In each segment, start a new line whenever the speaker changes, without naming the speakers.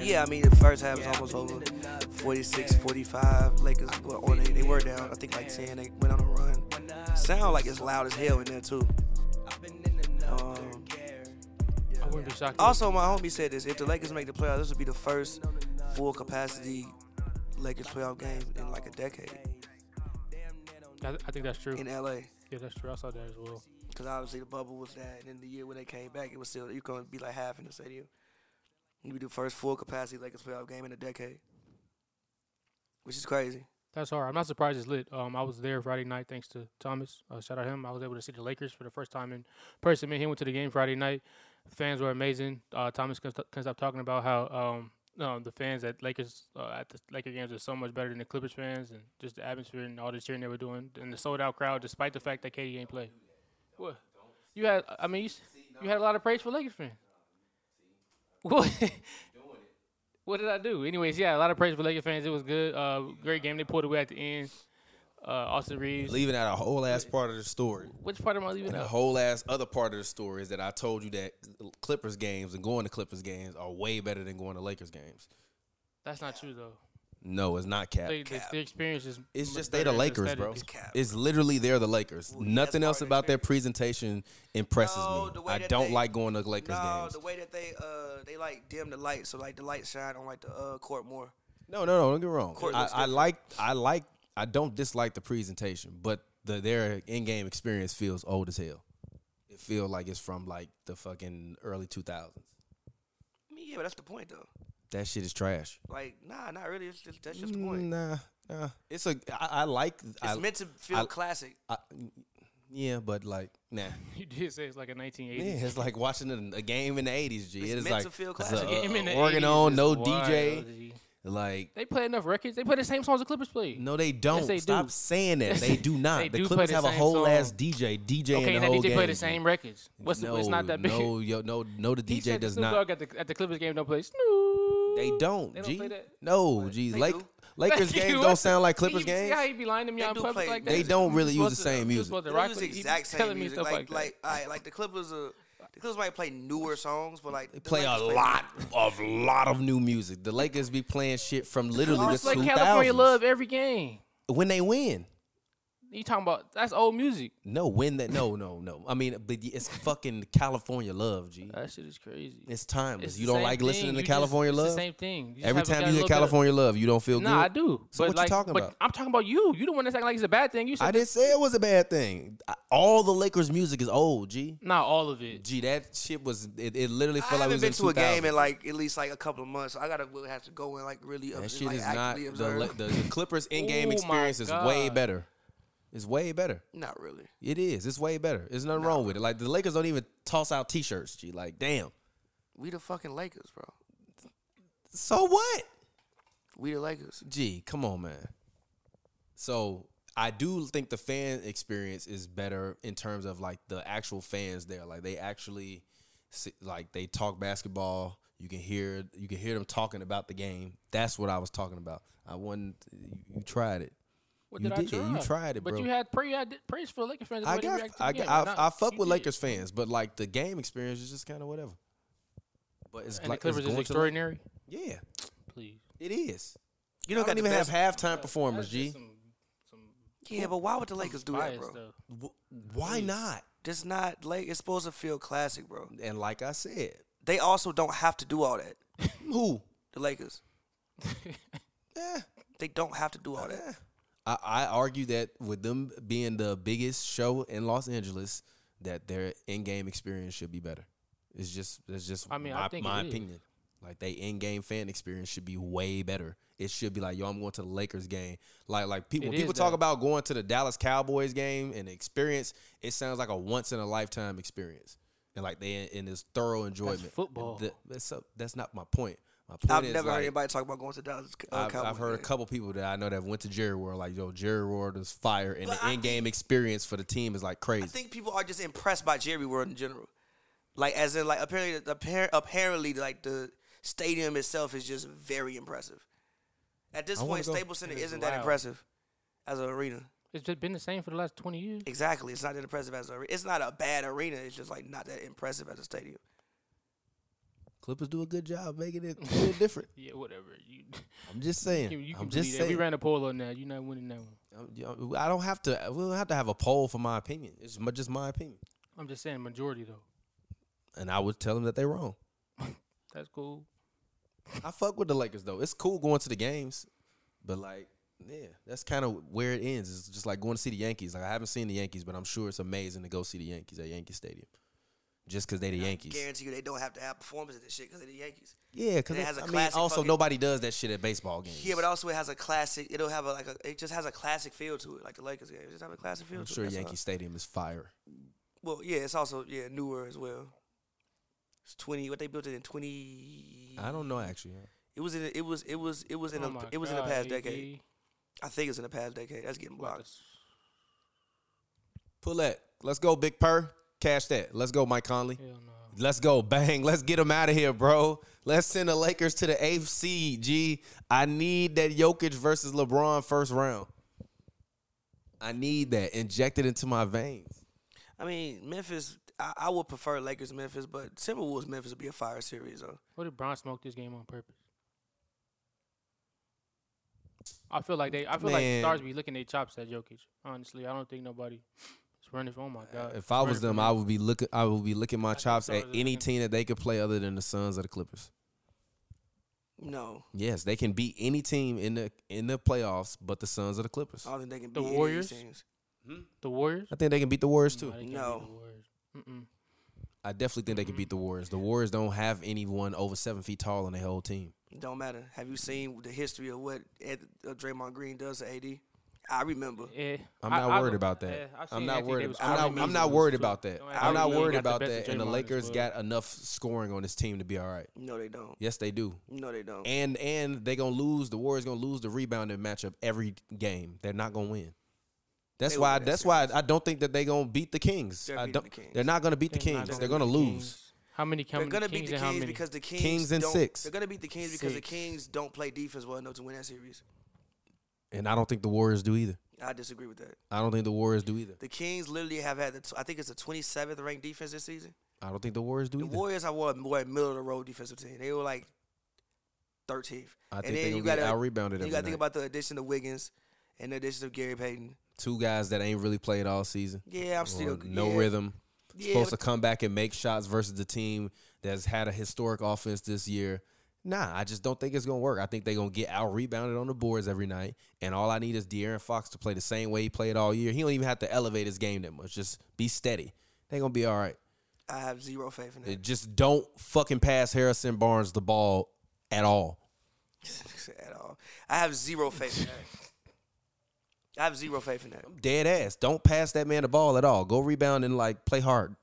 yeah, I mean, the first half was almost over. 46 45. Lakers were on it. They were down, I think, like 10. They went on a run. Sound like it's loud as hell in there, too. Um,
I wouldn't be shocked.
also, my homie said this if the Lakers make the playoffs, this would be the first full capacity Lakers playoff game in like a decade
I, I think that's true.
in LA.
Yeah, that's true. I saw that as well.
Because obviously the bubble was that, and then the year when they came back, it was still you couldn't be like half in the stadium. You be the first full capacity Lakers playoff game in a decade, which is crazy.
That's hard. I'm not surprised it's lit. Um, I was there Friday night thanks to Thomas. Uh, shout out him. I was able to see the Lakers for the first time in person. Man, he went to the game Friday night. The fans were amazing. Uh, Thomas couldn't st- couldn't stop talking about how um, no, the fans at Lakers uh, at the Laker games are so much better than the Clippers fans, and just the atmosphere and all the cheering they were doing, and the sold out crowd, despite the fact that KD ain't play. What you had? I mean, you, s- you had a lot of praise for Lakers fans. What? What did I do? Anyways, yeah, a lot of praise for Lakers fans. It was good. Uh, great game. They pulled away at the end. Uh, Austin Reeves.
Leaving out a whole ass part of the story.
Which part am I leaving
And a
out?
whole ass other part of the story is that I told you that Clippers games and going to Clippers games are way better than going to Lakers games.
That's not true though.
No, it's not cap.
They, they, the experience is.
It's
much
just they
better.
the
It's
Lakers, bro.
aesthetic.
cap.
It's literally they're the Lakers.
Ooh,
Nothing
that's
else
part of
about their presentation impresses
No, the
me.
way
I
that
don't
they-
like going to Lakers
No,
games.
the way that they uh they like dim the light, so like the light shine on like the uh court more.
No, no, no. Don't get me wrong.
Court
I,
looks
I like, I like, I don't dislike the presentation, but the their in-game experience feels old as hell. It feels like it's from like the fucking early two thousands.
I mean, yeah, but that's the point though.
That shit is trash.
Like, nah, not really. It's just, that's just the point.
Nah, nah. It's a. I, I like.
It's
Mm. I,
meant to feel
I-
classic.
I, yeah, but like, nah.
You did say it's like a
Yeah,
1980s.
it's like watching a, a game in the eighties. G,
It's
it is
meant
like
to feel
it's
classic.
a-
Game
in the
a organ
80s
on,
is
no
wild,
DJ.
G.
Like,
They play enough records. They play the same songs the Clippers play.
no, they don't.
they
Stop
do.
saying that. They do not.
They
the
do play
Clippers
the
have a
same
whole ass
song.
DJ. DJ
Okay, and
in the
that
whole
DJ play
game,
the
G.
same records. What's the, it's not that big.
No, yo, no, no. The
He
DJ
said
does
Snoop
not.
Dogg at the, at the Clippers game don't play Snoop.
They don't.
They don't
G.
play that.
No, G.
They
Lake,
do.
Lakers
Like,
games
what
don't
the-
sound like
see,
Clippers
you See how
games.
he be lying to me
They
out in
do
public
play-
like that?
They don't really
You
use the
supposed to-
same
you
music.
supposed to
They
rock
use the
with it. You
exact same
telling
music.
Me stuff
Like,
like,
like, all right, like the Clippers are. The Clippers might play newer songs, but like
They play a lot of lot of new music. The Lakers be playing shit from literally
that.
the
It's like California
2000s.
Love every game.
when they win.
You talking about that's old music?
No, when that no, no, no. I mean, but it's fucking California Love, G.
That shit is crazy.
It's timeless.
It's
you
the
don't
same
like listening
thing.
to
You just-
California
it's
Love?
the same thing. just
Every
haven't got
time
a
you hear
little bit of-
California Love, you don't feel good.
Nah, I do.
So
but
what
like,
you talking
but
about?
I'm talking about you. You the one that's acting like it's a bad thing. You
I
said
didn't say it was a bad thing. I, all the Lakers music is old, G.
not all of it.
Gee, that shit was. It, it literally
I
felt like
haven't
we was
been
in
to a
2000.
game in like at least like a couple of months. So I gotta we'll have to go and like really up,
that
and,
shit
like,
is not
actively
the,
observe.
La- the, the Clippers
Oh
in-game
my
experience is way
God.
better. It's way better.
not really.
It is. It's way better. There's nothing wrong with it. Like the Lakers don't even toss out T-shirts. G, like damn.
We the fucking Lakers, bro.
So what?
We the Lakers.
Gee, come on, man. So I do think the fan experience is better in terms of like the actual fans there. Like they actually sit- like they talk basketball. You can hear you can hear them talking about the game. That's what I was talking about. I wasn't. You, you tried it.
What
You
did,
did.
I try?
You tried it,
but
bro.
you had pre- I did- praise for Lakers fans. the
I
way they
got.
reacted to
I,
the game.
I,
Not-
I fuck
you
with
did.
Lakers fans, but like the game experience is just kind of whatever. But it's
And
like
the Clippers
it's
is
going to the-
extraordinary.
yeah,
Please.
it is.
You
I
don't
don't
got
even
the
have
best.
halftime performers,
That's just
G.
some- some
Yeah, but why would the Lakers do that,
bias,
bro?
though.
Wh- Why not?
Just not like it's supposed to feel classic, bro.
And like I said,
They also don't have to do all that.
who?
The Lakers.
Eh,
They don't have to do all that.
eh. I, I argue that with them being the biggest show in Los Angeles, that their in-game experience should be better. It's just that's just
I mean, I
my,
think
my
it is.
opinion. Like they in-game fan experience should be way better. It should be like yo, I'm going to the Lakers game. Like like people
It
when people
is
talk
that.
about going to the Dallas Cowboys game and the experience, it sounds like a once in a lifetime experience. And like they in, in this thorough enjoyment.
football.
Th- that's a- that's not my point. My point
I've
is
never
like,
heard anybody talk about going to Dallas. Uh,
I've, I've
Cowboys
heard a
game.
couple people that I know that went to Jerry World, like, yo, Jerry World is fire, and
But
the
I
in game experience for the team is like crazy.
I think people are just impressed by Jerry World in general. Like as in like apparently appar- apparently like the stadium itself is just very impressive. At this
I wanna
point,
go.
Staples Center
It is
isn't that
loud.
impressive as an arena.
It's just been the same for the last 20 years.
Exactly, it's not that impressive as an arena. It's not a bad arena. It's just like not that impressive as a stadium.
Clippers do a good job making it a little different.
Yeah, whatever. You,
I'm just
you
saying.
can, you can
I'm just
believe that. We
saying.
ran a poll on that. You're not winning that one.
I'm- you- I don't have to. We don't have to have a poll for my opinion. It's mu- just my opinion,
I'm just saying majority though.
and I would tell them that they're wrong.
That's cool.
I fuck with the Lakers though. It's cool going to the games, but like, yeah, that's kind of where it ends. It's just like going to see the Yankees. Like I haven't seen the Yankees, but I'm sure it's amazing to go see the Yankees at Yankee Stadium, just because they the Yankees.
Guarantee you they don't have to have performances and shit because of the Yankees.
Yeah, because
And it has a
I mean,
classic
also
fucking-
nobody does that shit at baseball games.
Yeah, but also it has a classic. It'll have a like a. It just has a classic feel to it, like the Lakers game. It just have a classic feel.
I'm
to
sure
it. that's all.
Yankee Stadium is fire.
Well, yeah, it's also yeah newer as well. It's twenty. What they built it in twenty.
I don't know actually.
It was in. It was. It was. It was in.
Oh
a,
my
it was in the
God,
past
AD.
decade. I think it's in the past decade. That's getting
About to
blocked.
s-
Pull that. Let's go, Big Purr. Cash that. Let's go, Mike Conley.
Hell no.
Let's go, bang. Let's get them out of here, bro. Let's send the Lakers to the eighth seed. G. I need that Jokic versus LeBron first round. I need that injected into my veins.
I mean, Memphis. I, I would prefer Lakers Memphis, but Timberwolves Memphis would be a fire series though.
What did Bron smoke this game on purpose? I feel like they. I feel
Man.
like stars be looking their chops at Jokic. Honestly, I don't think nobody is running. For, oh my god!
Uh, If I was
Running for
them, I would be looking. I would be licking my
think
chops
so,
at any
isn't it?
team that they could play other than the Suns or the Clippers.
No,
Yes, they can beat any team in the in the playoffs, but the Suns or the Clippers.
I don't think they can.
The
beat any of these
Warriors?
teams.
hmm.
the Warriors.
I think they can beat the Warriors too.
No, they can't beat
No.
the Warriors. Mm-mm.
I definitely think they can beat the Warriors. The Warriors don't have anyone over seven feet tall on their whole team.
Don't matter. Have you seen the history of what Ed, uh, Draymond Green does to AD? I remember.
Eh,
I'm
I-
not
I-
worried about
eh,
that.
I've
I'm
seen
not
Anthony
worried.
Davis
I'm
probably
not. I'm
lose
not
this
worried
too.
about that.
Don't
I'm not
Anthony
worried
Davis got
about
the best
that.
of
And the
Draymond as
Lakers
well.
got enough scoring on this team to be all right.
No, they don't.
Yes, they do.
No, they don't.
And and they gonna lose. The Warriors gonna lose the rebounding matchup every game. They're not gonna win. That's
They
why.
won't win that
That's why I don't think that they gonna beat the Kings.
They're
I
beating
don't,
the Kings.
They're not gonna beat the
They're not
Kings.
gonna
They're
beat
gonna
the
lose.
Kings. How many? How
They're
many
gonna
Kings
beat the
and how
Kings
many?
because the Kings,
Kings and
don't-
six.
They're gonna beat the Kings because the
Six.
Kings don't play defense well enough to win that series.
And I don't think the Warriors do either.
I disagree with that.
I don't think the Warriors do either.
The Kings literally have had the tw- I think it's the 27th ranked defense this season.
I don't think the Warriors do
The
either.
Warriors are what were a middle of the road defensive team. They were like 13th.
I
and
think
then
they
you
gonna get
gotta-
out rebounded.
you got to think about the addition of Wiggins and the addition of Gary Payton.
two guys that ain't really played all season.
Yeah, I'm still
or no
yeah,
rhythm.
Yeah,
supposed to
but-
come back and make shots versus the team that's had a historic offense this year. Nah, I just don't think it's gonna work. I think they're gonna get out rebounded on the boards every night, and all I need is De'Aaron Fox to play the same way he played all year. He don't even have to elevate his game that much. Just be steady. They're gonna be all right.
I have zero faith in
They
that.
Just don't fucking pass Harrison Barnes the ball at all.
at all. I have zero faith in that. I have zero faith in that.
Dead ass. Don't pass that man the ball at all. Go rebound and like play hard.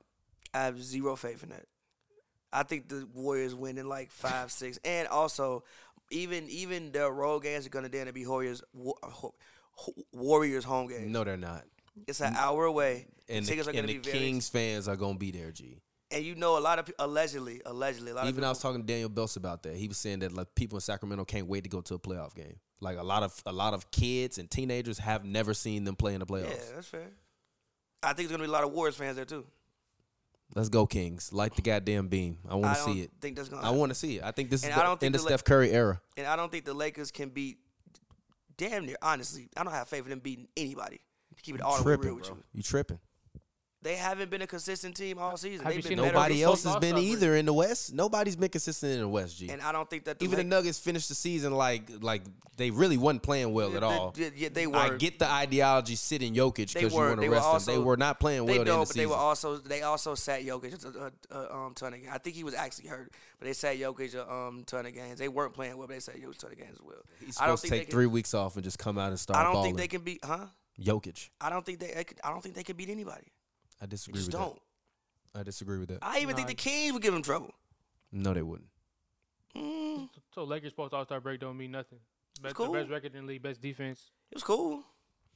I have zero faith in that. I think the Warriors win in like five, six, and also even even their road games are gonna then be Warriors wa- ho- ho- Warriors home game.
No, they're not.
It's an hour away.
And the,
tickets are
and
gonna
the
be very
Kings fans are gonna be there, G.
and you know a lot of pe- allegedly allegedly a lot
Even I
of
was talking to Daniel Belts about that. He was saying that like people in Sacramento can't wait to go to a playoff game. Like a lot of a lot of kids and teenagers have never seen them play in the playoffs.
people, yeah that's fair. I think there's gonna be a lot of Warriors fans there too.
Let's go Kings. Light the goddamn beam. I want
I
to
don't
see it.
think that's gonna.
I want to see it. I think this
And
is
I
the,
don't think
in the
the La-
Steph Curry era.
and I don't think the Lakers can beat damn near honestly. I don't have faith in them beating anybody. To keep it all the way Oh, real
tripping,
with
bro.
you,
You tripping?
they haven't been a consistent team all season.
Have
They've
you
been
seen
better
Nobody
against-
else
both
has been
All-Stars
either in the West. Nobody's been consistent in the West. G.
and I don't think that the
Even the
Lak-
Nuggets finished the season like like they really wasn't playing well at
Yeah,
all.
They, yeah, they were.
I get the ideology sitting Jokic
They
because you
were-
want
they
to
were
rest
also-
him. They were not playing
They
well. at the
know,
end
but
of the
they were
season.
also they also sat Jokic a, a, a, um ton of. I think he was actually hurt, but they sat Jokic a um ton of games. They weren't playing well, but they sat Jokic a ton of games as well.
He's
I don't
supposed to
think they
take
can-
three weeks off and just come out and start.
I don't
balling.
think they can beat, huh?
Jokic.
I don't think they. I could- I don't think they can beat anybody.
I disagree
Just
with
don't.
that. I disagree with that.
I even think
Nah.
the Kings would give them trouble.
no, they wouldn't.
Mm, it
So Lakers post All Star break don't mean nothing. Best,
cool.
the best record in the league, best defense.
was cool.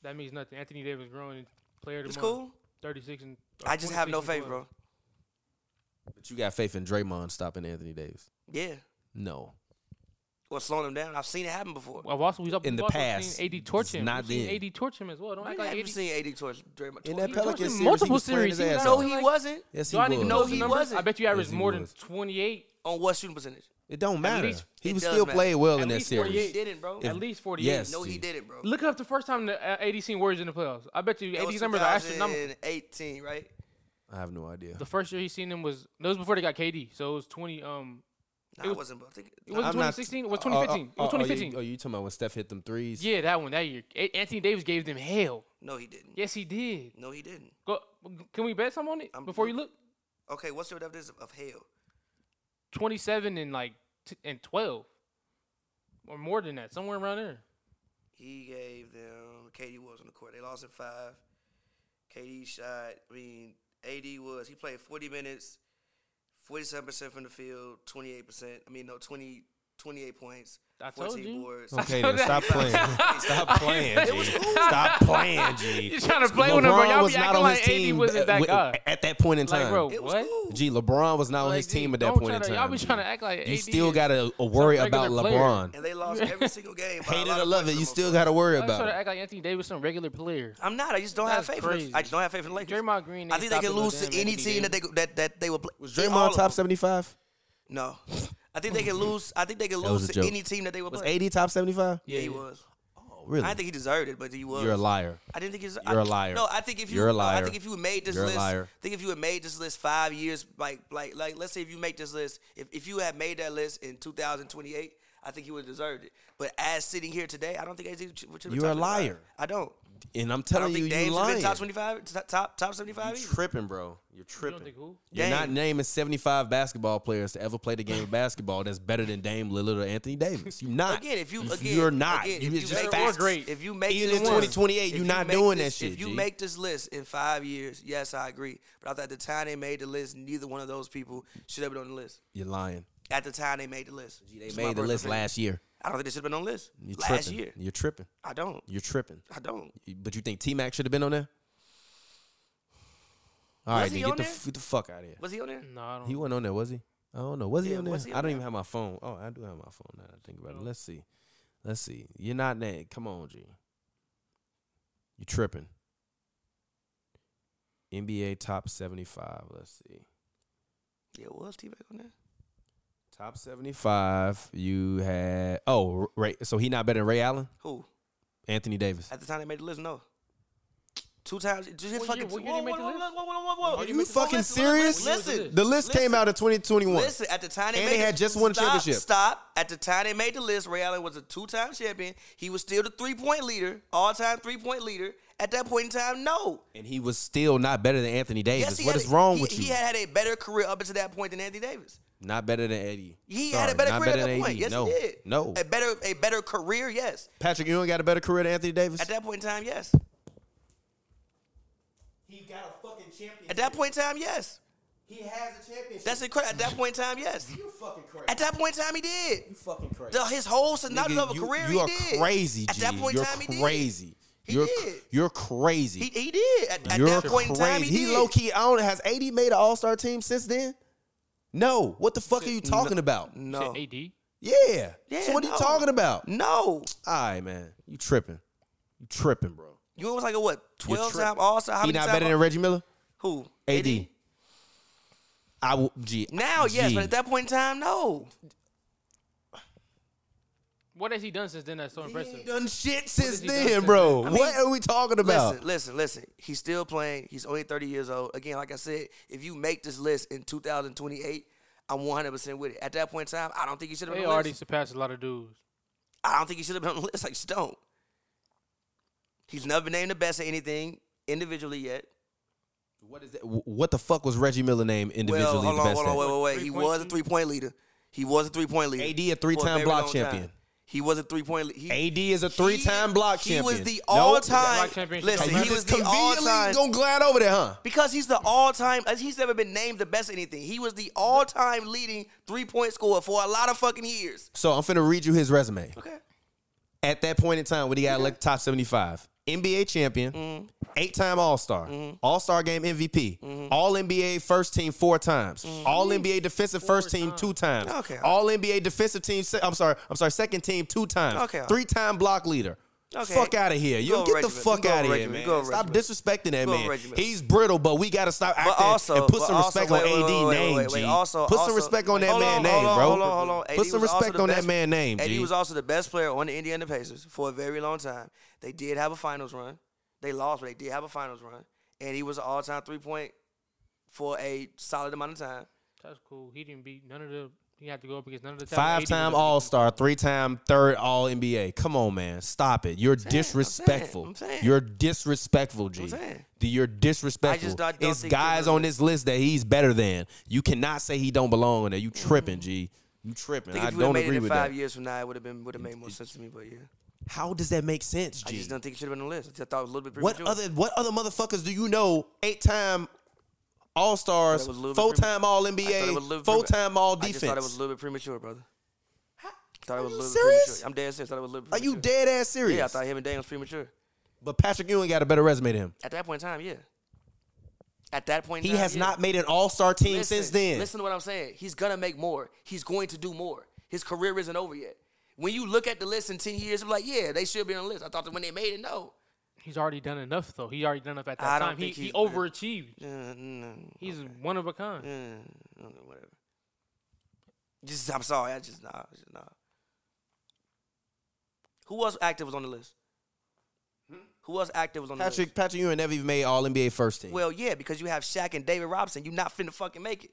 That means nothing. Anthony Davis growing in player of the
It's
month,
cool.
Thirty six and. or
I just have no
26 and
faith,
12.
bro.
But you got faith in Draymond stopping Anthony Davis.
Yeah,
No,
or slowing them down. I've seen it happen before.
I've also we've,
In
we've
the
also
past,
seen AD
it's
torch him.
not
We've seen
then.
AD torch him as well. Don't
I
act like
haven't
AD.
seen AD towards Draymond.
in that
he
Pelican
torched him
series,
multiple
he was playing
series.
his
He was
ass
out
no,
off.
there
he
like-
wasn't.
Yes, he
Do I need
was.
to know
he
the numbers?
wasn't.
I bet you averaged
Yes, he
more than
was.
twenty eight
on what shooting percentage?
It don't matter.
least-
he
it
was
does
still
matter.
played well
At
in that
least
series.
48
He didn't, bro.
If-
At least 48.
yes.
no, he
Steve.
didn't, bro.
Look up the first time the uh, AD seen Warriors in the playoffs. I bet you
That was
AD's numbers are astronomical.
2018, right?
I have no idea.
The first year he seen them was that was before they got KD, so it was 20. Um,
Nah, it,
It was-
wasn't, bro. I think,
it was
I'm not-
2016. It was
Oh,
2015. It
oh,
was
oh, oh, you-
2015.
Oh, you talking about when Steph hit them threes?
Yeah, that one that year. A- Anthony Davis gave them hell.
no, he didn't.
Yes, he did.
No, he didn't.
Go, can we bet some on it
I'm-
before you look?
Okay, what's the evidence of hell?
27 and like t- and 12, or more than that, somewhere around there.
He gave them. KD was on the court. They lost in five. KD shot. I mean, AD was. He played 40 minutes, 47% from the field, 28%. I mean, no, 20, 28 points,
I told
14
you.
boards.
Okay, then stop playing. Stop playing, G. Stop playing, G.
You trying to play with him, bro? Y'all be acting like AD wasn't
at,
that
wi-
guy.
uh, at that point in time.
Like, bro,
It was
what?
cool.
G, LeBron was not on
Like,
his
G,
team at that
don't
point in
try
time.
to- y'all be
G.
tryna act like
you
AD
still
is
got to worry
some
about
regular player.
LeBron.
And they lost every single game. by a
Hate it
lot
or
of
love it,
points
you
almost.
still got to worry
Y'all be trying
about
to
it.
act like Anthony Davis some regular player.
I'm not. I just don't have
That's
faith. In
crazy.
the, I just don't have faith in the Lakers.
Draymond Green.
I think they
ain't
can
stopping no
lose to
damn
any
Anthony
team that
Davis.
they that that they would play.
Was
all
Draymond
of
top
them.
75?
No, I think they can lose. I think they can
was
lose to
a joke.
any team that they would
Was
play.
80 top 75?
Yeah, he
Yeah.
was.
Really?
I didn't think he deserved it, but he was.
You're a liar.
I didn't think he's.
You're
I,
a liar.
No, I think if you,
You're a
no, I
liar.
think if you made this
You're a
list,
liar.
I think if you had made this list five years, like like like, let's say if you make this list, if if you had made that list in 2028, I think he would have deserved it. But as sitting here today, I don't think AZ should- should. have
You're
top 25.
a liar.
I don't.
And I'm
I don't
telling you,
think
you
Dame should have
lying.
been top 25, t- top top 75.
You
either.
tripping, bro.
You
You're
don't
tripping.
think who?
You're not
Dame.
naming 75 basketball players to ever play the game of basketball that's better than Dame Lillard or Anthony Davis. You're not.
Again, if you
If
again,
you're not.
again,
you
if
is
you
just
make
facts.
Or great.
If you make
Even
this
in
list-
2028,
if
you're
you
not
make
doing
this-
that shit,
If you
G.
make this list in five years, yes, I agree. But I thought at the time they made the list, neither one of those people should have been on the list.
You're lying.
At the time they made the list,
They
Just my
made the
personal
list
opinion.
last year.
I don't think they should have been on the list
You're
last
tripping.
year.
You're tripping.
I don't.
You're tripping.
I don't.
But you think T Mac should have been on there? All
Was
right,
he
then get
on
the,
there?
f- get the fuck out of here.
Was he on there?
No, I don't.
He wasn't on there, was he? I don't know. Was he
Um, Yeah,
on there?
was he
I
on
don't even
there? Oh.
have my phone. Oh, I do have my phone now. that I think about it. Let's see. Let's see. You're not that. Come on, G. You tripping. NBA top 75. Let's see.
Yeah, was T Mac on there?
Top 75. You had. Oh, Ray. So he not better than Ray Allen?
Who?
Anthony Davis.
At the time they made the list, no. Two times. Just hit
What
fucking.
year- what year
whoa,
they made
whoa,
the
whoa,
list?
whoa, whoa, whoa, whoa.
Are you
Listen,
fucking
listen,
serious?
Listen.
The list came out in 2021.
Listen, at the time they
And
made
they
the-
had just won a
stop,
championship.
Stop. At the time they made the list, Ray Allen was a two-time champion. He was still the three-point leader, all-time three-point leader. At that point in time, no.
And he was still not better than Anthony Davis.
he
what
had
is
a-
wrong
he-
with
He
you?
had had a better career up until that point than Anthony Davis.
not better than Eddie.
He
Sorry,
had a better
not
career at
better
that
than
point.
AD.
Yes,
no,
he did.
No.
A better a better career, yes.
Patrick Ewing got a better career than Anthony Davis.
At that point in time, yes.
He got a fucking champion.
At that point in time, yes.
He has a championship.
That's incredible. At that point in time, yes.
you fucking crazy.
At that point in time, he did.
you fucking crazy.
The- his whole synopsis of a
you,
career,
you
he
are
did.
crazy. G.
At that point in
you're
time, he did.
crazy.
He
you're
did.
you're crazy.
He, he did. At, at
you're
that point in time,
crazy.
he, did.
low key. I don't, has AD made an All Star team since then? No. What the fuck are you talking about?
No.
Shit, AD.
Yeah.
Yeah,
So what are
no.
you talking about?
No.
All right, man. You tripping? You tripping, bro?
You was like a what?
You're
12
tripping.
time All Star? How
He
many
not
time
better than Reggie Miller?
Who?
AD. I will. G.
Now, yes,
G.
but at that point in time, no.
What has he done since then that's so
He
impressive?
ain't done shit since
he done
then,
since
bro.
then? I
what
mean,
are we talking about?
Listen, listen, listen. He's still playing. He's only 30 years old. Again, like I said, if you make this list in 2028, I'm 100% with it. At that point in time, I don't think he should have
They
been on the
already
list.
surpassed a lot of dudes.
I don't think he should have been on the list. Like, just don't. He's never been named the best at anything individually yet.
What is that? wh- What the fuck was Reggie Miller name individually?
Well, hold
the
on,
best
hold on,
at?
wait, wait, wait. He was a
3.2?
three point leader. He was a three point leader.
AD a
for
three-time
very
block
long time.
champion.
He was a three point leader.
AD is a three-time block
he
champion.
was the
Nope.
all
Block
time.
championship
Listen,
champion.
he
You
was
just
the all
conveniently
time.
gonna glide over there, huh?
Because he's the all time, he's never been named the best at anything. He was the all time leading three point scorer for a lot of fucking years.
So I'm finna read you his resume.
Okay.
At that point in time, when he got elected top 75, NBA champion,
Mm-hmm.
eight-time All-Star, All-Star game MVP, All NBA first team four times, All NBA defensive first team two times,
Mm-hmm. Okay.
All NBA defensive team. Se- I'm sorry, I'm sorry, second team two times,
Okay.
three-time block leader,
Okay.
Fuck out of here. You
Go
get the
regiment.
fuck
Go
out of here,
regiment.
man.
Go
Stop
regiment.
disrespecting that
Go
man.
regiment.
He's brittle, but we gotta stop acting
But also,
and put some
but
respect
also,
on
wait,
AD
wait, wait,
name.
wait, wait,
G.
Also,
put some
also-
respect on that
hold
man
on,
name,
hold on,
bro.
Hold on, hold on. AD
Put some
was also
respect
the
on that
best-
man name,
AD
G.
was also the best player on the Indiana Pacers for a very long time. They did have a finals run. They lost, but they did have a finals run, and he was an all-time three-point for a solid amount of time.
That's cool. He didn't beat none of the. He had to go up against none of the
Five time All Star, three time third All NBA. Come on, man. Stop it. You're disrespectful.
I'm saying.
You're disrespectful, G.
I'm saying.
D- You're disrespectful.
I just don't- don't
it's
think
guys
you're-
on this list that he's better than. You cannot say he don't belong on there. You tripping, G. You tripping.
I Mm-hmm. think
I
if you would have
don't
made
agree
it in
with
five
that.
years from now, it would have been would have made more sense to me. But yeah,
How does that make sense,
I
G?
just don't think it should have been on the list. I thought it was a little bit
What
premature.
other what other motherfuckers do you know? Eight time All Stars,
That was a little bit
four time All
I thought it was a little
NBA,
bit-
four time All
I just thought it was
Defense.
a little bit premature, brother. Thought it
Are
was a
you
little
serious?
bit premature. I'm dead serious. Thought it was a little bit
Are you
premature.
dead ass serious?
Yeah, I thought him and Dan was premature.
but Patrick Ewing got a better resume than him.
At that point in time, yeah. At that point, in
He
time,
has
yeah.
not made an All Star team
Listen,
since then.
Listen to what I'm saying. He's gonna make more. He's going to do more. His career isn't over yet. When you look at the list in ten years, I'm like, yeah, they should be on the list. I thought that when they made it, no.
He's already done enough though. He already done enough at that
I don't
time. He,
think
he
he's-
overachieved.
Uh, mm,
He's one of a kind.
mm, whatever. Just, I'm sorry. I just nah, just nah. Who else active was on the list? Who else active was on the list?
Patrick Patrick Ewing never even made All NBA first team.
Well, yeah, because you have Shaq and David Robinson. You're not finna fucking make it.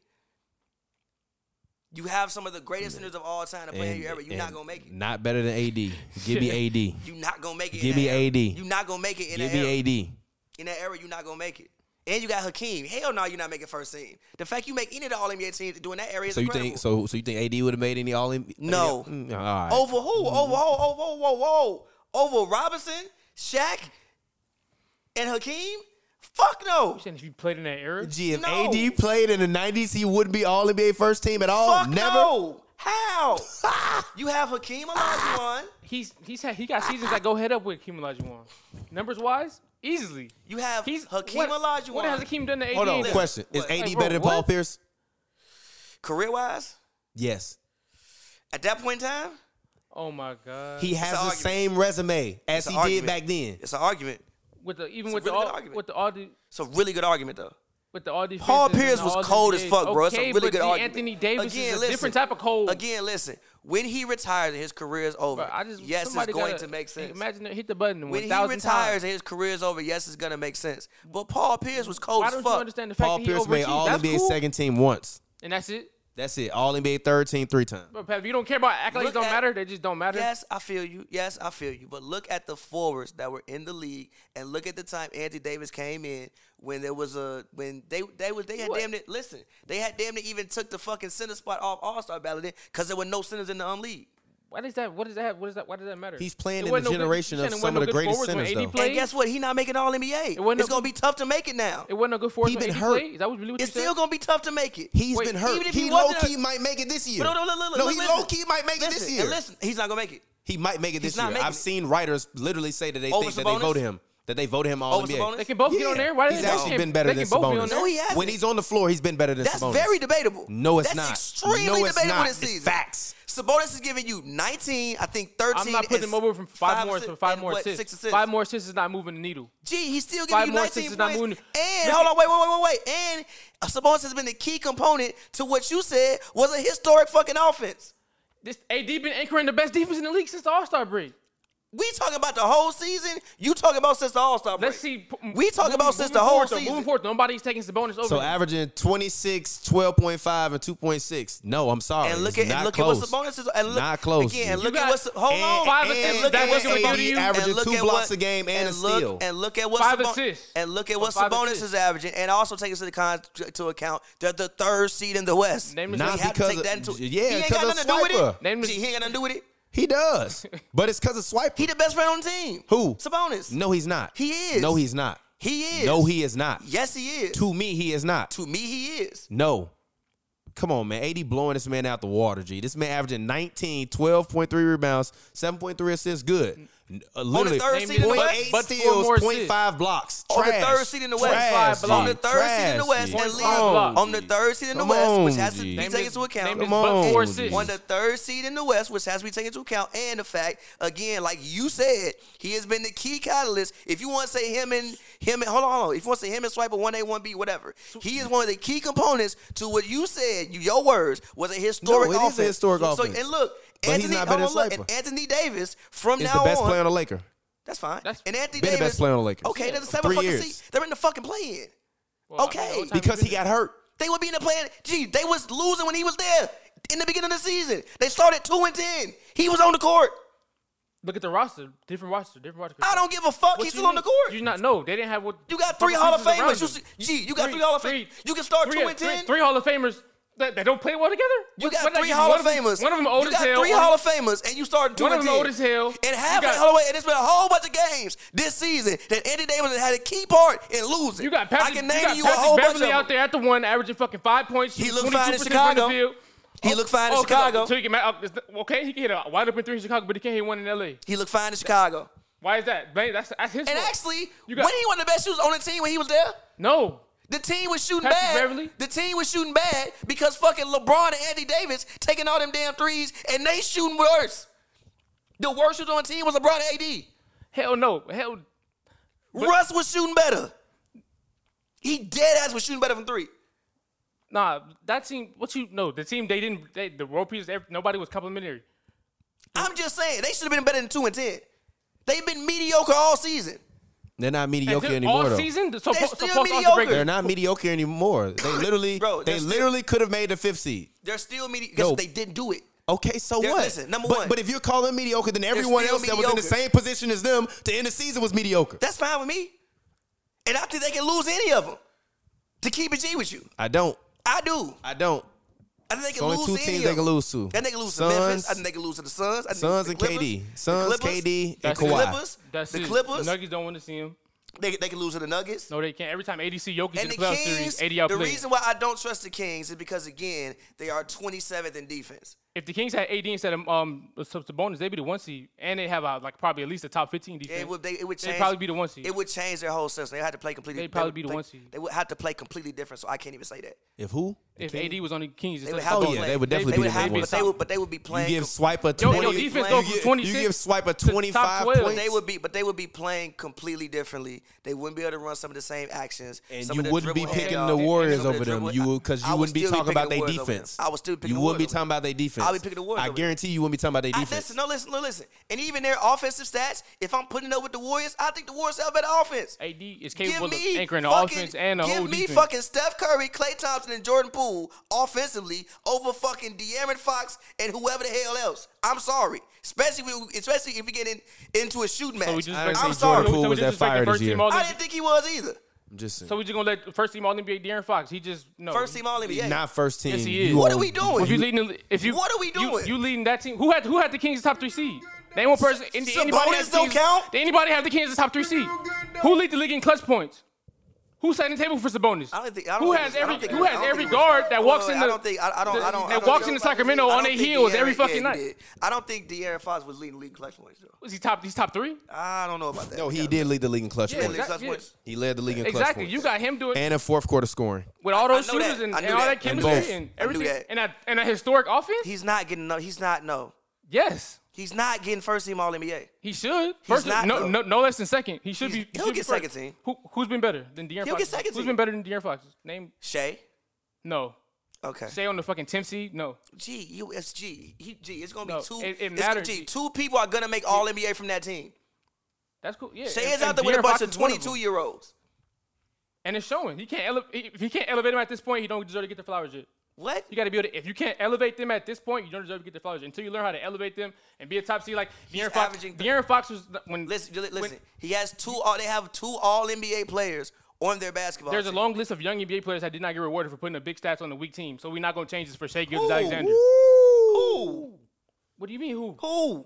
You have some of the greatest centers of all time to play in
And-
your era. You're
and
not gonna make it.
Not better than AD. Give me AD.
You're not gonna make it.
Give
in
me
that era.
AD.
You're not gonna make it in
Give
that era.
me AD.
In that era, you're not gonna make it. And you got Hakeem. Hell no, you're not making first team. The fact you make any of the All NBA teams doing that area is
So you
incredible.
think so? So you think AD would have made any All NBA?
No.
Mm, all right.
Over who?
mm-hmm.
Over whoa, whoa, whoa, whoa, whoa. Over Robinson, Shaq, and Hakeem? Fuck no.
You saying if you played in that era,
Gee, if
No.
AD played in the '90s, he wouldn't be All NBA first team at all.
Fuck
Oh, Never.
no. How? you have Hakeem Olajuwon.
he's he's had, he got seasons that go head up with Hakeem Olajuwon. Numbers wise, easily.
You have
He's
Hakeem
what,
Olajuwon.
What has Hakeem done to AD?
Hold on.
Listen,
question: Is
what-
AD
Hey, bro,
better than Paul
what?
Pierce?
Career wise,
Yes.
at that point in time,
Oh my god.
He has
an
the
argument.
same resume as
It's an
he
argument.
did back then.
it's an argument.
with the even
a
with,
really good
the all,
argument.
with the all the
It's a really good argument, though.
with the all defenses
Paul
and
Pierce
the
was
all
cold as
NBA.
fuck, bro. It's
Okay,
a really
but
good
the
argument.
Anthony Davis
again,
is a
listen,
different type of cold.
Again, listen. When he retires and his career is over,
Bro, I just,
yes, it's
somebody
going
gotta-
to make sense.
Imagine it hit the button
when he
1,000
retires
times.
and his career is over, yes, it's going to make sense. But Paul Pierce was cold
Why
as
don't you
fuck.
understand the fact
Paul
that he
Pierce made
overachieved?
All
That's
NBA
cool.
second team once.
and that's it.
That's it. All NBA third team three times.
But Pat, if you don't care about accolades,
Look
don't
at-
matter. They just don't matter.
Yes, I feel you. Yes, I feel you. But look at the forwards that were in the league, and look at the time Anthony Davis came in when there was a when they they was they had
What?
damn near listen they had damn near even took the fucking center spot off All Star ballot because there were no centers in the um league.
Why does that? What does that? What does that? Why does that matter?
He's
It
playing in
wasn't
the
no good-
generation
you
of
saying it
some
wasn't no
of the
good
greatest
forwards when
centers,
AD
though.
And
played?
guess what? He not making All NBA.
wasn't
it's
no-
gonna be tough to make it now.
It wasn't a good force.
He
when
been
AD
hurt.
Played? Is that what you believe? What
It's
you
still
said?
gonna be tough to make it.
He's
Wait,
been hurt.
even if
he
he
low
wasn't
key
hurt-
might make it this year.
But no, no, no, no,
no
no,
he
listen.
low key might make it this
Listen,
year.
And listen, he's not gonna make it.
He might make it this
He's not
year. I've
making it.
seen writers literally say that they
Over
that they
Sabonis?
vote him. That they vote him all
Over
NBA.
Sabonis?
They can both get
Yeah.
on there. Why did
he's
they
actually
can't-
been better
they
than
can both be
Sabonis. Oh,
on there.
No, he hasn't.
When he's on the floor, he's been better than
That's
Sabonis.
very debatable.
No, it's
That's
not.
Extremely
No, it's
debatable
not.
this
It's
season.
facts.
Sabonis is giving you 19, I think 13.
I'm not putting
and
him over from five, more
assi-
from five
and
more
what,
assists.
six assists.
Five more assists is not moving the needle.
Gee, he's still giving
five
you
more
19
assists, not
points.
moving-
And
Look
hold
at-
on, wait, wait, wait, wait, wait. And uh, Sabonis has been the key component to what you said was a historic fucking offense.
This AD been anchoring the best defense in the league since the All Star break.
We talking about the whole season. You talking about since the All Star break?
Let's see.
We talking
moving-
about since
moving
the whole
forward, though,
season.
Moving forward, nobody's taking Sabonis over.
So
him.
averaging 26, 12.5, and 2.6. No, I'm sorry.
And look
Oh, It's
at
not
and look
close.
at what Sabonis is and look
Not close,
again.
dude.
And look
You
at
got
what's hold
And-
on.
Five
and-
assists,
look
that
at
wasn't
what
what
Sabonis-
you
AD
need.
averaging
and look
two
at
blocks
what-
a game and, a
and
steal.
Look, and look at what
Five
Sabon-
assists.
And look at what
Or five
Sabonis
assists.
is averaging, and also take into the con- to account they're the third seed in the West.
Name the
so
Not
you have to
because
take
of-
that into
yeah,
he ain't
because
got
of
nothing to do with
Swiper.
it.
Name the-
Gee, he ain't got nothing to do with it.
he does. But it's because of Swipe.
He the best player on the team.
Who?
Sabonis.
No, he's not.
He is.
No, he's not.
he is.
No, he is not.
Yes, he is.
To me, he is not.
To me, he is.
No. Come on, man. AD blowing this man out the water, G. This man averaging 19, 12.3 rebounds, 7.3 assists. Good. N- uh, literally,
third
Name
seed in
it
the
up.
But,
West.
but the
Four more
point
assists.
five blocks.
On the
Trash.
third seed in the West.
Trash,
Five blocks.
G.
On the third seed in the
Trash,
West,
G.
at least
on.
on the third seed in the
Come
West, which
on,
has to
G.
be
Name
taken into account.
Name is
Come
but
on,
four
G.
assists.
on the third seed in the West, which has to be taken into account, and the fact again, like you said, he has been the key catalyst. If you want to say him and him and hold on, hold on. if you want to say him and Swiper one A one B, whatever, he is one of the key components to what you said. you- Your words was a historic
No, it is a
offense.
historic
so,
offense.
And look,
But he's
Anthony,
not better
hold on,
than
look, and
Swiper.
Anthony Davis from
Is
now
the best
on,
player on the Laker.
that's fine.
That's-
and Anthony
Been the
Davis,
best player on the Lakers.
Okay, they're the seven
Three
fucking
years.
seed. They're in the fucking play in.
Well,
Okay.
I mean, what time
Because
is
he
it?
got hurt.
They would be in the plan. Gee, they was losing when he was there in the beginning of the season. They started two and ten. He was on the court.
Look at the roster. Different roster. Different roster.
I don't give a fuck.
What
He's
you
still on the
mean?
court.
You
You,
not know they didn't have what
got three
proper
Hall of
pieces around
Famers. You,
them.
see- gee, you got three,
Three-
Hall of
three-
Famers. You can start
Three,
two and
three-
ten.
three Hall of Famers that, that don't play well together.
you got
What- what-
three
you-
Hall
one
of
them-
Famers.
One of them old
You
as
got
hell.
three
one-
Hall of Famers, and you started two
one of
and
them
ten.
old as hell.
And
You
half
got-
of the way, and it's been a whole bunch of games this season that Eddie Davis had a key part in losing.
You got Patrick,
I can
you,
name
got
you, a
Patrick
whole
Beverly
bunch of
out
them.
there at the one, averaging fucking five points.
He
shooting
looked fine in
22% from the
Chicago.
field.
He looked fine in
Oh, 'cause, uh,
Chicago.
Until he get mad, uh, it's- okay, he can hit a wide open three in Chicago, but he can't hit one in LA.
He looked fine in Chicago.
Why is that? Blame- That's that's his
And
fault.
actually,
You got-
when he won the best shoes on the team when he was there,
no.
The team was shooting
Patrick
bad.
Beverley?
The team was shooting bad because fucking LeBron and Andy Davis taking all them damn threes and they shooting worse. The worst shooter on the team was LeBron and AD.
Hell no. Hell.
Russ was shooting better. He dead ass was shooting better from three.
Nah, that team. What you know? The team they didn't. They, the role pieces. ev- Nobody was complimentary.
I'm just saying they should have been better than two and ten. They've been mediocre all season.
They're not mediocre
Until
anymore
all
though.
season. So
They're
supposed
still
supposed to
mediocre.
break.
They're not mediocre anymore. They literally,
Bro,
they
they're still-
literally could have made the fifth seed.
They're still mediocre
No.
because they didn't do it.
Okay, so
They're-
what?
listen, number
but,
one.
but if you're calling mediocre, then everyone
still
else that was in the
mediocre.
same position as them to end the season was mediocre.
That's fine with me. And I think they can lose any of them. To keep it G with you,
I don't.
I do.
I don't.
I think they can
There's only
lose
two
any
teams
of
they
them.
can lose to.
I think they can lose
Suns-
to Memphis. I think they can lose to the Suns. I think
Suns
the
and
Clippers,
KD.
the
Suns,
Clippers,
KD, and
That's
The
Kawhi.
Clippers.
That's
the
it.
Clippers.
The Nuggets don't want to see him.
They, they can lose to the Nuggets.
No, they can't. Every time ADC Jokic in
and
the
the
playoff
Kings.
series, AD
The
outplayed.
reason why I don't trust the Kings is because again they are 27th in defense.
If the Kings had AD instead of um sub to bonus, they'd be the one seed, and they have a, like probably at least a top fifteen defense.
It would they, it would
They'd
change.
probably be the one seed.
It would change their whole system. They had to play completely.
They'd probably
would
be the
play-
one seed.
They would have to play completely different. So I can't even say that.
If who?
if
Kings?
AD was on the Kings,
They
instead
would
of
have
Oh,
to
yeah,
play.
they would definitely
they
be
would
the
have,
one
but they
seed.
would, but they would be
You
playing.
give
com-
Swiper
Yo,
20.
yo, defense go
you,
from
give,
26
you give Swiper
top
25
12.
points.
they would be, but they would be playing completely differently. They wouldn't be able to run some of the same actions.
and
some
you
of the
wouldn't be
dribble
picking
handoff,
the
and some
Warriors
of the
over them.
dribble-
You because
I- I
you
would
wouldn't be
still
talking
picking
about
the
their
Warriors over them.
defense.
I would still be picking
You
the
wouldn't be
Warriors over
talking about their defense.
I would pick the Warriors
I
over them.
guarantee you wouldn't be talking about their
I,
defense.
listen, no, listen, no, listen. And even their offensive stats, if I'm putting up with the Warriors, I think the Warriors have better offense.
AD is
Give
capable of
me
anchoring the
fucking-
offense and the
give
whole
me
defense.
fucking Steph Curry, Klay Thompson, and Jordan Poole offensively over fucking De'Aaron Fox and whoever the hell else. I'm sorry, especially we, especially if we get in, into a shooting match.
so we just
I didn't
I'm
say
sorry,
Jordan Poole
so we
was
just
that
expect the
fire
first
this
team
year.
all
I didn't think he was either.
I'm just saying.
So we just gonna let the first team all NBA De'Aaron Fox. He just no.
First team All NBA.
not first team.
Yes, he is.
You
what
are-
are we doing?
If you leading, the- if you
What are we
you-
doing?
You, leading that team? Who had who had the Kings top three seed? Name one person. Any,
Sabonis
anybody had the
don't
Kings-
count?
Did anybody have the Kings as top three seed? Who lead the league in clutch points? Who set the table for Sabonis?
I don't think. I don't
who
think it was-
has
I
every
don't think it
who
was-
has
I don't
every
think it was-
guard that
Well,
walks in the
I don't think. I, I don't. I don't. I
that
don't
walks
think-
into Sacramento
I
on
don't
their
think
heels every
De'Aaron-
fucking
yeah, he did.
night.
I don't think De'Aaron Fox was leading the league in clutch points though.
Was he top? He's top three.
I don't know about that.
No,
Yeah.
he did lead the league in clutch
Yeah,
points.
Leading
exact-
clutch points.
He led the league in clutch
Exactly.
points.
You got him doing
and in fourth quarter scoring.
with all those
I know that.
shooters and,
I knew
and all that,
that. I knew
chemistry
that.
and
I knew
everything
that.
and that and a historic offense.
He's not getting no. He's not no.
yes,
He's not getgetting first team All NBA.
he should. First,
not,
no,
though.
no, no less than second. He should
He's-
be.
he'll
should be
get second
first.
team.
Who who's been better than
He'll
De'Aaron Fox?
get second
Who's
team.
been better than De'Aaron Fox? Name
Shay.
no.
Okay.
Stay on the fucking Tim seed? No.
G USG. He, G. It's gonna be
No,
two.
it- it
it's-
matters,
G,
G.
two people are gonna make All NBA from that team.
That's cool. Yeah.
Shay
and-
is out
and
there with a
De'Aaron
bunch
Fox
of
is one them.
twenty-two year olds.
And it's showing. He can't elevate. If he can't elevate him at this point, he don't deserve to get the flowers yet.
What?
You got to be able to. If you can't elevate them at this point, you don't deserve to get the flowers yet. until you learn how to elevate them and be a top seed. Like De'Aaron Fox.
averaging th-
De'Aaron Fox was when
Listen, li-
when-
listen. He has two. All they have two All NBA players on their basketball.
There's a
team.
long list of young NBA players that did not get rewarded for putting up big stats on the weak team. So we're not gonna change this for Shea Gildas Alexander.
Who?
What do you mean who?
Who?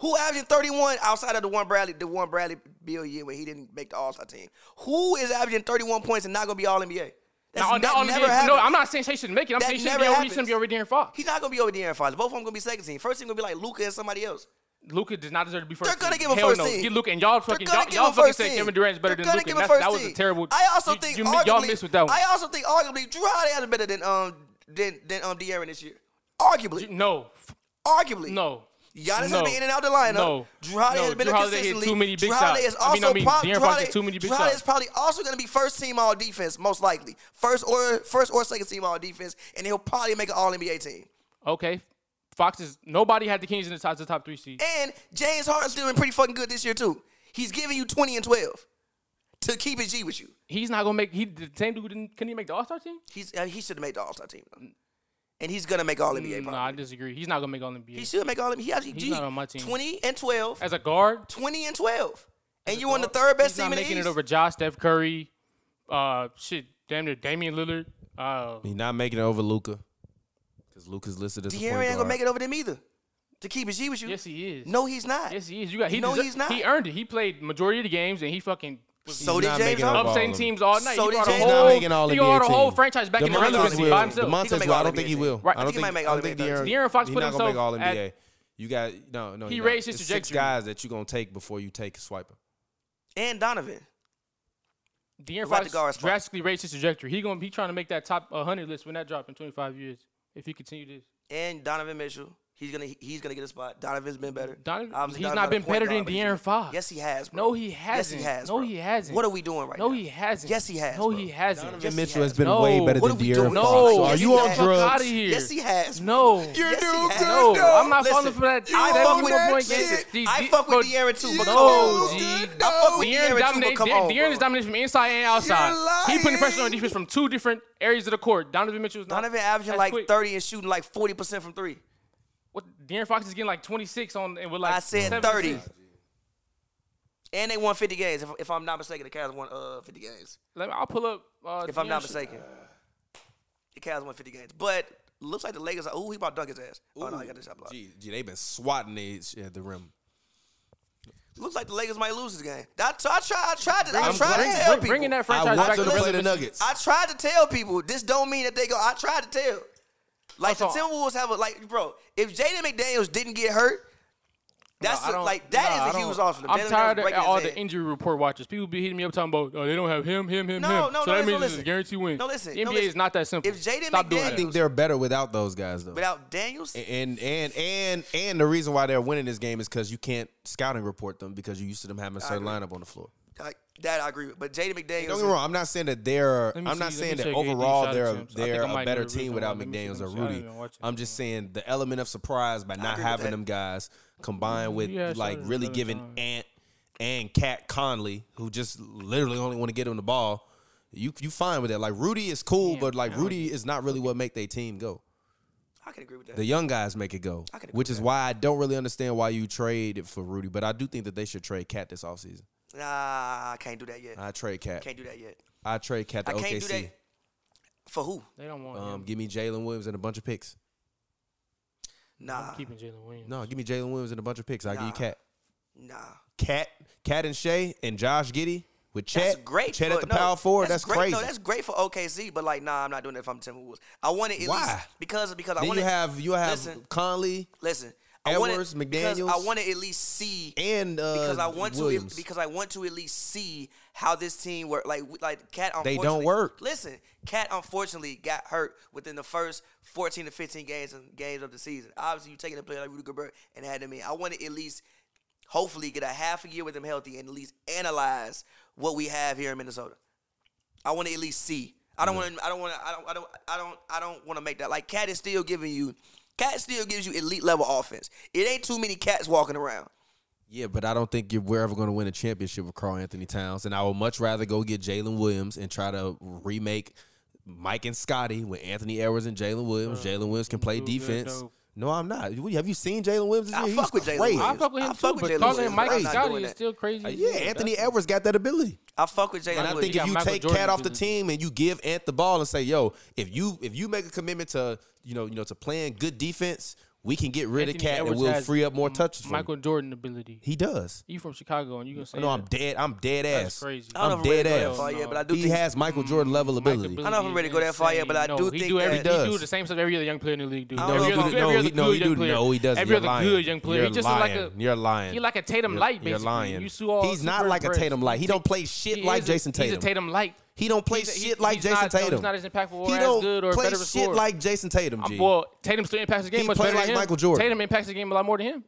Who averaging 31 outside of the one Bradley, the one Bradley Bill year when he didn't make the All Star team? Who is averaging 31 points and not gonna be All NBA? That's,
Now,
that
all the
never
games-
happens.
no, I'm not saying Shea shouldn't make it. I'm
That
saying he shouldn't
never
be over. He
happens.
shouldn't be over De'Aaron Fox.
He's not gonna be over De'Aaron Fox. Both of them gonna be second team. First team gonna be like Luca and somebody else.
Luca does not deserve to be first.
They're gonna
team.
give him
Hell
first
no.
team.
Get Luca and y'all
They're
fucking
gonna
y'all,
give
y'all
him
fucking
first
said
team.
Kevin Durant's better
They're
than
gonna
Luca.
give him
That, that
first
was a
team.
terrible.
I also
you-
think
you,
arguably,
all missed with that one.
I also think arguably Drew Holiday has better than um than than um De'Aaron this year. Arguably,
no, F-
arguably,
no.
Giannis
No.
has been in and out the lineup.
No.
Drew Holiday
No.
has been
Drew
a
Holiday hit
consistently.
too many big
Drew Holiday
shots.
is
I mean, I
also
mean,
prob-
De'Aaron
Drew
Fox hit
Holiday-
too many big
Drew Holiday is
shots.
probably also going to be first team all defense, most likely. First or first or second team all defense, and he'll probably make an All NBA team.
Okay, Fox is nobody had the Kings in the top the top three seed.
And James Harden's doing pretty fucking good this year too. He's giving you twenty and twelve to keep it G with you.
He's not gonna make. He the same dude who didn't couldn't he make the All Star team?
He's uh, he should have made the All Star team, though. and he's gonna make All NBA.
No,
probably.
I disagree. He's not gonna make All NBA.
he should make All NBA. He actually
Mm, He's
G,
not on my team.
twenty and 12,
As a guard,
20 and twelve, and you
are
on the third best
he's
team
not
in
making
the East.
it over Josh, Steph Curry, uh, shit, damn near Damian Lillard. Uh,
He's not making it over Luca because Luca's listed as a
De'Aaron
point
ain't gonna
guard.
make it over them either. To keep it G with you.
yes, he is.
No, he's not.
yes, he is. You got he.
No,
deser-
he's not.
He earned it. He played majority of the games, and he fucking was
so did
not
James
making up
Harden.
all
upsetting
of them.
teams all night.
So
he
did
brought
James
a
He's
Harden.
whole,
not making all
he
NBA
brought a whole
team.
franchise back in
DeMontis
relevancy
will.
by himself.
He can
DeMontis
make
will. I
all
don't think he
NBA
will.
Right.
I
I
don't
think he might make
I
all
don't think
NBA teams.
De'Aaron Fox
he's
put
not gonna make all
himself at-
NBA. You got no, no.
He
you're not.
raised his
It's Six
trajectory.
guys that you gonna take before you take Swiper.
And Donovan.
De'Aaron
About
Fox
the guard spot.
drastically raised his trajectory. He gonna be trying to make that top 100 list when that drop in 25 years if he continue this.
And Donovan Mitchell. He's gonna he's gonna get a spot. Donovan's been better.
Donovan-
Obviously,
he's
Donovan's
not
a
been
point
better than
guard, but he's-
De'Aaron Fox.
Yes, he has. Bro.
No, he hasn't.
Yes, he has.
No,
bro.
he hasn't.
What are we doing right
No,
now?
he hasn't.
Yes, he has,
No,
bro.
he hasn't.
Yes, he
Mitchell has
has.
been
No.
way better
What
than
are we
De'Aaron
doing?
No.
Fox. So
Yes,
are
he
you on
has.
drugs?
Outta here.
Yes, he has.
No.
You're yes,
new
he has.
No, I'm not falling for that.
I
that
fuck
one
with
point
that
game.
shit.
D-
I
D-
fuck
but-
with De'Aaron too, but come
no,
on.
G.
I fuck with
De'Aaron,
De'Aaron too, but
dominates,
come
De-
on,
De'Aaron is
bro.
dominating from inside and outside.
You're
He putting pressure on
lying.
defense from two different areas of the court. Donovan Mitchell is not.
Donovan averaging
as
like
quick.
30 and shooting like 40% from three.
What, De'Aaron Fox is getting like 26 on and with like.
I said
seven
30.
assists.
And they won 50 games. If, if I'm not mistaken, the Cavs won uh, 50 games.
Let me, I'll pull up. Uh,
If I'm
De'Aaron-
not mistaken, the Cavs won 50 games. But looks like the Lakers are, ooh, he about to dunk his ass. Oh, no, I got this shot blocked.
Gee, gee, they've been swatting these at the rim.
Looks like the Lakers might lose this game. I, t- I, tried, I tried to, I
I'm
tried
bring-
to tell
bring-
people.
Bringing that
I
franchise
want
back to
them
the
to play the
relevance.
Nuggets.
I tried to tell people this don't mean that they go. I tried to tell. Like
Also-
the Timberwolves have a like, bro. If Jaden McDaniels didn't get hurt, that's
I
a,
don't-
like that
nah,
is
I
a
don't-
huge loss for them.
I'm
Jalen McDaniels
tired of
breaking
all
his
the
hand.
injury report watchers. People be hitting me up talking about, oh, they don't have him, him, him,
No,
him.
no, no,
so that
listen,
means it's a
listen.
guarantee win.
No, listen,
The
no,
NBA is
listen.
not that simple.
If Jaden
Stop doing
McDaniels-
I
that.
think they're better without those guys though.
without Daniels.
Eh.
And and and and the reason why they're winning this game is because you can't scouting report them because you're used to them having a certain lineup on the floor.
like, that I agree with. But Jaden McDaniels,
Don't get me wrong. I'm not saying that they're.
Let me
I'm not
see, let me
saying that
check AD
overall
shot
they're a,
attempts. I think
they're
I might
a better
know the
team
reason
without
why. Let me see, let
McDaniels or
me see. I didn't
Rudy.
even watch it.
I'm just saying the element of surprise by not
agree with
having
that.
them guys combined with
Mm-hmm. Yeah, sure,
like really
another
giving
time.
Ant and Cat Conley, who just literally only want to get him the ball. You you fine with that? Like Rudy is cool, but like Rudy is not really what make their team go.
I can agree with that.
The young guys make it go,
I can agree
which
with
is why I don't really understand why you trade for Rudy. But I do think that they should trade Cat this offseason.
nah, I can't do that yet.
I trade Cat.
can't do that yet.
I trade Cat
I
to
can't do
OKC.
that. For who?
They don't want
Um,
him.
give me Jalen Williams and a bunch of picks.
Nah,
Keeping Jalen Williams.
No, give me Jalen Williams and a bunch of picks. I give you
Nah.
Cat,
nah.
Cat, Cat and Shay and Josh Giddy with Chet.
That's great.
Chet
for,
at the
no,
power forward. That's,
great.
crazy.
No, that's great for OKC. But like, nah, I'm not doing it if I'm Timberwolves. I want it at
Why?
least because because I
then
want
you
to
have you have
Listen.
Conley
Listen, I want
Edwards,
to because I
McDaniels.
want to at least see
and uh,
because I want
Williams.
to because I want to at least see how this team work. Like like Cat,
They don't
unfortunately-
work.
Listen, Cat unfortunately got hurt within the first fourteen to fifteen games and games of the season. Obviously, you taking a player like Rudy Gobert and had him in. I want to at least hopefully get a half a year with him healthy and at least analyze what we have here in Minnesota. I want to at least see. I don't want to. I don't want to. I don't. I don't. I don't. I don't want to make that. Like Cat is still giving you. Cat still gives you elite level offense. It ain't too many cats walking around.
yeah, but I don't think you're we're ever going to win a championship with Carl Anthony Towns, and I would much rather go get Jalen Williams and try to remake Mike and Scotty with Anthony Edwards and Jalen Williams.
Uh,
Jalen Williams can play
dudes, they're
defense.
dope.
No, I'm not. What- Have you seen Jalen Williams? this
I
year?
fuck
He's
with Jalen
crazy.
I
Williams.
fuck with him
I fuck
too,
with
but
Jalen
calling
Williams.
him Mike
I'm
and
not
Scotty
doing
is
that.
still crazy. as
Uh, Yeah,
hell.
Anthony Edwards got that ability.
I fuck with Jalen
And I
Williams.
think if
got
you
Michael
take
Jordan
Cat off the
ability.
team and you give Ant the ball and say, "Yo, if you if you make a commitment to you know you know to playing good defense, we can get rid
Anthony
of Cat and
Edwards
we'll
has
free up more
M-
touches for
Michael Jordan ability.
He does.
You from Chicago and you gonna say
no,
that.
I'm dead. I'm dead
That's
ass.
crazy. Mm,
I don't
I'm
know if I'm ready
dead
to go that
ass.
far yet, but I do
He
think
has Michael Jordan level ability.
I don't know if I'm ready to go that far yet, but I
No,
do
he
think
do every,
that-
He does.
he do the same stuff every other young player in the league. Dude,
I don't
No,
know
every
he
if
other,
I'm-
do-
every
no,
other
he, no,
good
he
young
do.
player.
No, he doesn't.
Every
You're
other
lying.
good young player.
You're
He just
lying.
like a
You're lying.
He like a Tatum
You're-
light, basically.
You're lying.
You sue all
he's not like a
superimpressed.
Tatum light. He don't play shit
He
like
is a-
Jason Tatum.
He's a Tatum light.
He don't play
He's a- he-
shit like
he's
Jason
not-
Tatum.
He's not as impactful or
he
as
don't
good or
play
better
shit
scorer.
like Jason Tatum.
Um,
G.
Well, Tatum still impacts the game
He
much
play
better
like
than him.
Michael Jordan.
Tatum impacts the game a lot more than him.
He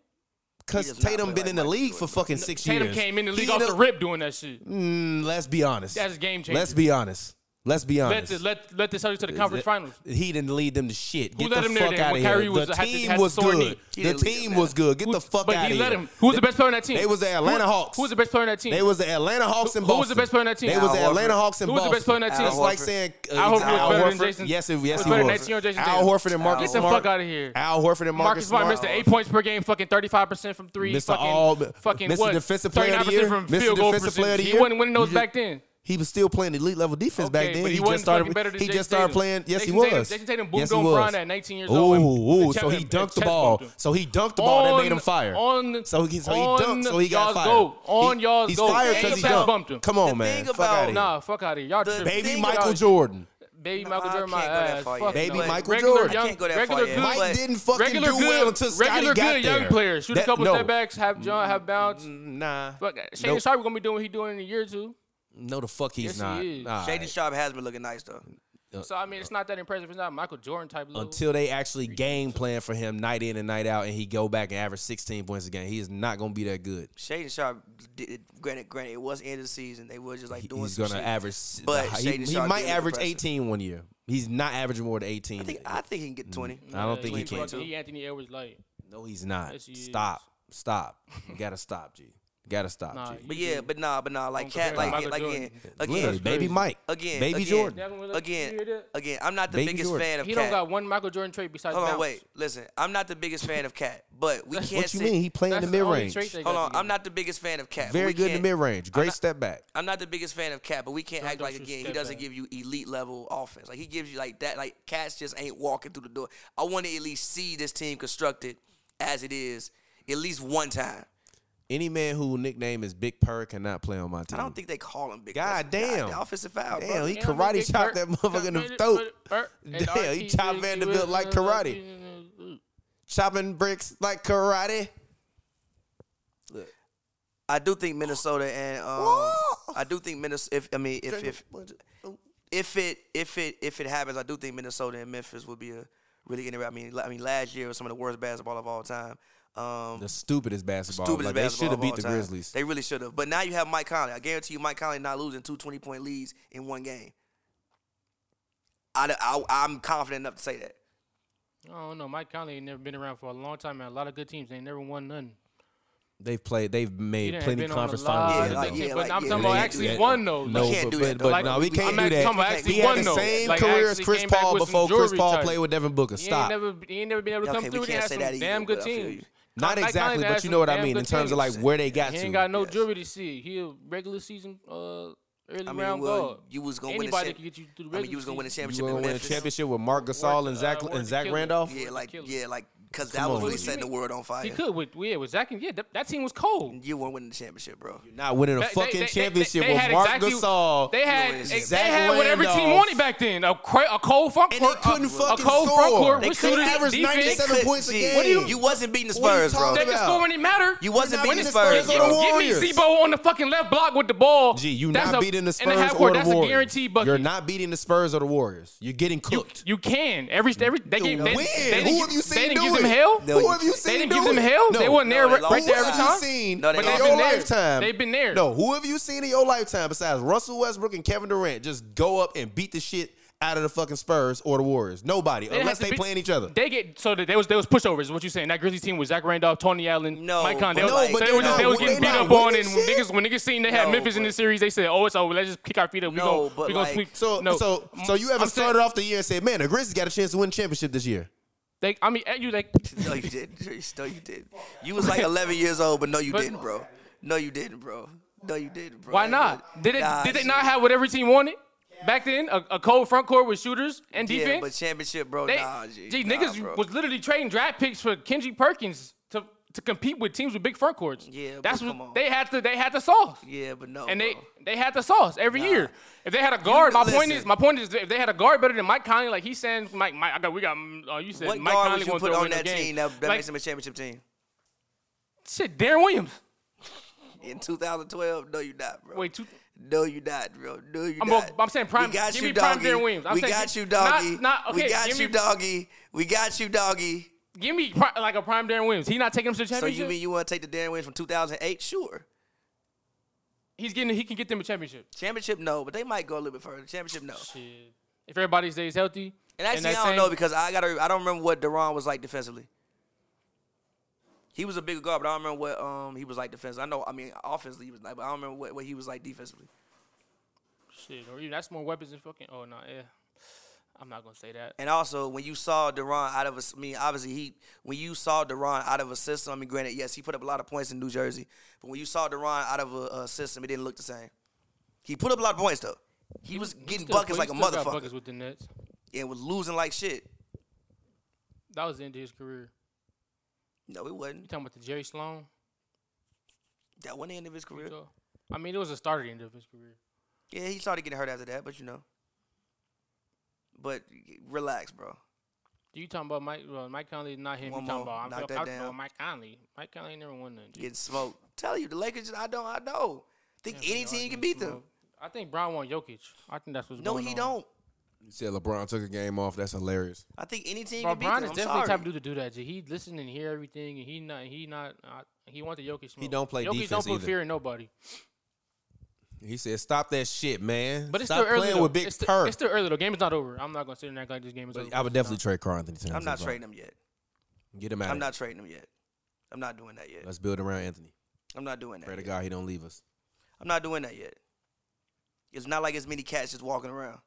Because
does not
Tatum
play
been
like
in the
Michael
league for
Jordan.
fucking six
Tatum
years.
came in the
He
league off
in
the rip doing that shit.
Mm, let's be honest.
That's game changer.
Let's be honest. Let's be
Let
honest.
the let let the Celtics to the conference finals.
He didn't lead them to shit. Get
let
the
him there
fuck
then
out of
when
here.
Kyrie was-
the
had to-
team
had to
was
sore knee?
good.
He
The
didn't lead
team
them
was good. Get the fuck
But
out of
he
here.
let him. Who was the best player on that team?
They was the Atlanta Hawks.
Who was the best player on that team?
They was the Atlanta Hawks in
who
Boston.
was the best player on that team?
They was the
Al
Atlanta
Horford.
Howks in
Who was
Boston.
the best player on that teal?
That's like
Horford.
saying uh,
Al Horford was
Al
better
Horford.
than Jason-
Yes, it,
was
yes, he
better than
was.
that teal on Jason
Al
Tatum.
Horford and Marcus
Get the
Smart.
fuck outta here.
Al Horford and Marcus,
Marcus Smart missed eight points per game, fucking thirty-five percent from three,
Mr.
fucking
All-
fucking
Mr.
what?
Defensive Player of the
39%
Year?
from
Mr.
field goal percentage.
Defensive Player of the
He
Year?
wasn't winning those
You
back then.
He was still playing elite level defense
Okay,
back then.
but he
He,
wasn't
just started.
fucking better than
he
Jason
just started
Tatum.
playing. Yes,
Jason
he was.
Tatum- Jason Tatum boomed
yes, he
on
was.
Bron at 19 years
ooh,
old and-
Ooh,
and
so
chest-
he
and
dunked the
chest
ball.
bumped him.
So he dunked the ball. that
On-
made him fire.
on-
so he, so he
on
dunked. So he got
y'all's
fired.
goat. On
He-
y'all's
he's
goat.
fired
And
because
he
he
best
dunked.
bumped him.
Come on,
The
man.
thing
Fuck
about-
outta here.
Nah, fuck out of here. Y'all
The
tripping.
Baby
thing
Michael
about-
Jordan.
Baby
No,
Michael
I
Jordan, my
can't go that
ass.
far yet.
Fuck
Baby
no.
Michael
regular
Jordan.
Young,
I can't go that far
regular
yet.
Good,
Mike
Mike
But-
didn't fucking
regular
do
good,
well until Scotty
regular
got
good
there.
young players. Shoot
That-
a couple
no.
setbacks, have John, have bounce.
Nah.
Fuck, Shane
Nope.
nope. Sharp gonna be doing what he doing in a year or two.
No, the fuck he's
Yes, he
not.
is.
Nah.
Shady Sharp has been looking nice though.
So I mean, it's not that impressive. It's not Michael Jordan type level.
Until they actually game plan for him night in and night out, and he go back and average 16 points a game, he is not going to be that good.
Shady Sharp, did, granted, granted, it was end of the season. They were just like doing.
He's
some
going to
shit.
average.
But
he,
Shaden
he
Sharp
might
did look
average
impressive.
18 one year. He's not averaging more than 18.
I think I think he can get twenty.
Mm, I don't think he can.
fucking- He Anthony Edwards light.
no, he's not.
Yes, he is.
stop. Stop. You got to stop, G. got to stop,
Nah,
G.
But yeah, but nah, but nah, like
compare
cat, like
Michael
like again,
Jordan.
Literally,
again,
baby
crazy.
Mike.
again,
Baby
again,
Jordan.
again, again. I'm not the
Baby
biggest
Jordan.
fan of
He don't
cat.
got one Michael Jordan trait besides
Hold on,
bounce.
wait, listen. I'm not the biggest fan of cat, but we can't.
What you
sit-
mean? He playing
That's
in the
the
mid
only
range.
trait they got
Hold on,
together.
I'm not the biggest fan of cat. but
Very
we
good in
can't-
the mid range. Great step back.
I'm not the biggest fan of Cat, but we can't act
don't
like
you
again he
step
doesn't
back.
give you elite level offense. Like he gives you like that. Like Cats just ain't walking through the door. I want to at least see this team constructed as it is at least one time.
Any man who nickname is Big Purr cannot play on my team.
I don't think they call him big.
Mm. God
That's-
damn.
the offensive foul.
Damn,
bro.
he
And I'm
karate
big
chopped that
Burt.
motherfucker in the
Burt,
throat.
Burt, Burt, and
Damn, he
RT,
chopped
Burt,
Vanderbilt like
Burt, Burt,
Chopping bricks like karate.
I do think Minnesota and um, I do think Minnesota. If I mean, if if if it if it if it happens, I do think Minnesota and Memphis would be a really interesting. I mean, la- I mean, last year was some of the worst basketball of all time. Um,
The stupidest basketball.
stupidest
like,
basketball of
They should have beat
all
the
time.
Grizzlies.
They really should have. But now you have Mike Conley. I guarantee you, Mike Conley not losing two 20 point leads in one game. I, I, am confident enough to say that.
I don't know. Mike Conley ain't never been around for a long time, and a lot of good teams ain't never won nothing.
They've played. They've
He
made
done
plenty
been
of
on a
conference
lot
finals
of
Yeah,
good
like,
teams,
yeah,
Uh, but
like,
I'm
yeah,
talking
we
about
can't
actually
do that.
won though.
No,
We
Like,
can't
but,
do
but,
that,
but
though.
Like,
no, we
I'm
can't
actually
do that.
talking about actually
he had
won,
the
though.
same
Like,
career as
actually
Chris
came back
Paul
with some
before Chris
jewelry
Paul
type.
played with Devin Booker.
He ain't
Stop.
never, he ain't never been able to
Okay,
come
we
through. He
can't
had
say
some
that either,
damn good
but I feel
teams.
you.
Not
Mike
exactly,
Conley had
but you
some
know what I
damn
mean
good
in terms of like
teams.
where they got
He
to.
ain't got no
Yes.
jewelry to see. He a regular season, uh, early
I mean,
round
well,
guard.
you was gonna win.
Anybody
a
could get you through the
I mean, you
regular
was gonna win a
season.
You
championship.
gonna
in
win a
Memphis.
championship with Marc Gasol and Zach
uh,
and
Warriors
Zach
killed it.
Randolph.
Yeah, like
Killer.
yeah, like because that
Come
was
on.
really
He
setting the
could-
world on fire.
He could with yeah with Zach and yeah that, that team was cold.
You weren't winning the championship, bro.
Not winning a
They- they-
fucking
they- they-
championship
they
with
had
Marc
exactly-
Gasol.
They had
Lewis.
they, they
Zach
had what every team
Randolph.
wanted back then. A, cra- a cold front
And they
court,
couldn't
a,
fucking
a cold front
score.
court.
They
with
couldn't
shooting
average
defense.
97
couldn't-
points a
Gee,
game.
What do you? You wasn't beating the
What are you
Spurs, bro.
They
talking
could
about?
score when it mattered.
You wasn't
not
beating the
beating the
Spurs,
Spurs or the
bro.
Warriors.
Give me Zebo on the fucking left block with the ball.
Gee, you
That's
not
a-
beating the
in
Spurs
the half
or
court,
the
that's
Warriors.
a guaranteed bucket.
You're not beating the Spurs or the Warriors. You're getting cooked.
You can every every they
You
gave they,
win.
they
Who
didn't,
have
gi- they
you seen
didn't
do
give
it?
them hell.
No,
Who have you
They
seen
didn't
do
give them
it?
hell.
No.
They wasn't there
No, they
right,
lost.
right there
Who
every
have
time.
you seen
No, they
in
lost.
your
They've been there.
lifetime?
They've been there.
No, who have you seen in your lifetime besides Russell Westbrook and Kevin Durant just go up and beat the shit out of the fucking Spurs or the Warriors? Nobody,
didn't
unless
have to
they
beat-
playing each other.
They get so that they was they was pushovers is what you saying. That Grizzlies team was Zach Randolph, Tony Allen,
No,
Mike Conley.
but
They,
no,
was,
but
they
they're
was just, they
not
was getting
winning.
beat up
They're not
on, and when
winning
niggas when niggas seen they had
No,
Memphis in the
but-
series, they said, "Oh, it's over. Let's just kick our feet up. We
No,
gonna
but
we gonna
like-
sweep."
So,
no.
so, so you haven't
I'm saying-
started off the year and said, "Man, the Grizzlies got a chance to win championship this year."
They, I mean, at you like
No, you didn't. No, you didn't. You was like 11 years old, but no, you
But-
didn't, bro. No, you didn't, bro. No, you didn't, bro.
why not? Did it?
Nah,
did they
G.
not have what every team wanted? back then a, a cold front court with shooters and
Yeah,
defense.
but championship, bro.
They,
nah, G,
gee,
nah,
niggas
bro.
was literally trading draft picks for Kenji Perkins to to compete with teams with big front courts.
Yeah, but
that's
come on.
what they had to. They had the sauce,
yeah, but no,
and
bro.
they they had the sauce every
Nah.
year. If they had a guard, my point
listen.
is, my point is, if they had a guard better than Mike Conley, like he's saying, Mike, Mike, I got, we got, mm, uh, you said
what
Mike
guard
Conley
would you
gonna
put
throw
on
in the
that
game.
team that, that
like,
makes them a championship team
shit, Darren Williams.
in 2012? No, you not, bro.
Wait, two,
No, you not, bro. No, you
I'm
not.
bo- I'm saying prime-
We got
give
you,
me prime
doggy.
Darren Williams. I'm
we
saying
got
give-
you, doggy.
not- not-
we
okay,
got
give
you,
me-
doggy. We got you, doggy.
give me pri- like a prime Darren Williams. He not taking him to the
So
championship.
you mean you want to take the Darren Williams from 2008? Sure.
he's getting, he can get them a championship.
Championship, no, but they might go a little bit further. Championship, no.
Shit. If everybody stays healthy,
And actually,
that
I don't
same-
know because I got I don't remember what Deron was like defensively. He was a bigger guard, but I don't remember what um he was like defensively. I know, I mean, offensively he was like, but I don't remember what, what he was like defensively.
Shit, or even that's more weapons than fucking. Oh no, yeah. I'm not gonna say that.
And also, when you saw Deron out of a, s- I mean, obviously he, when you saw Deron out of a system, I mean, granted, yes, he put up a lot of points in New Jersey, but when you saw Deron out of a, a system, it didn't look the same. He put up a lot of points though. He was getting
Still-
buckets
he
like a
still got
motherfucker
Buckets with the Nets.
and was losing like shit.
That was the end of his career.
No, it
You
wasn't.
talking about the Jerry Sloan?
That wasn't the end of his career.
So, I mean, it was a start at the end of his career.
Yeah, he started getting hurt after that, but you know. But relax, bro.
Do you talking about Mike? Well, Mike Conley is not him.
One
you talking
more.
about?
Knock
I'm,
that
I'm,
down.
Mike Conley. Mike Conley ain't never won nothing. G.
Getting smoked. Tell you, the Lakers. just- I don't. I know. Think
Yeah,
any
y'all
team can
getting
beat them.
smoked. I think Brown won Jokic. I think that's what's
No,
going
he
on.
don't.
You said LeBron took a game off. That's hilarious.
I think any team
Bro,
can beat them.
Brown
I'm
is definitely
sorry.
the type of dude to do that. G. He listen and hear everything, and he not. He not. Uh, he wants the Jokic. Smoke.
don't play
Jokic
defense
don't put
either.
fear in nobody.
He said, "Stop that shit, man.
But it's
Stop
still early.
playing
though.
with Big
it's, still,
Perk."
it's still early. though. game is not over. I'm not gonna sit and act like this game is
But
over.
I would definitely trade Carl Anthony Towns.
I'm not
That's all.
trading him yet.
Get him out.
I'm not trading him yet. I'm not doing that yet.
Let's build around Anthony.
I'm not doing that.
Pray to
yet.
God he don't leave us.
I'm not doing that yet. It's not like as many cats just walking around.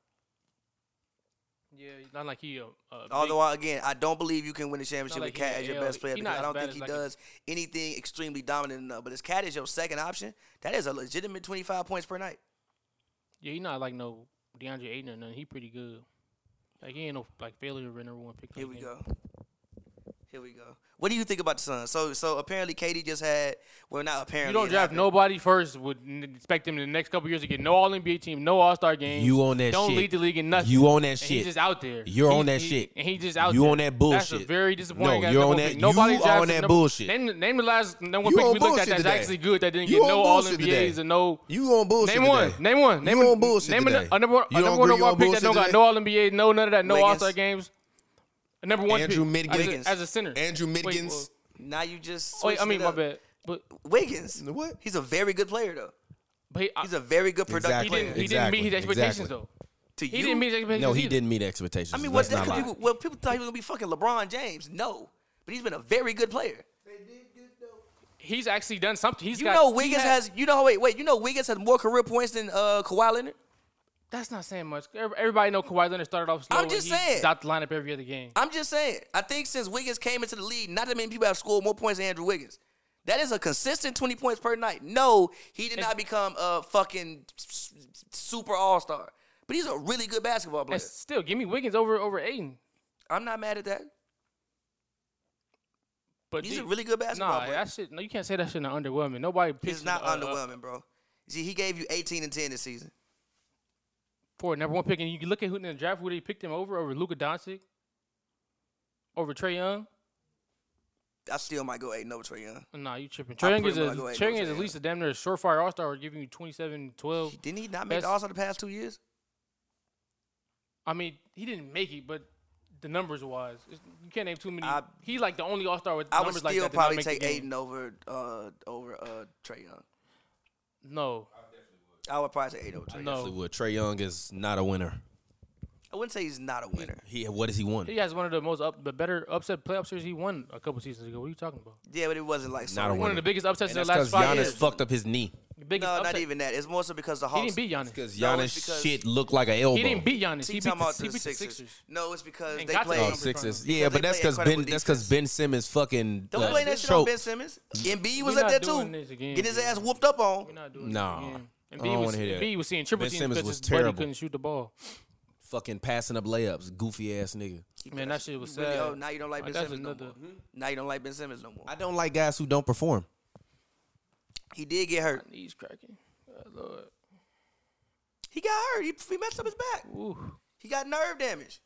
Yeah, it's not like he. Uh, uh,
Although I- again, I don't believe you can win the championship
like
with Cat
he
as your
held-
best player
he
because
not
I don't
as bad
think
as
he
like a-
does anything extremely dominant enough. But as Cat is your second option, that is a legitimate 25 points per night.
yeah, he's not like no DeAndre Ayton or nothing. He pretty good. Like he ain't no like failure or number one pick.
Here we go. Here we go. What do you think about the Suns? So, so apparently, Katie just had well, not apparently.
You don't
it
draft
happened.
nobody first. Would n- expect him in the next couple years to get no All NBA team, no All Star games.
You on that
Don't
shit.
lead the league in nothing.
You on that
And
shit.
He's just out there.
You're
He's-
on that
he-
shit.
And he just out
You
there.
on that
That's a
bullshit.
very disappointing.
No,
guy. Number
you're on
one
that-
pick. Nobody
you
drafted
on that
number-
bullshit.
Name, name the last number
You
one pick
on
we looked at
bullshit
that's
today.
actually good that didn't
You
get
on
no All
bullshit
NBAs
today.
and no.
You on bullshit?
Name
today.
one. Name one. Name
you
a-
on bullshit
Name
today.
a, a number,
You
a number
don't
one
agree
overall
on
pick that
bullshit
don't got
today?
no All NBA, no none of that, no
Wiggins.
All Star games. A number one
Andrew
pick
Midgins.
as a-
Wiggins.
as a center.
Andrew
Wait,
Midgins.
well,
Now you just.
Oh, wait, I
switching
mean,
it
my
up.
bad. But
Wiggins.
What?
He's a very good player though.
but he, I-
He's a very good productive
he
Exactly.
didn't
player.
he didn't meet his
Exactly.
expectations
Exactly.
though.
To
He
you,
didn't meet his expectations.
No, he
either.
didn't meet expectations.
I mean, what?
Let's
Just
not
'cause
lie.
people, well, people thought he was gonna be fucking LeBron James. No, but he's been a very good player.
He's actually done something. He's
You
got,
know
he
Wiggins
had-
has you know wait wait you know Wiggins has more career points than uh, Kawhi Leonard.
That's not saying much. Every- Everybody know Kawhi Leonard started off slow.
I'm
and
just
he's
saying.
Out the lineup every other game.
I'm just saying. I think since Wiggins came into the league, not that many people have scored more points than Andrew Wiggins. That is a consistent 20 points per night. No, he did not become a fucking s- s- super all star, but he's a really good basketball player.
And still, give me Wiggins over over Aiden.
I'm not mad at that.
But
He's a
dude,
really good basketball
Nah,
player.
that shit. No, you can't say that shit not underwhelming. Nobody picks
It's not
uh, uh,
underwhelming, bro. See, he gave you 18 and 10 this season.
for a number one pick, and you can look at who in the draft who they picked him over over Luka Doncic, over Trey Young.
I still might go 8 and over Trae Young.
Nah, you tripping. Trae Young
pretty
is
much go
a,
ahead
Trae
and
Young is
go
at
Trae
least a damn near surefire All Star, giving you 27, 12.
Didn't he not make
That's-
all star the past two years?
I mean, he didn't make it, but the numbers wise, it's- you can't name too many.
I-
He's like the only All Star with
I would
numbers
still
like that. that
probably
don't
take
make the game.
Aiden over uh, over uh, Trae Young.
No,
I would probably take Aiden over Trae Young.
no.
Trey Young is not a winner.
I wouldn't say he's not a winner.
He what has he won?
He has one of the most up, the better upset playoff series he won a couple seasons ago. What are you talking about?
Yeah, but it wasn't like so.
Not a
One of
winner.
the biggest upsets
And
in
that's
the last
because
five
Giannis
years.
fucked up his knee.
The biggest
No,
upset.
not even that. It's more so because the
He
Hawks.
didn't beat Giannis.
Because
No, it's
Giannis
because-
shit looked like an elbow.
He didn't beat Giannis.
See,
He beat,
talking
the,
about
he beat the Sixers.
No, it's because
And
they
got the
played.
Oh,
Giannis.
Sixers.
Because
Yeah,
they
but that's
play
because Ben.
incredible
That's because
defense.
Ben Simmons fucking.
Don't
uh,
blame that shit on
choked.
Ben Simmons. Embiid was
We're
at
not
that
doing
too.
this again,
Getting his
dude.
ass whooped up on.
We're not doing
Nah.
this again. And
I
B
don't
was
wanna hear that.
B was seeing triple
Ben
teams
Simmons
because
was
his buddy
terrible.
couldn't shoot the ball.
Fucking passing up layups, goofy ass nigga.
Keep
Man, that shit was
You really-
sad.
oh, now you don't like
Like,
Ben
that's
Simmons
another- Mm-hmm.
no more. Now you don't like Ben Simmons no more.
I don't like guys who don't perform.
he did get hurt.
Knees cracking. Oh, Lord.
He got hurt. He, he messed up his back.
Ooh.
He got nerve damage.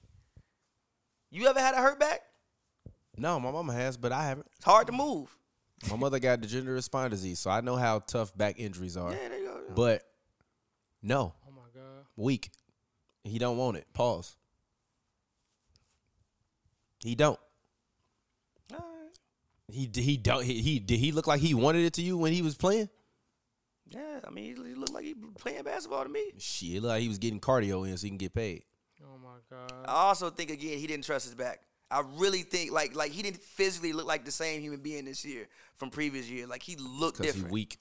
You ever had a hurt back?
No, my mama has, but I haven't.
It's hard to move.
My mother got degenerative spine disease, so I know how tough back injuries are.
Yeah, there you go.
But no,
Oh my God.
weak. He don't want it. Pause. He don't.
Alright.
He he don't. He, he did he look like he wanted it to you when he was playing?
Yeah, I mean, he he looked like he playing basketball to me.
Shit, it looked like he was getting cardio in so he can get paid.
Oh my God.
I also think again he didn't trust his back. I really think like like he didn't physically look like the same human being this year from previous year. Like he looked
Cause he
different.
weak.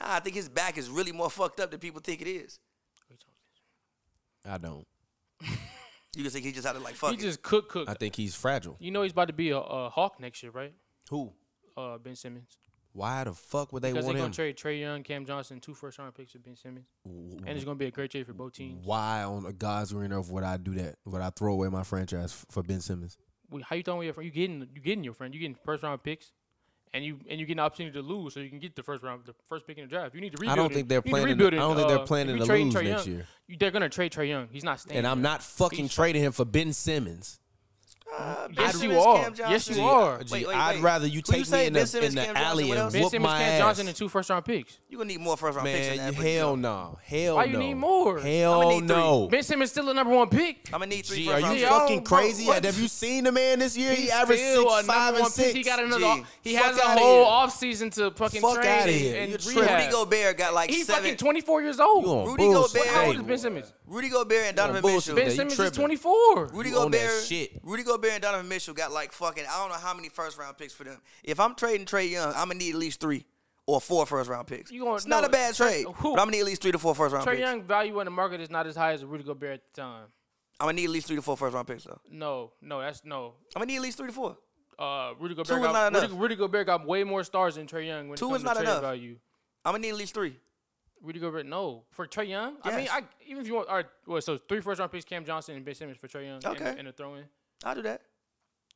Nah, I think his back is really more fucked up than people think it is.
I don't.
You can think he just had to like fuck
He
it.
just cook cook.
I think he's fragile.
You know he's about to be a, a hawk next year, right?
Who?
Uh, Ben Simmons.
Why the fuck would they
Because they're
want
gonna
him?
trade Trey Young, Cam Johnson, two first round picks of Ben Simmons, and it's gonna be a great trade for both teams.
Why on a God's green earth would I do that? Would I throw away my franchise f- for Ben Simmons?
We- How you throwing your friend? You getting you getting your friend? You getting first round picks, and you and you getting the opportunity to lose, so you can get the first round, the first pick in the draft. You need to rebuild.
I don't
it.
think they're
You need to
planning.
rebuild
I
it.
don't think they're
Uh,
planning
if
to
you trade
lose
Trae
next
Young,
year.
you- they're gonna trade Trey Young. He's not staying.
And I'm
there.
not fucking
He's-
trading him for Ben Simmons.
Uh, Ben
Yes, you
Simmons,
are.
Cam
Yes, you
Johnson.
are.
Gee,
Wait, wait,
I'd
wait.
rather you
Who
take me
say
in
Ben
the,
Simmons,
in the
Cam Johnson,
alley
what
and
else?
Ben
whoop
Simmons,
my
Cam
ass.
Johnson, and two first round picks.
You gonna need more first round picks. than
Man,
that,
you-
but,
hell no. Hell
Why
Oh, no.
you need more?
I'ma
Hell
need three.
no.
Ben Simmons still the number one pick.
I'm gonna need three
Gee,
first
are
round
you
Yo,
picks.
fucking
bro,
crazy?
what?
Have you seen the man this year? he
He's
averaged
still a
six,
number
five, and
one
six.
pick. He got another.
Gee,
he
fuck
has a
outta
whole
here.
offseason to fucking
Fuck
trade
outta
and-
here.
and
You're tripping.
rehab.
Rudy Gobert got like
He's
seven.
fucking 24 years old.
you on
Rudy
bullshit.
How old
Gobert.
is Ben Simmons?
Rudy Gobert and Donovan Mitchell.
bullshit.
Ben
Yeah, you
Simmons is
tripping.
24.
Rudy
You own that
Gobert,
shit.
Rudy Gobert and Donovan Mitchell got like fucking I don't know how many first round picks for them. If I'm trading Trey Young, I'm gonna need at least three or four first round picks.
You gonna-
it's not
no,
a bad trade,
who-
but I'm gonna need at least three to four first round
Trey
picks.
Young value in the market is not as high as Rudy Gobert at the time.
I'm gonna need at least three to four first round picks though.
No, no, that's no.
I'm gonna need at least three to four.
Uh, Rudy Gobert
is
got
not
Rudy,
enough.
Rudy Gobert got way more stars than Trey Young when
Two
it comes
is not
to trade
enough.
value.
I'm gonna need at least three.
Rudy Gobert, no. For Trey Young, I mean,
Yes.
I, even if you want, all right, well, so three first round picks, Cam Johnson and Ben Simmons for Trey Young,
Okay.
and, and a throw in.
I'll do that.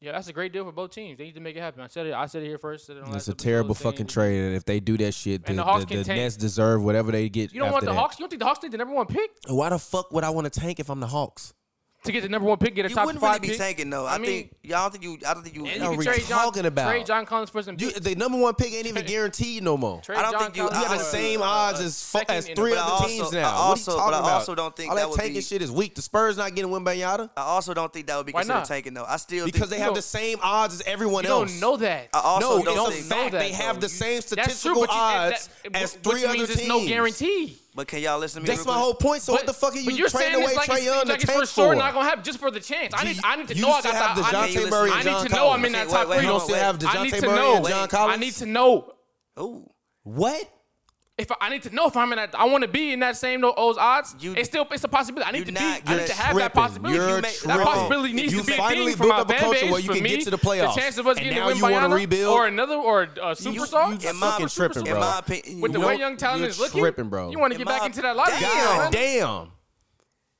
Yeah, that's a great deal for both teams. They need to make it happen. I said it. I said it here first. Said it on last
It's a
episode,
terrible
saying-
fucking trade. And if they do that shit, the,
And the
the,
Hawks
the
can tank.
Nets deserve whatever they get.
You don't
after
want the
that.
Hawks. You don't think the Hawks need the number one pick
Why the fuck would I want to tank if I'm the Hawks?
to get the number one pick, get a
You
top
wouldn't
five
really be
pick?
tanking though. I,
I mean-
think y'all don't think you. I don't think you.
And
I
you
don't
can
we
trade John,
talking about?
trade John Collins for some.
You,
picks.
the number one pick ain't even guaranteed no more.
Trade
I don't
John
think you-
Collins
I
You got the
for,
Uh,
same
uh,
odds
a
as fuck
second
as
and a
three
But
first.
I
other
also-
teams
I
now.
also-
what
but I
are you talking about?
also don't think
all
that
that
would
tanking
be-
shit is weak. The Spurs not getting Wembenyata
I also don't think that would be
Why
considered
not?
tanking though. I still
because
think,
they
You
have
don't-
the same odds as everyone
You
else.
don't know that.
I also
no,
don't
it's a
think-
fact. They have the
You-
same
That's true, but
statistical
you- that-
odds
that-
as
which
three other
means
teams.
it's no guarantee.
But can y'all listen to me?
That's
real
my
quick?
whole point. So what
But-
the fuck are
but
you
you're
trading
saying it's
away
like
Trey
it's,
Young to
like it's
tank
for sure
for?
not gonna happen just for the chance. I
Do
need,
you-
I need to
you
know I
still
got
have
the. I
DeJounte
need,
listen,
Murray and
I
John
need to know I'm
Collins.
in that
Okay,
top
wait, wait,
three.
You
hold on,
don't still
wait.
have
I need
DeJounte
to
Murray and
know.
John
I need
Collins.
to know.
Ooh,
What?
If I, I need to know if I'm in that, I want to be in that same no O's odds.
You-
it's still it's a possibility. I need to
you're not-
be. I
you're
need to have that
tripping.
possibility.
You're
that
tripping.
possibility needs
You
to be a
finally
thing for
built
my
up a
fan
culture
base,
where you
for
can
me,
get to the playoffs.
The chance of us
And
getting
now
a
you wanna
Wembyana
rebuild?
or another or a superstar.
you
In my-
fucking tripping,
in
bro.
my opinion,
with the
you
way
know-
young talent
you're
is looking,
tripping, bro.
You want to
In
get
my-
back into that lottery?
Damn.
man.
damn.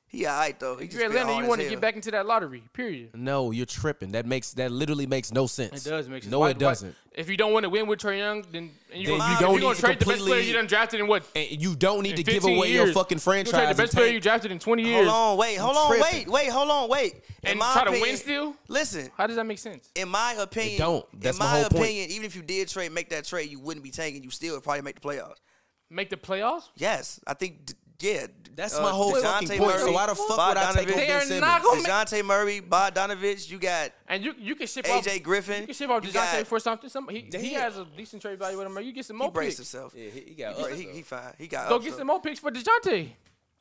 he alright though. He
If
just
you're
feel
Atlanta,
hard
you
as
want to
hell.
get back into that lottery. Period.
No, you're tripping. That makes that literally makes no sense.
It does make sense.
No,
Why-
it doesn't.
Why, if you don't want to win with Trey Young, then and you,
Then
gonna,
you
if
don't
you're
need
gonna
to
trade the best player
completely-
you done drafted in what?
And you don't need
in
to give
15
away
years.
your fucking
You gonna
franchise.
trade the
and
best player you
tank.
drafted in 20 years.
Hold on, wait, hold
I'm
on,
tripping.
wait, wait, hold on, wait. In
And
my
try to win
opinion,
still?
Listen,
How does that make sense?
in my opinion,
don't. That's
in
my
my
whole point.
opinion, even if you did trade, make that trade, you wouldn't be tanking. You still would probably make the playoffs.
Make the playoffs?
Yes, I think. d- Yeah,
That's
uh,
my whole
DeJounte
fucking point.
Murray,
So why the fuck would
Bogdanovich-
I take on
They
Ben
are
Simmons?
not gonna-
DeJounte Murray, Bogdanovich. You got
And you you can ship off
AJ Griffin.
You can ship off
You
DeJounte
got-
for something. Some, he, he
Damn.
has a decent trade value with him. or You get some
he
more
braced
picks.
himself.
Yeah, he, he got.
Bro, he, he fine. He got.
Go
up,
get
so-
some more picks for DeJounte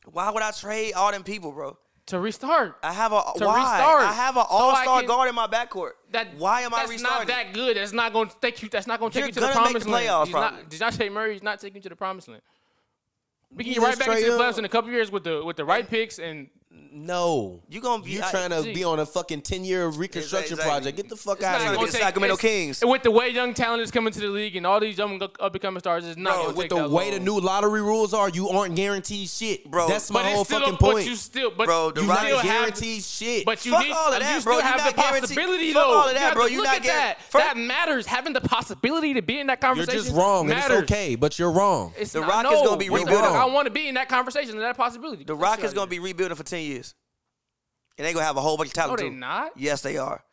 Why would I trade all them people, bro?
to restart.
I have a why?
restart.
I have an
So I
all star
can-
guard in my backcourt.
That
why am I
that's
restarting?
not that good. That's not going to take you. That's not going to take
You're
you to the
gonna make
promised
the
land.
playoffs,
He's not, DeJounte Murray is not taking you to the promised land. We can get right
just
back into
trade
the
up.
playoffs in a couple years with the with the right picks and
No,
You gonna be
you're
I-
trying to
Gee.
be on a fucking ten year reconstruction
exactly.
project. Get the fuck
It's not
out
gonna
of
be
here.
the Sacramento Kings.
And with the way young talent is coming to the league and all these young up and coming stars, it's not
Bro,
gonna
With
take
the
that
way
long.
the new lottery rules are, you aren't guaranteed shit,
Bro.
That's
But
my
but it's
whole
still,
fucking
But
point.
you still, but
Bro, the
you
You're
Rockets
not
still have,
guaranteed shit.
but you
Fuck
need,
all of that,
you
bro.
still
You're
have
not
the
guaranteed-
possibility
fuck
though.
all of that,
You have
bro.
to
You're
look
not
at that.
guaranteed-
that matters. Having the possibility to be in that
you're
conversation.
just wrong, and
Matters.
it's okay. But you're wrong.
It's
The
not,
Rockets
no.
gonna be
What
real
the
good
fuck?
on.
I want to be in that conversation and that possibility.
The Rockets gonna be rebuilding for ten years, and they gonna have a whole bunch of
No,
talent
they
too.
not.
Yes, they are.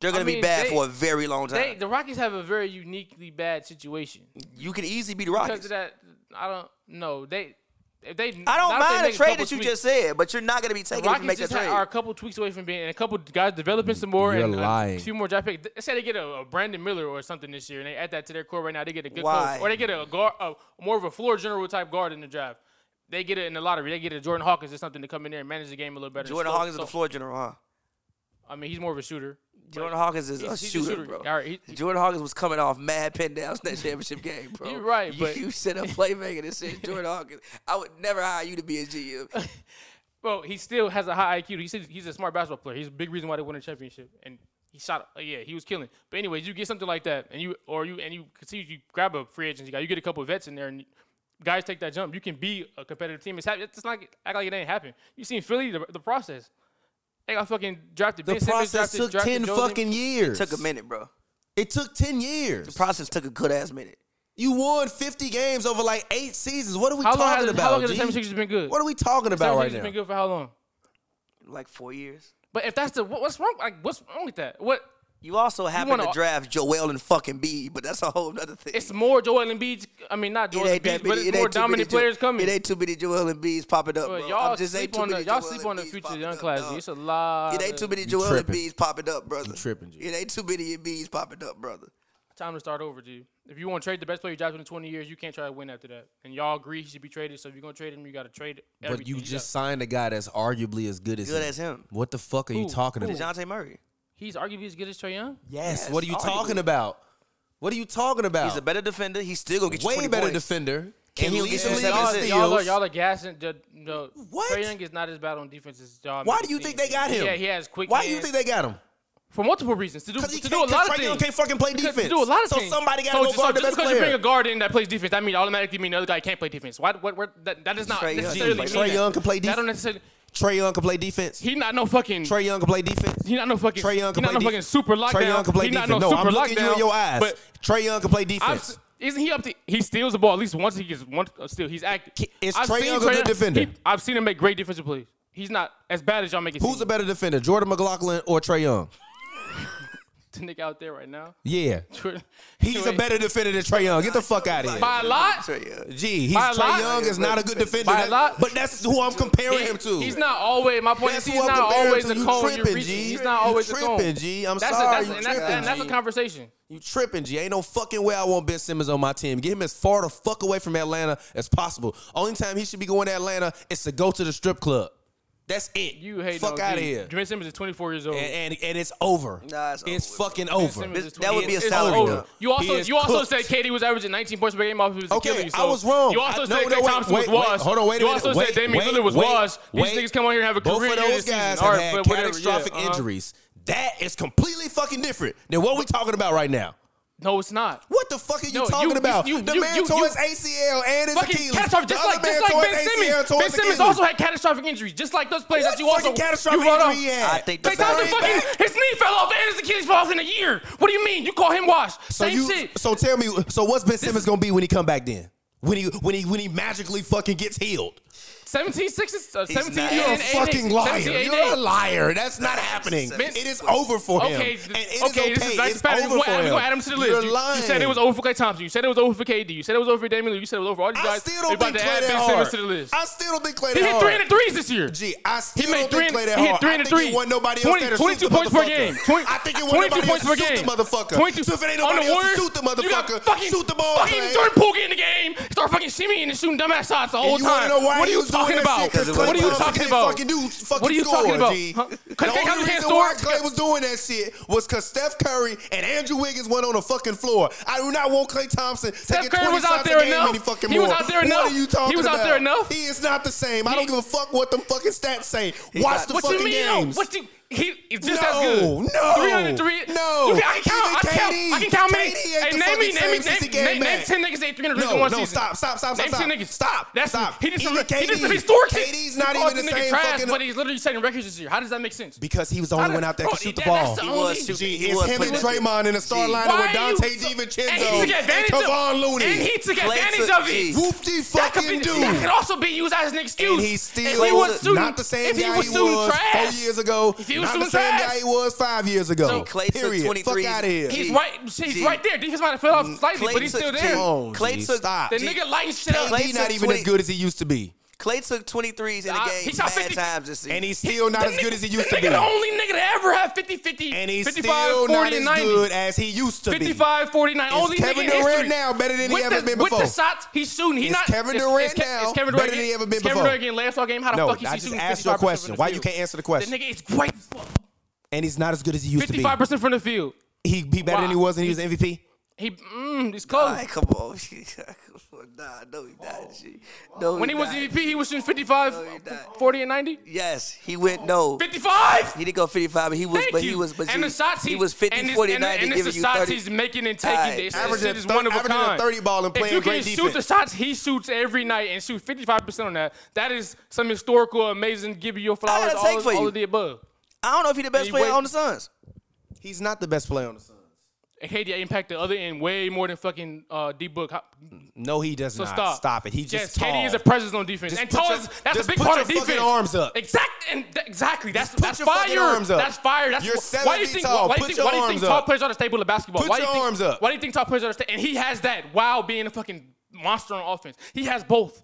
They're gonna be
mean,
bad
they-
for a very long time.
They, the Rockets have a very uniquely bad situation
you can easily be the
because
Rockets.
of that. I don't know. They, if they,
I don't mind the
a
trade that you just said, but you're not gonna be taking it if you make
Rockets
that
just had,
trade.
are a couple tweaks away from being and a couple guys developing some more
You're
and
lying.
a few more draft picks. Th- Say they get a, a Brandon Miller or something this year, and they add that to their core right now. They get a good
Why?
coach, or they get a, guard, a more of a floor general type guard in the draft. They get it in the lottery. They get a Jordan Hawkins or something to come in there and manage the game a little better.
Jordan
So-
Hawkins is
so-
the floor general, huh?
I mean, he's more of a shooter.
Jordan Hawkins is a
He's- he's a
shooter,
shooter.
bro.
All right, he-
Jordan Hawkins was coming off mad pin downs in that championship game, bro.
You're right,
you,
but-
you set up playmaker that says Jordan Hawkins. I would never hire you to be a GM.
Well, he still has a high IQ. He said he's a smart basketball player. He's a big reason why they won a championship. And he shot. uh, Yeah, he was killing. But anyways, you get something like that, and you or you and you can see you grab a free agency guy. You get a couple of vets in there, and guys take that jump. You can be a competitive team. It's hap- it's not act like it ain't happened. You seen Philly the, the process. They got fucking drafted.
The
ben Simmons,
process
drafted,
took
drafted
ten
Jones,
fucking years.
Took a minute, bro.
It took ten years.
Process took a good ass minute.
You won 50 games over like eight seasons. What are we
How long
talking
has,
about?
how long has the
G?
76ers been good?
What are we talking about right
76ers
now?
been good for how long?
Like four years.
But if that's the what, what's wrong like what's wrong with that? What
You also happened
wanna-
to draft Joel and fucking B, but that's a whole other thing.
it's more Joel Embiid. I mean not Joel Embiid, but it's more
too many
dominant
Jo-
players coming.
It ain't too many Joel and B's popping up, bro.
But
I'm
y'all
just ain't
sleep
too
on the
many
y'all
Joel
sleep on the
Embiids
future
popping
young
up,
class.
dog.
It's a lot.
It ain't
of
too many Joel
tripping.
Embiid's popping up, brother.
tripping, G.
It ain't too many Embiid's popping up, brother.
time to start over, G. If you want to trade the best player you drafted in 20 years, you can't try to win after that. And y'all agree he should be traded. So if you're gonna trade him, you gotta trade.
but
everything.
you
got-
just signed a guy that's arguably as good as
Good
him.
as him.
What the fuck are you
Who?
talking
Who?
about?
DeJounte Murray.
he's arguably as good as Trae Young.
Yes.
Yes,
What are you
arguably.
talking about? What are you talking about?
He's a better defender. He's still gonna get you
way
20
better
points.
defender.
And
Can
he'll
he
get
lead
you
the
seven
league in
assists.
y'all, are,
steals?
y'all are gassing. The, the,
What?
Trae Young is not as bad on defense as y'all.
Why
make
do you
it
think
seem.
they got him?
Yeah, he has quick.
Why do you
hands
think they got him?
for multiple reasons to do
Because he
to
can't.
do a lot
Because
of
Trae Young
things.
can't fucking play
Because
defense.
to do a lot of
so
things.
somebody gotta
So
go
just-
guard
so
the best
just because you bring
player.
a guard in that plays defense, that mean automatically mean the other guy can't play defense. Why? What? what that, that does not
Trae Young
necessarily
can
mean
play
defense. Trae Young can play
That don't
defense.
necessarily.
Trey Young can play defense.
He not no fucking.
Trey Young can play defense.
He not no fucking.
Trey Young
he
can
not
play
no fucking
defense.
super lockdown.
Trey Young can play
he not
defense.
no,
No,
super
I'm looking
lockdown,
you in your eyes.
But
Trey Young can play
I've,
defense.
s- isn't he up to? He steals the ball at least once. He gets one uh, steal. He's active.
Is
I've
Trae
seen
Young a good defender?
he- I've seen him make great defensive plays. He's not as bad as y'all make it
Who's a
seem.
better defender, Jordan McLaughlin or Trey Young?
the nigga out there right now?
Yeah. He's a
Anyway,
better defender than Trey Young. Get the fuck out of here.
by a lot.
Trae Young.
Gee,
by
he's
a
Trey
lot.
Young is not a good defender.
By a
That-
lot.
But that's who I'm comparing him to.
He's not always. My point
That's
is,
who
he's
I'm
not
comparing
always
to.
the
You
cone.
tripping,
You're re-
G.
He's
You
not always the
tripping,
cone.
G. I'm
that's
sorry,
A, that's,
you
and that's,
tripping,
and that's a
G.
conversation.
you tripping, G. Ain't no fucking way I want Ben Simmons on my team. Get him as far the fuck away from Atlanta as possible. Only time he should be going to Atlanta is to go to the strip club. That's it.
You hate
fuck
no,
out of
G.
here.
Ben Simmons is 24 years old.
And, and and it's over.
Nah, it's
it's
over.
fucking over.
Simmons is
That would be a
28.
salary
It's over.
dump.
You
He
also
is
you also
cooked.
said KD was averaging 19 points per game off of his
Okay,
Achilles.
I
so
was wrong.
You also
I- no,
said
no,
Klay
wait,
Thompson
wait,
was
wait,
washed.
hold on, wait a
You
minute.
also
Wait,
said Damian
wait,
Lillard was
wait,
washed. These
wait.
niggas come out here and have a
Both
career
of
year
those
this season.
guys
All
have
right,
had
but whatever,
catastrophic
yeah, uh-huh.
injuries. That is completely fucking different than what we're talking about right now.
No, it's not.
What the fuck are you
No, you-
talking
you-
about?
you-
the
you-
man
you-
tore
you-
his ACL and his
Fucking
Achilles.
catastrophic,
The
just
other
like just
man
like
tore
Ben
his
Simmons.
ACL, tore
Ben
his
Simmons
Achilles.
also had catastrophic injuries, just like those plays
What
that you also
fucking catastrophic
you wrote
injury
off.
he had?
I think the
Klay Thompson
Sorry,
fucking his knee fell off and his Achilles falls in a year. What do you mean? You call him washed?
So
Same
you,
shit.
so tell me, so what's Ben Simmons gonna be when he come back then? When he when he when he magically fucking gets healed?
17 sixes, uh, 17
not-
eight,
You're a
and
You're a
eight,
fucking
eight,
liar.
17, eight,
You're a
eight.
liar. That's not happening.
Ben-
it is over for him.
Okay,
and it is
okay,
okay.
this is nice
it's
pattern.
over
We're
for
add-
him.
we're gonna add him to the list.
You're
You-
lying.
You, said it was over for Clay Thompson. You said it was over for KD. You said it was over for Damian Lillard. You said it was over for all these
I
guys.
still
They
don't
about
think Clay
to add
that
Ben
hard.
Simmons to the list.
I still don't think Clay
He
that
hit
hard.
three and threes this year.
Gee, I still
He made
don't
three
think
and
Clay
he
that hard.
hit three
I
and
think
three.
it wasn't nobody else
20
that'll shoot
22
the
points per
motherfucker.
game. 20
I think
22
it wasn't nobody
points
else
per
to shoot the
game.
motherfucker.
22
So if it ain't
on the
nobody else to
Warriors,
shoot
you
the
got
motherfucker,
Fucking,
shoot the ball,
Fucking
Clay.
Jordan Poole get in the game. Start fucking shimmying and shooting dumbass shots the whole
you wanna
time.
know why
what are
he
you
was
talking about? What are you talking about?
Fucking do, fucking
What are you
score,
talking about?
G.
Huh?
The
Clay
only
Thompson can't
reason why
score?
Clay was doing that shit was because Steph Curry and Andrew Wiggins went on the fucking floor. I do not want Clay Thompson taking
Curry
20
was out
shots
there
a game
enough.
any fucking
He was
more.
out there
What
enough.
are you talking
He was out
about?
there enough.
He is not the same. I don't give a fuck what them fucking stats say. Watch
got-
the
What
fucking
you mean?
games.
No. What you? He it's just
No,
as good.
no,
300, three-
no.
You can, I can count. I
Even
can count. I
KD.
can count. many-
KD ain't
Hey,
the
name me, name me,
fucking same since he
name,
came
name, name
back.
ten niggas that hit 300
No,
in one
no,
season.
stop, stop, stop,
Name
stop,
ten
stop.
niggas.
Stop,
That's
stop.
he did some.
Even
He did some
KD.
historic shit.
KD's not
You
even
called
the
nigga
same
trash,
fucking-
But he's literally setting records this year. How does that make sense?
Because he was the
How
only
did-
one out there
bro,
could shoot the
that-
ball.
That's the
He
only.
was shooting.
Gee,
He
it's
was
him
putting
and
it-
Draymond in the star
Gee.
lineup
Why
with
are you-
Dante
And he
DiVincenzo
took
and,
advantage
Kevon
of.
Looney.
And he took
Clay
advantage
took-
of it.
Gee.
Whoop de
That could,
fucking
be,
dude.
that could also be used as an excuse.
and he's still
if he was shooting,
not the same
if he
guy
was
he
shooting
was
trash,
four years ago.
If he was
not the
shooting
same
trash.
guy he was five years ago.
So-
Clay took
Period. Fuck
23s.
out of here.
He-
He's
Gee.
right. He's
Gee.
right there. Defense might have fell off slightly, but he's
took-
still
Gee.
there.
Oh,
Clay
gee,
took-
stop.
The nigga lighting shit up.
Clay
KD not
took
even
20
as good as he used to be,
Clay took 23s in
Nah,
a game
he shot
nine
50.
times this season.
and he's still not
The
as
nigga-
good as he used
the
to be,
nigga the only nigga to ever have 50, 50,
and he's
55,
still
40,
not
and
as
90.
good as he used to be.
55, 49,
Is
only
Kevin
nigga in
Durant
history.
now better than he
with
ever
the,
been
With
before?
the shots he's shooting, he's
Is
not.
Kevin
is- is
Durant
Ke- is
now
Kevin Durant
better than
getting-
he ever been
is Kevin
before?
Durant getting last all game. How the
No,
fuck is
I
he
just
shooting
asked you a
55%
question.
from the
Why you
field?
can't answer the question?
The nigga is great.
and he's not as good as he used
Fifty-five
to
percent from the field.
be. He be better than he
Why?
was when he was MVP.
He, mm, he's close.
All right, come on. nah, no, he not. G. No,
when he was
not.
MVP, he was shooting 55,
No, he not.
40, and 90.
Yes, he went no.
55.
He didn't go 55, but he was,
Thank
but
you.
he was, but
and
he,
the shots he,
was 50,
and it's-
40,
and, the-
90,
and it's
giving
the
you
shots
30.
he's making and taking.
All right.
This
Averaging
shit is
a thir-
one of a
averaging a
kind.
30 ball and
if
playing
you
great
can shoot
defense.
the shots he shoots every night and shoot 55 percent on that, that is some historical, amazing. Give you your flowers.
a take
all,
for
all
you.
of the above.
I don't know if he's the best
he
player
wait-
on the Suns.
He's not the best player on the Suns.
And Hadia impact the other end way more than fucking uh, D Book. How-
No, he does
So
not.
stop.
Stop it. He just
yes,
tall.
KD is a presence on defense,
Just
and
put
tall
your-
is that's
just
a big
put
part
your
of defense.
fucking arms up.
Exact and th- exactly. That's
put
that's
your
fire.
fucking arms up.
That's fire. That's
You're
wh- why do you
seven feet
think
tall.
why do
Put
you think,
your
why do you think
arms
tall
up.
players are the staple of basketball?
Put
why do you
your
think,
arms up.
Why do you think tall players are the staple? And he has that while being a fucking monster on offense. He has both.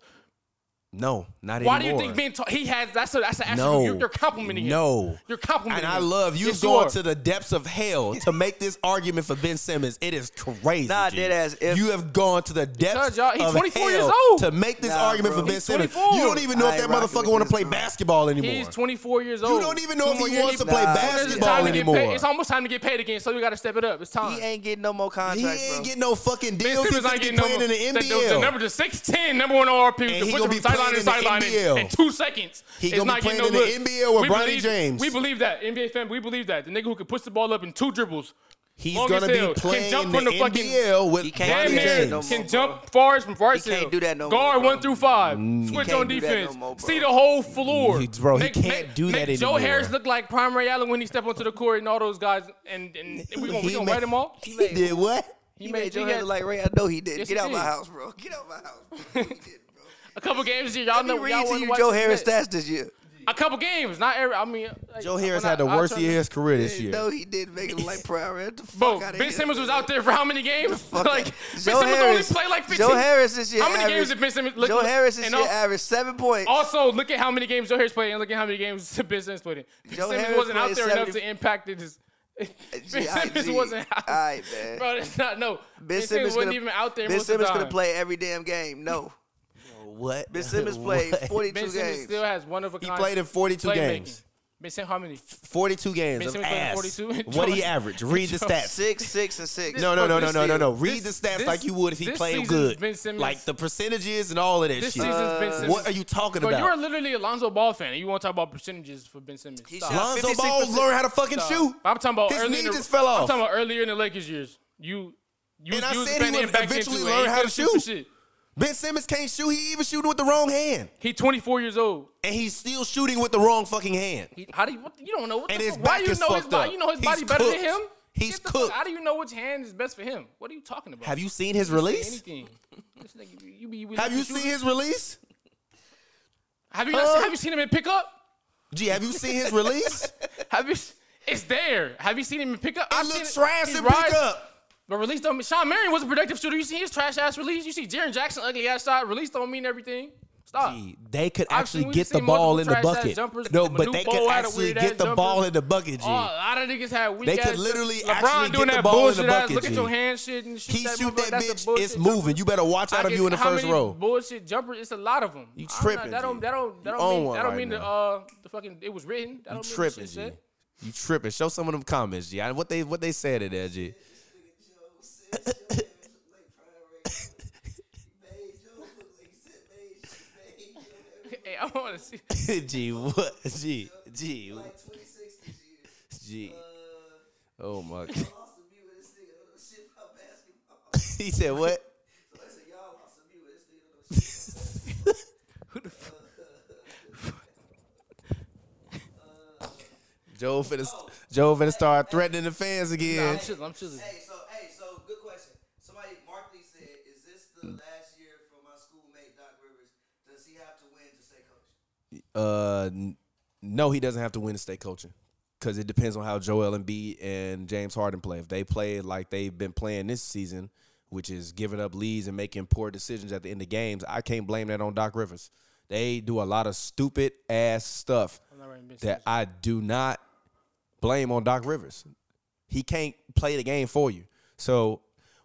no, not
Why do
anymore.
you think being tall? He has that's a that's an attribute.
no,
You're, you're complimenting him.
No,
you're complimenting.
And I
him.
love you
Yes,
going
are.
to the depths of hell to make this argument for Ben Simmons. It is crazy.
Nah,
G.
deadass, if-
you have gone to the depths
Because, y'all, he's
of
24 years
hell
old.
to make this
Nah,
argument
bro.
for Ben
He's
Simmons.
24.
You don't even know
I
if that
ain't rocking
motherfucker
with
want to
this,
play
bro.
basketball anymore.
He's 24 years old.
you don't even know
Two
if
more
he
years
wants to
left.
play
Nah.
It's
basketball
time to get paid.
anymore.
It's almost time to get paid again, so we got to step it up. It's time.
He ain't getting no more
He
contracts,
ain't
bro.
getting no fucking
Ben
deals. He's
Simmons
gonna
ain't
be
getting
playing
no-
in the
the- the- The, number
NBL.
the 6'10", number one RP,
And he
the
gonna
push
be
from sideline to
playing in the
sideline
NBL.
in, in two seconds.
He
It's
gonna be
not getting
playing
no
in the
looks.
NBL with
we
Bronny
believe,
James.
We believe that NBA fan. We believe that the nigga who can push the ball up in two dribbles.
He's
long
gonna
as hell,
be
can
playing
jump
in the
from the fucking-
NBL with
He
Bronny
can't
Damn
do that no
near
James.
more,
can
bro.
jump far as from far as
He can't
hell.
do that no
Guard
more, bro. Mm.
one through five. Switch
can't
on
do that
defense.
no more, bro.
See the whole floor.
He- bro, he
Make-
can't
make-
do that
make Joe
anymore.
Harris look like Primary Allen when he step onto the court and all those guys. And, and we gonna, we
He
gonna
made-
write them all.
He did what?
He,
He
made
made-
your
he
head
had-
look like Ray. I know he did.
Yes,
Get
he
out my
did.
house, bro. Get out my house. Bro. He did, bro.
A couple games this year,
Let
y'all
me
know y'all
read to
wonder
you
why
Joe
she
Harris
said.
stats this year.
A couple games, not every. I mean, like,
Joe Harris
when
had the
I- I
worst
turn-
year of his career this year.
No, he did make him like prior. The
Bro,
fuck out of
Ben
here.
Simmons was out there for how many games?
Fuck out.
like Ben
Joe
Simmons
Harris,
only played like 15.
Joe Harris this year.
How many
averaged,
games did Ben Simmons? Look,
Joe
look-
Harris this
and
year
al-
averaged seven points.
Also, look at how many games Joe Harris played, and look at how many games Ben Simmons played. in. Ben
Joe
Simmons
Harris
wasn't out
played
there enough
70
to impact it. His, Ben Simmons
G.
wasn't out.
All right, man.
Bro, it's not no. Ben,
Ben
Simmons, wasn't even out there.
Ben
most
Simmons
of the
gonna
time.
play every damn game. No,
What?
Ben Simmons played
What?
42
Ben Simmons
games.
still has one of a
He
kind.
played in 42
playmaking.
games.
Ben Simmons, how many?
42 games
Ben
of
Simmons played
ass.
42.
What do he average? Read the stats.
six, six, and six.
No, no, no, no, no, no, no.
This-
Read the stats
this-
like you would if he
this
played
season's
good.
Ben Simmons-
Like the percentages and all of that
This
shit.
season's Ben Simmons.
what are you talking
But you're
about?
literally a Lonzo Ball fan, and you want to talk about percentages for Ben Simmons.
He
Stop.
shot-
Lonzo
56%.
Ball learned how to fucking
Stop.
shoot.
I'm talking about
His
earlier.
knee
in the,
just fell
I'm
off.
talking about earlier in the Lakers years. You, you,
And I
you was
said
a fan
he
that
would
back
eventually
into it,
learn
and he
how
couldn't
to
for
shoot.
Shit.
Ben Simmons can't shoot. He even shooting with the wrong hand.
He 24 years old.
And he's still shooting with the wrong fucking hand.
He, how do you? What, you don't know. What
And
the
his
fuck- Why
back
you
is
know his
fucked
body?
up.
You know his
He's
body better than
cooked.
him.
He's
Get the fuck-
cooked.
How do you know which hand is best for him? What are you talking about?
Have you seen his
Say
release?
anything? This nigga, you, you be, be
Have you
looking
seen
shooting.
his release?
Have you not
Huh?
seen, Have you seen him in pickup?
Gee, have you seen his release?
Have you? It's there. Have you seen him in pickup?
It
I've seen
looks trash
He
in
rides-
pickup.
But release don't mean Sean Marion was a productive shooter. You see his trash ass release. You see Jaron Jackson ugly ass shot. Release don't mean everything. Stop.
Gee, they could
I've
actually
seen- we've
get the
seen ball in multiple
the
trash-ass
bucket.
jumpers,
No,
Manute
but they
Bol
could
had a
actually
weird-ass
get the
jumper.
ball in the bucket. G.
Oh, a lot of niggas had weak
They could
ass-
literally
LeBron
actually get
doing
the
that
ball in the
bullshit ass,
bucket,
Look at
G.
your hand shit and shoot
he
that
shoot
motherfucker.
that
That's a
bitch.
bullshit
It's moving. You better watch out
I
of
get-
you in the
how
first
many
row.
Bullshit jumper. It's a lot of them. I
You
don't know.
tripping,
That don't.
G.
That don't. That
You
don't
own
mean.
one
that don't
right
mean the
now.
uh the fucking. It was written. That
You
don't mean
tripping,
the shit
G.
said.
You tripping. Show some of them comments, G. I- What they what they said in there, G.
Hey, I want to see.
G what? G. G. G. Oh my god. he said what? Joe finna, Joe finna start threatening the fans
Nah, I'm
again.
chilling. I'm chilling.
Hey, so hey, so good question. Somebody Markley said, "Is this the last year for my schoolmate Doc Rivers? Does he have to win to stay coach?"
Uh, n- no, he doesn't have to win to stay coaching because it depends on how Joel Embiid and James Harden play. If they play like they've been playing this season, which is giving up leads and making poor decisions at the end of games, I can't blame that on Doc Rivers. They do a lot of stupid ass stuff
I'm not writing bitch.
that I do not blame on Doc Rivers. He can't play the game for you. So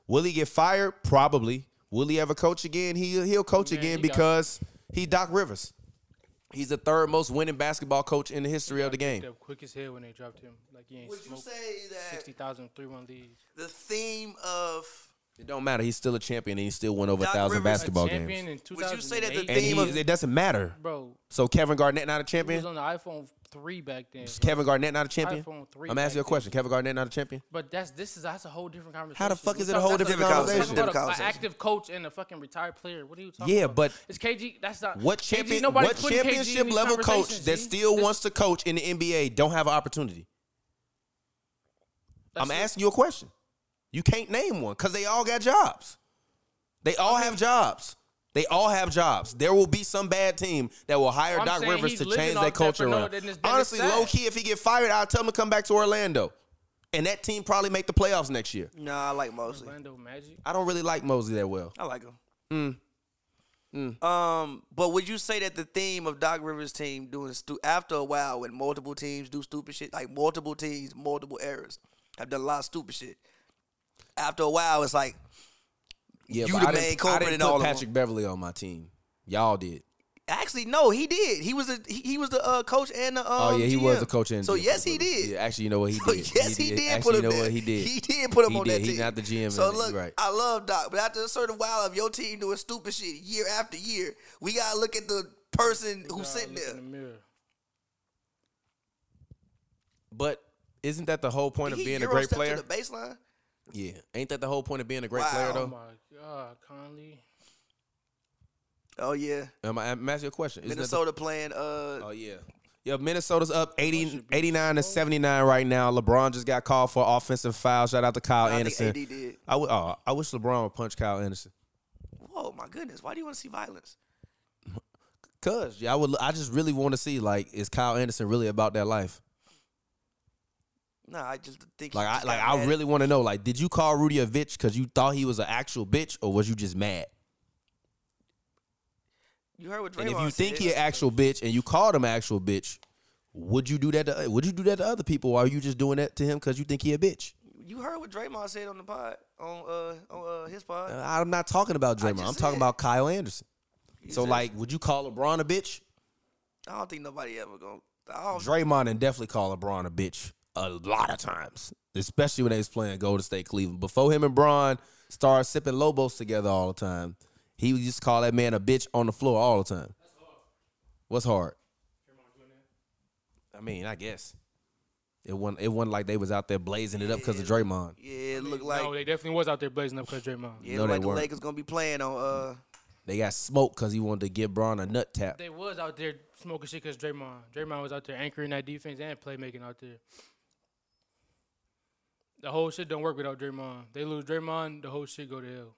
will he get fired? Probably. Will he ever coach again? He he'll coach
Man,
again
he got-
because he Doc Rivers. He's the third most winning basketball coach in the history of the game.
That quick as hell when they dropped him. Like he ain't
Would you
smoked
say that
60,000 three-run leads.
the theme of
It don't matter. He's still a champion and he still won over a
Doc
thousand
Rivers-
basketball
a champion
games.
in
Would you say that the
2008?
And
theme
he,
of-
it doesn't matter.
bro
So Kevin Garnett not
he
a
was
champion?
on the iPhone three back then? bro.
Kevin Garnett not a champion?
iPhone three
I'm asking you a
back
question. Kevin Garnett not a champion?
But that's this is that's a whole different conversation.
fuck
We're
is it a
talking-
whole
that's
different
we're talking
conversation?
about a-
Different
An
conversation.
active coach and a fucking retired player. What are you talking
Yeah,
about?
but-
it's KG. That's not
What
KG,
champion?
nobody
what
putting KG in these
championship level coach
conversations,
that
G.
still
This-
wants to coach in the NBA don't have an opportunity?
that's
I'm
it.
asking you a question. You can't name one because they all got jobs. They all have jobs. They all have jobs. There will be some bad team that will hire
I'm
Doc
saying
Rivers
he's
to
living
change
off
their
that
culture
for no-
around.
then it's- then it's
Honestly,
sad.
low key, if he get fired, I'll tell him to come back to Orlando, and that team probably make the playoffs next year.
Nah, I like Mosley.
Orlando Magic.
I don't really like Mosley that well.
I like him.
Mm.
Um, but would you say that the theme of Doc Rivers' team doing stu- after a while, when multiple teams do stupid shit, like multiple teams, multiple errors, have done a lot of stupid shit. After a while, it's like
Yeah,
You
but
the
I
main
didn't, I
culprit
didn't
in
put
all of 'em.
Patrick Beverly on my team. Y'all did.
actually no, he did. He was a he, he was the uh, coach and the um,
Oh yeah, he was
GM.
the coach. And
So
GM.
yes, he did.
Yeah, actually, you know what he
So
did.
yes, he, did, put
Actually, you
him
know
there.
what he did.
He did put him
He
on
did.
that
He
team.
not the GM
So
in it,
look,
right.
I love Doc, but after a certain while of your team doing stupid shit year after year, we gotta look at the person
Nah,
who's sitting
look
there.
in the mirror.
But isn't that the whole point
Did
of
he
being a
Euro
great
step
player?
to the baseline.
Yeah. Ain't that the whole point of being a great
Wow.
player
Oh
though?
my god, Conley.
Oh yeah,
Am I I'm asking you a question? Isn't that the-
Minnesota playing. Uh,
oh yeah. Yeah, Minnesota's up 80, 89 to 79 right now. LeBron just got called for offensive foul. Shout out to Kyle
I think
Anderson.
AD did.
I w- oh, I wish LeBron would punch Kyle Anderson.
Whoa, my goodness! Why do you want to see violence?
Cuz yeah, I would I just really want to see like is Kyle Anderson really about that life?
Nah, I just think he
Like I
just
like
got mad
I
at-
really want to know like did you call Rudy a bitch cuz you thought he was an actual bitch or was you just mad?
You heard what Draymond
And if you think
said.
he an actual bitch and you called him an actual bitch, would you do that? To, would you do that to other people? Or are you just doing that to him because you think he a bitch?
you heard what Draymond said on the pod on uh on uh his pod.
Uh, I'm not talking about
I
Draymond. I'm
just
talking
said-
about Kyle Anderson. So
said-
like, would you call LeBron a bitch?
I don't think nobody ever gonna. I don't
Draymond and definitely call LeBron a bitch a lot of times, especially when they was playing Golden State Cleveland. Before him and Bron started sipping Lobos together all the time, he would just call that man a bitch on the floor all the time. What's hard? I mean, I guess it wasn't. It wasn't like they was out there blazing it up because of Draymond.
Yeah, it looked like
no, they definitely was out there blazing up because Draymond.
yeah, it
No,
looked
they
like the
weren't.
Lakers gonna be playing on uh
They got smoked because he wanted to give Bron a nut tap.
They was out there smoking shit because Draymond. Draymond was out there anchoring that defense and playmaking out there. The whole shit don't work without Draymond. They lose Draymond, the whole shit go to hell.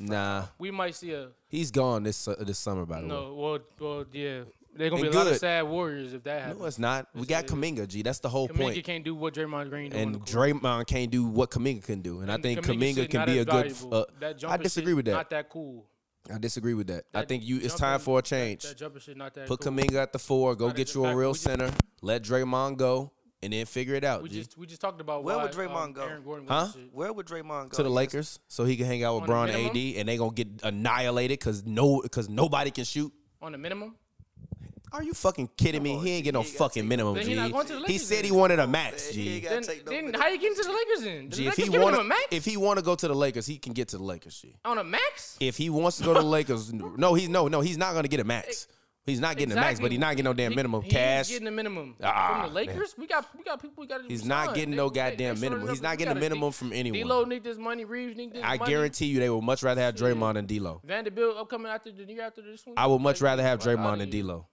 Nah,
We might see a
he's gone this uh, this summer. By the way,
no. Well, well, yeah. They're gonna
And
be a lot of
good.
sad warriors if that happens.
no, it's not. We got Kaminga. G, that's the whole
Kaminga
point.
can't do what Draymond Green doing.
and Draymond can't do what Kaminga can do, and, I think Kaminga,
shit
can
not
be
as
a good.
valuable.
Uh,
that
I
jumper
disagree
shit
with that.
Not that cool.
I disagree with that. I
That
think you. It's
jumper-
time for a
that-
change.
That, jumper shit not that
Put
cool.
Kaminga at the four. Go
Not
get
as
you a
impactful.
real
We just-
center. Let Draymond go, and then figure it out.
We
G.
just we just talked about
Where
why,
would Draymond
um,
go?
Aaron Gordon
Huh?
went to shit.
Where would Draymond go?
to
He
the
just-
Lakers, so he can hang out with
On a
Braun and AD,
minimum?
and they gonna get annihilated because no, because nobody can shoot.
on the minimum.
Are you fucking kidding me?
Come on,
he ain't get
G.
no
He ain't gotta
fucking
take
minimum,
Then he
G.
not going to the
He
Lakers
said he
then.
wanted a match,
He ain't
G.
gotta
Then,
take no
then
minutes.
how you get into the Lakers then? The
G, if
Lakers
he
giving him a
want,
max
if he want to go to the Lakers, he can get to the Lakers, G.
on a max.
If he wants to go to the Lakers, no, he's no, no, he's not gonna get a max. He's not getting a max, but he's not getting no damn
He-
minimum
he ain't
cash.
getting the minimum
Ah,
from the Lakers. We got we got people. We got.
He's not getting no goddamn minimum. He's not getting a minimum from anyone.
D'Lo need this money. Reeves need this
I
money.
guarantee you, they would much rather have Draymond and D'Lo.
Vanderbilt upcoming after the year after this one.
I would much
Like,
rather have
fuck outta
Draymond and
here.
D'Lo.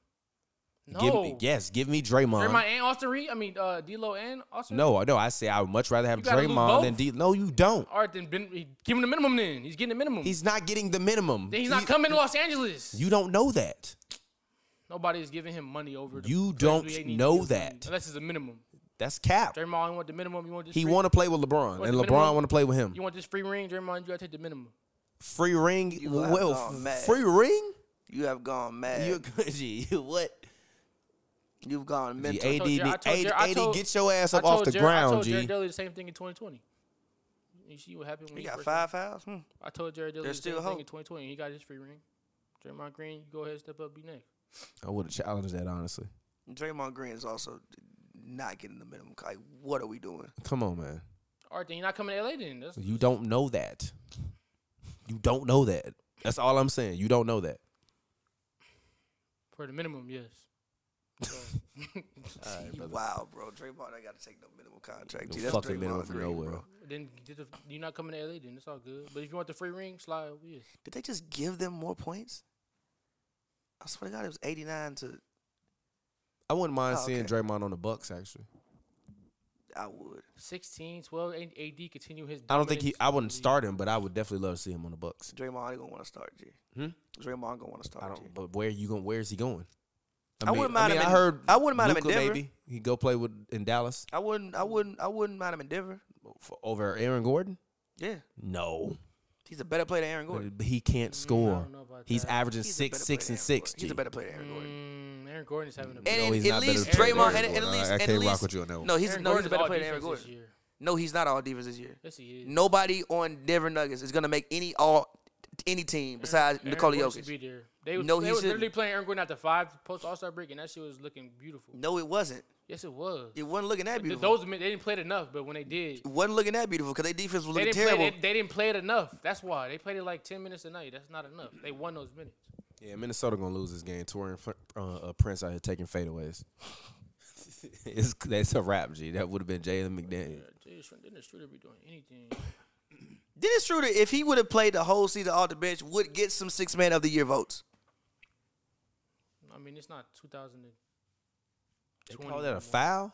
No.
Give me, yes, give me Draymond.
Draymond and Austin Reed. I mean, uh, D'Lo and Austin. Reed?
No, no, I say I would much rather have
You gotta lose
Draymond
both?
than D. No, you don't.
All right, then ben, he- give him the minimum. Then he's getting the minimum.
He's not getting the minimum.
then he's
He-
not coming to Los Angeles.
You don't know that.
Nobody is giving him money over. The
You
players
don't
we ain't even
know
give him,
that.
unless it's a minimum.
That's cap.
Draymond, you want the minimum. You want this.
He
free-
want to play with LeBron,
want
and
the
LeBron
minimum?
want to play with him.
You want this free ring, Draymond? You gotta take the minimum.
Free ring.
have
Well,
gone
f-
mad.
free ring.
You have gone mad.
You're
You,
crazy. You what?
have gone
G,
mental.
AD,
told Jer- I told
AD,
Jer- I told-
get your ass up
I told
off the
Jared- I
ground,
told
G.
Jared Dudley the same thing in 2020. You see what happened when
You
he
got
first-
five fouls. Hmm.
I told Jared Dudley the
There's
same
still
thing in
hope.
2020. He got his free ring. Draymond Green, you go ahead, step up, be next.
I would have challenged that honestly.
Draymond Green is also not getting the minimum. Like, what are we doing?
Come on, man.
All right, then you're not coming to LA then. That's,
You don't know that. You don't know that. That's all I'm saying. You don't know that.
for the minimum, yes. So,
Wow, bro. Draymond, I got to take no minimum contract.
No
Gee, that's
fucking
Draymond
minimum from
Green,
nowhere.
bro.
then get the- you're not coming to LA then. It's all good. But if you want the free ring, slide. Yes.
Did they just give them more points? I swear to God, it was 89 to.
I wouldn't mind
Oh,
seeing
okay.
Draymond on the Bucks actually.
I would.
16, 12, and AD continue his.
I don't think he.
dominance
I
in the
wouldn't
league.
start him, but I would definitely love to see him on the Bucks.
Draymond ain't gonna want to start G.
Hmm?
Draymond gonna want to start
I
G.
don't. But where you going? Where is he going?
Oh, I wouldn't mind him in- I wouldn't mind him in
Luka,
Denver.
Maybe he go play with in Dallas
I wouldn't. I wouldn't. I wouldn't mind him in Denver.
for, over Aaron Gordon.
Yeah,
No,
he's a better player than Aaron Gordon. Mm,
he can't
Mm, I
score.
don't know about
He's
that.
averaging
He's a
six,
better
six,
player
and
than Aaron
six.
Gordon. He's a
G.
better player than Aaron Gordon.
Mm, Aaron Gordon is having a.
And
No,
in-
he's
at
not better
least
than Aaron
Draymond,
Gordon.
and and at
I-
least,
I
and
can't
at
rock
least,
with you on that one.
no, he's
Mm. Aaron
no, he's a
Gordon's
better
all
player than Aaron
defense this
Gordon.
year.
No, he's not all defense this year.
Yes, he is.
Nobody on Denver Nuggets is gonna make any all any team besides
Aaron
Nikola
Gordon should
Jokic.
Be there. They was,
No,
they
he
was
shouldn't.
literally playing Aaron Gordon at the five post All Star break, and that shit was looking beautiful.
No, it wasn't.
Yes, it was.
It wasn't looking that
Th-
beautiful.
Those men- they didn't play it enough, but when they did,
it wasn't looking that beautiful because their defense was looking
they didn't play.
terrible.
They, they didn't play it enough. That's why they played it like ten minutes a night. That's not enough. They won those minutes.
Yeah, Minnesota gonna lose this game. Torian Pr- uh, uh, Prince out here taking fadeaways. it's, that's a wrap, G. That would have been Jalen McDaniel.
Jeez, didn't the Streeter be doing anything?
Dennis Schroeder, if he would have played the whole season off the bench, would get some six man of the year votes.
I mean, it's not 2000.
They call that a foul?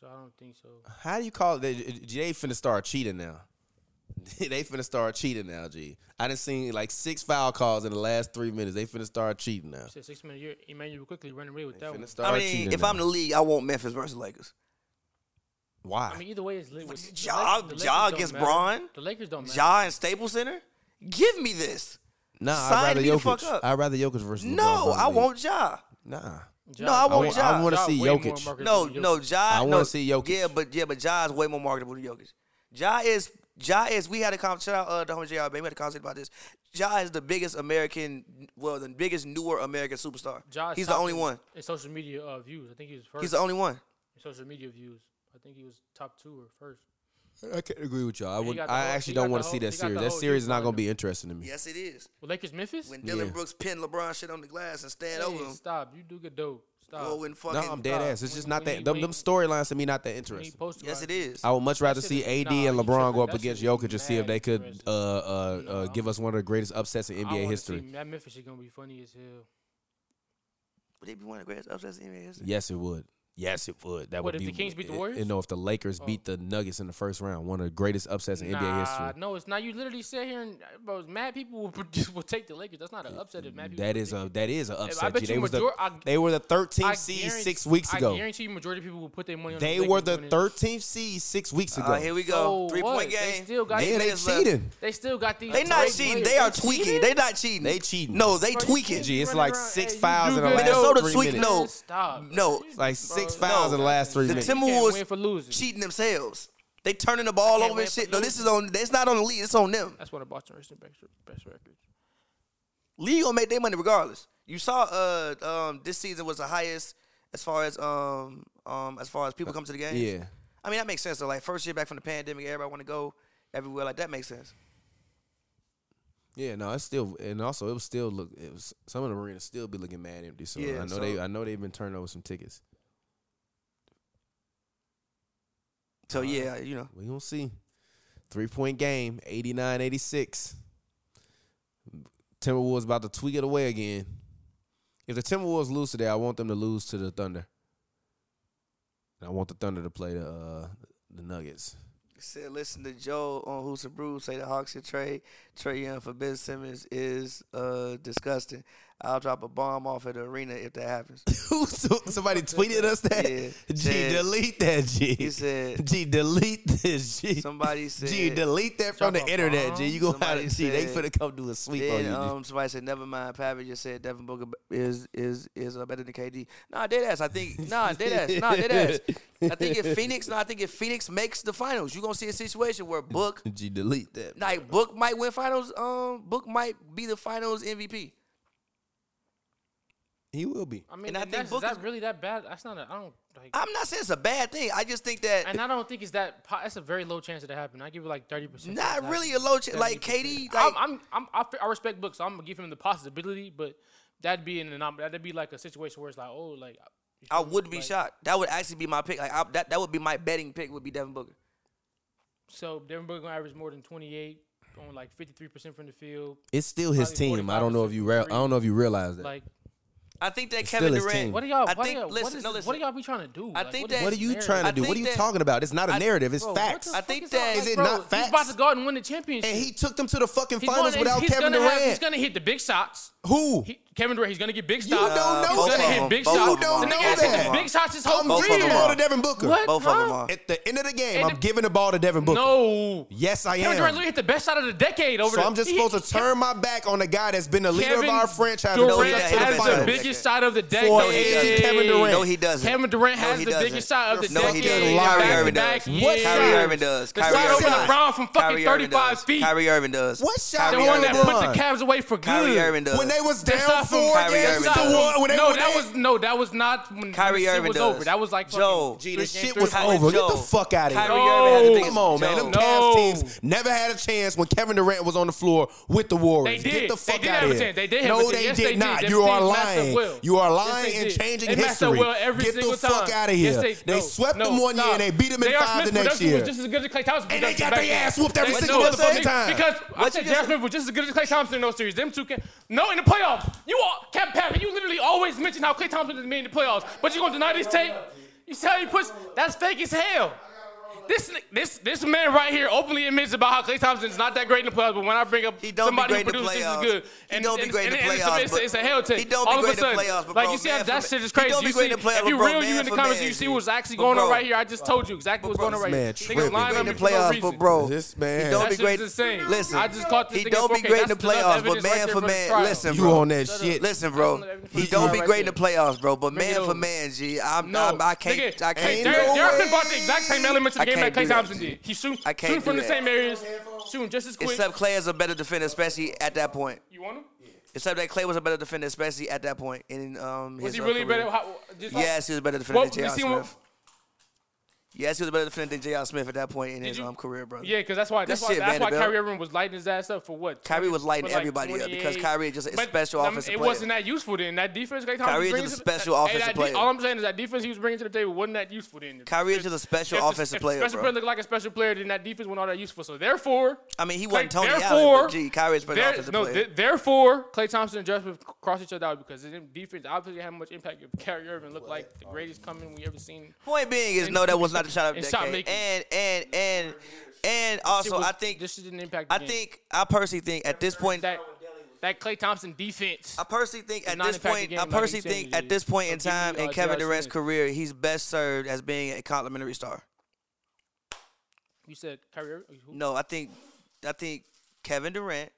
So I don't think so.
How do you call it? They, they finna start cheating now. they finna start cheating now, G. I done seen like six foul calls in the last three minutes. They finna start cheating now.
You said six minute year. Emmanuel quickly running away with that one.
Finna start
I mean,
cheating.
if
now.
I'm the league, I want Memphis versus Lakers.
why?
I mean, either way, it's lit. with- the
Ja-
Lakers- the
Ja
Lakers don't
against
matter.
Bron?
The Lakers don't matter.
Ja and Staples Center, give me this.
nah,
sign
I'd rather
me the fuck
Jokic.
up.
I'd rather Jokic versus LeBron
No,
versus
I
Lee.
want Ja.
Nah,
No, I
I
want
wa- I
Ja.
want to see
way more
Jokic.
marketable
No,
than Jokic.
no, Ja. no,
I wanna see Jokic.
Yeah, but yeah, but Ja is way more marketable than Jokic. Ja is Ja is. We had a con Shout out uh, the homie JR. baby, We had a conversation about this. Ja is the biggest American, well, the biggest newer American superstar.
Ja is
He's the
top
only
in-
one.
in social media uh, views. I think he was first.
He's the only one.
in social media views. I think he was top two or first.
I can't agree with y'all. I
he
would.
got the
I
whole-
actually
he got
don't
the
want to see
whole-
that
he got the
series. That
whole
series
defense
is not going
lineup.
to be interesting to me.
Yes, it is.
Well, Lakers Memphis.
When Dylan
Yeah.
Brooks pinned LeBron shit on the glass and stand
Hey,
over him.
stop! You do get dope. Stop.
Well, when
No,
fucking
I'm dead
stop.
ass. It's just
When-
not
when
that.
he-
Them,
when
them
he-
storylines to me not that
When he
interesting.
posted
Yes, it
about
is.
I would much rather
shit
see
is-
AD
nah,
and
you
LeBron
tripping.
go up
That shit
against
is
Jokic to see if
mad
they could
interesting.
uh, uh, uh,
Nah.
give us one of the greatest upsets in
I wanna
NBA history.
See, that Memphis is gonna be funny as hell.
Would it be one of the greatest upsets in NBA history?
Yes, it would. Yes, it would. That
What,
would
if
be.
the Kings beat the
it-
Warriors?
You know, if the Lakers beat the Nuggets in the first round, one of the greatest upsets in NBA
Nah,
history.
no, it's not. You literally sit here and bro, mad people will, just will take the Lakers. That's not an upset. If mad people
That is a that is a upset.
bet
G.
you
They, was the,
major- I-
they were the
I
13th seed
guarantee-
six weeks
I
ago.
guarantee you, majority of people will put their money. on
They
the
were
Lakers
the
winning.
13th seed six weeks ago.
Uh, here we go.
So
Three
what?
point
They
game.
still got-
They, they
Niggas left.
cheating.
They still got these.
They not
great
cheating.
players.
They are tweaking. They not cheating.
They cheating.
No, they
Bro, you
tweaking.
can't
G, it's
run
like
around-
six
Hey, you
fouls
do
in the
good.
last
Minnesota
three
tweaking.
minutes.
No,
Stop.
No.
You-
Like
bro,
six fouls in the last three
The
minutes.
You can't win
Timberwolves
for losing.
cheating themselves. They turning the ball
can't
over and
win for
shit. No, this is on. That's not on the league. It's on them.
That's one of Boston Richard's best, best records.
League gonna make their money regardless. You saw uh um this season was the highest as far as um um as far as people come to the game.
yeah.
I mean that makes sense though. Like first year back from the pandemic, everybody want to go everywhere. Like that makes sense.
Yeah, no, it's still and also it was still look it was some of the arenas still be looking mad empty. So
Yeah,
I know they
so-
I know they've been turning over some tickets.
So
Alright.
yeah, you know.
We gonna see. Three point game, 89-86. Timberwolves about to tweak it away again. If the Timberwolves lose today, I want them to lose to the Thunder. And I want the Thunder to play the uh, the Nuggets.
Said listen to Joe on Who's and Brew say the Hawks should trade Trey Young for Ben Simmons is uh disgusting. I'll drop a bomb off at the arena if that happens.
Somebody tweeted us that.
Yeah,
G,
said-
delete that.
He
G,
said
G, delete this. G,
somebody said
G, delete that from the
Drop a
internet. G,
bomb.
you gonna have
Somebody
to G. They
said-
finna come do a sweep on
Then
you. G.
um, somebody said, "Never mind." Pavitt just said Devin Booker is is is uh, better than KD. Nah, dead ass. I think nah, dead ass. Nah, dead ass. I think if Phoenix, nah, I think if Phoenix makes the finals, you are gonna see a situation where Book,
G, delete that.
like Book, might win finals. Um, Book might be the finals MVP.
He will be.
I mean,
And I
and
think
that's, is that
Booker's-
really that bad? That's not. A, I don't. Like,
I'm not saying it's a bad thing. I just think that
and I don't think it's that. po- That's a very low chance of that happening. I give it like thirty percent.
not really a low chance. Like KD, like
I'm, I'm, I'm, I fe- I respect books. So I'm gonna give him the possibility, but that'd be in an anom- that'd be like a situation where it's like, oh, like you
I
feel me?
would be
Like,
shocked. That would actually be my pick. Like I, that, that would be my betting pick. Would be Devin Booker.
So Devin Booker gonna average more than twenty eight on like fifty three percent from the field.
It's still his
Probably
team. I don't know if you re- I
45%
don't know if you realize that.
Like,
I think that
It's
Kevin
still his
Durant.
team.
what do y'all?
I
what,
think-
do y'all what,
listen,
is
no,
this- what do
listen.
y'all be trying to do?
I
Like,
think
what
that-
is
what are
this
you
narrative?
trying to
I
do? What
think
are you
that-
talking about? It's not a
I-
narrative. It's
Bro, what
facts.
the
I
fuck
think
is
that-
y'all-
Is
like,
it
bro,
not
He's about
facts?
to go out and win the championship.
and he took them to the fucking
He's
finals
gonna-
without
he's
Kevin
gonna
Durant.
have- he's gonna hit the big shots.
Who?
He, Kevin Durant, he's gonna get big
You
stops.
don't know
Uh, both
he's gonna
of
that.
hit
them.
big
Both
shots.
of them
The
are. Both
nigga has
of
hit
them
the
are.
big shots his whole
I'm
Both of
career.
giving the ball to
are.
Devin Booker.
What?
Both of them
Huh?
are.
At the end of the game,
And
I'm
the-
giving the ball to Devin Booker.
No.
Yes, I
Kevin Durant
am.
literally hit the best shot of the decade over
So
the-
I'm just
he-
supposed to turn my back on a guy that's been the leader
Kevin
of our franchise and
Durant
took us to the
has
has
finals.
the
finals.
big-
biggest shot of the decade.
For
doesn't.
Kevin Durant.
No, he doesn't.
Kevin Durant
No,
has
he
the
doesn't.
biggest shot of the
no,
decade.
he doesn't. Kyrie Irving
Back-to-back
does.
What
years.
Kyrie Irving does.
The
Kyrie
shot
Irving
over
does.
LeBron from fucking
Kyrie Irving
35
does.
feet.
Kyrie Irving does.
What shot
The
Kyrie
did
one
Irving
that
does.
put the Cavs away for
Kyrie
good.
Irving does.
When they was
That's
down
not from
four
Kyrie
games
Irving
to
does.
one, when they
no,
went
that
in-
was no, that was not when
Kyrie
when the shit
Irving
was
does.
over. That was like fucking
Joe,
three
Gee, the
games,
shit
three
was
games.
Kyrie
over. Get
Joe.
the fuck out of
Kyrie
here.
Irving had the
No.
biggest-
Come on, man.
Joe.
Them
No.
Cavs teams never had a chance when Kevin Durant was on the floor with the Warriors.
They
Get
did.
the
They
fuck
did
out
have
of
a
here.
chance. They did have
no,
a chance.
they
Yes,
did
they
not.
did.
You
Them
are
teams messed up
lying.
well.
You are
Yes,
lying
they
and
did.
changing
They messed up
history.
well every
Get the
single
fuck
time.
out of here.
Yes, they, no,
swept
no,
them one year
stop.
and they beat them in
J.R.
five
Smith
the next
production
year.
Was just as good as Clay Thompson.
And they
production
got
back
their
then.
ass whooped every
They-
single
no,
motherfucking
because-
time.
Because I
What
said
you just-
J.R. Smith was just as good as Clay Thompson in those series. Them two can no in the playoffs. You all Cap Pavitt, you literally always mention how Clay Thompson is made in the playoffs, but you gonna deny this tape? You see how he puts? That's fake as hell. This ni- this this man right here openly admits about how Clay Thompson is not that great in the playoffs, but when I bring up
He don't be
somebody
great in
who
the
produces this is
playoffs.
good,
He don't be great in the
it's a-
playoffs,
It's, a,
but-
it's a hell take.
He don't be
All of a
great in the
sudden,
playoffs, but
like
bro,
you see
man
how that
for
shit is
man-
crazy.
he don't
you
be great
see,
in the playoffs,
if you
but bro,
real, you
man
in the
for
comments,
man,
you see
G.
what's actually
But
going on
bro,
right here. I just told you exactly what's
bro,
going on right
this
here. Niggas
man tripping.
lying
great
on
in
me
the
for no
playoffs, but
reason.
bro,
This man-
he don't
That
be
shit's
great.
insane.
Listen,
I just caught this
he
nigga
don't be
fucking-
great in the
that's enough
playoffs, but
evidence right
man
there
for
the
man,
trial.
listen,
You
bro.
on that shit.
Listen, bro,
That's another
he
evidence
don't
right
be
there.
great in the playoffs, bro. But
Bring it
man for
over.
man, G, I'm,
No,
I'm I can't,
Nigga,
I
hey,
can't.
Ain't
Derrick-
no
Derrick Smith
way.
brought the exact same elements of
I
the game
can't
that Clay
do that.
Thompson did. He shoot,
I can't
shooting from
do
the
that.
same areas, shooting just as quick.
Except Clay is a better defender, especially at that point.
you want him?
Except that Clay was a better defender, especially at that point in um.
Was
his,
he
uh,
really
career.
better? How, just like-
Yes, he was better defender
What,
than
you
J.R.
see what-
Smith. Yeah, he was a better defender than J.R. Smith at that point in his
you-
um, career, brother.
Yeah, because that's why that's
Good
why
shit,
that's why
Vanderbilt.
Kyrie Irving was lighting his ass up for what?
Kyrie was lighting
for like
everybody up because
28.
Kyrie is just a
But,
special
I mean,
offensive
It
player.
wasn't that useful then. That defense, Clay Thompson
Kyrie is
brings
just a
to the-
special
hey,
offensive
that de-
player.
All I'm saying is that defense he was bringing to the table wasn't that useful then.
Kyrie is just a special
If the-
offensive
if the
player,
Special
bro.
player look like a special player, then that defense wasn't all that useful. So therefore,
I mean, he
Clay-
wasn't Tony Allen,
therefore,
but gee, Kyrie is a special
there-
offensive
no,
player.
th- therefore, Clay Thompson and Josh Smith cross each other out because the defense obviously had much impact. If Kyrie Irving looked like the greatest coming we ever seen.
Point being is,
And-
no, that was not the shot of the
and shot
decade.
making.
And and and and
Shit
also,
was-
I think
this didn't impact. The
I
game.
think I personally think at this point,
that that Clay Thompson defense.
I personally think at
not
this
impact the
point,
game
I
like he
personally
said
think
he
at
did.
this point
So
in
give me,
time in
uh,
Kevin
J.R.
Durant's
Smith.
career, he's best served as being a complimentary star.
You said Kyrie. Irving? Who?
No, I think I think Kevin Durant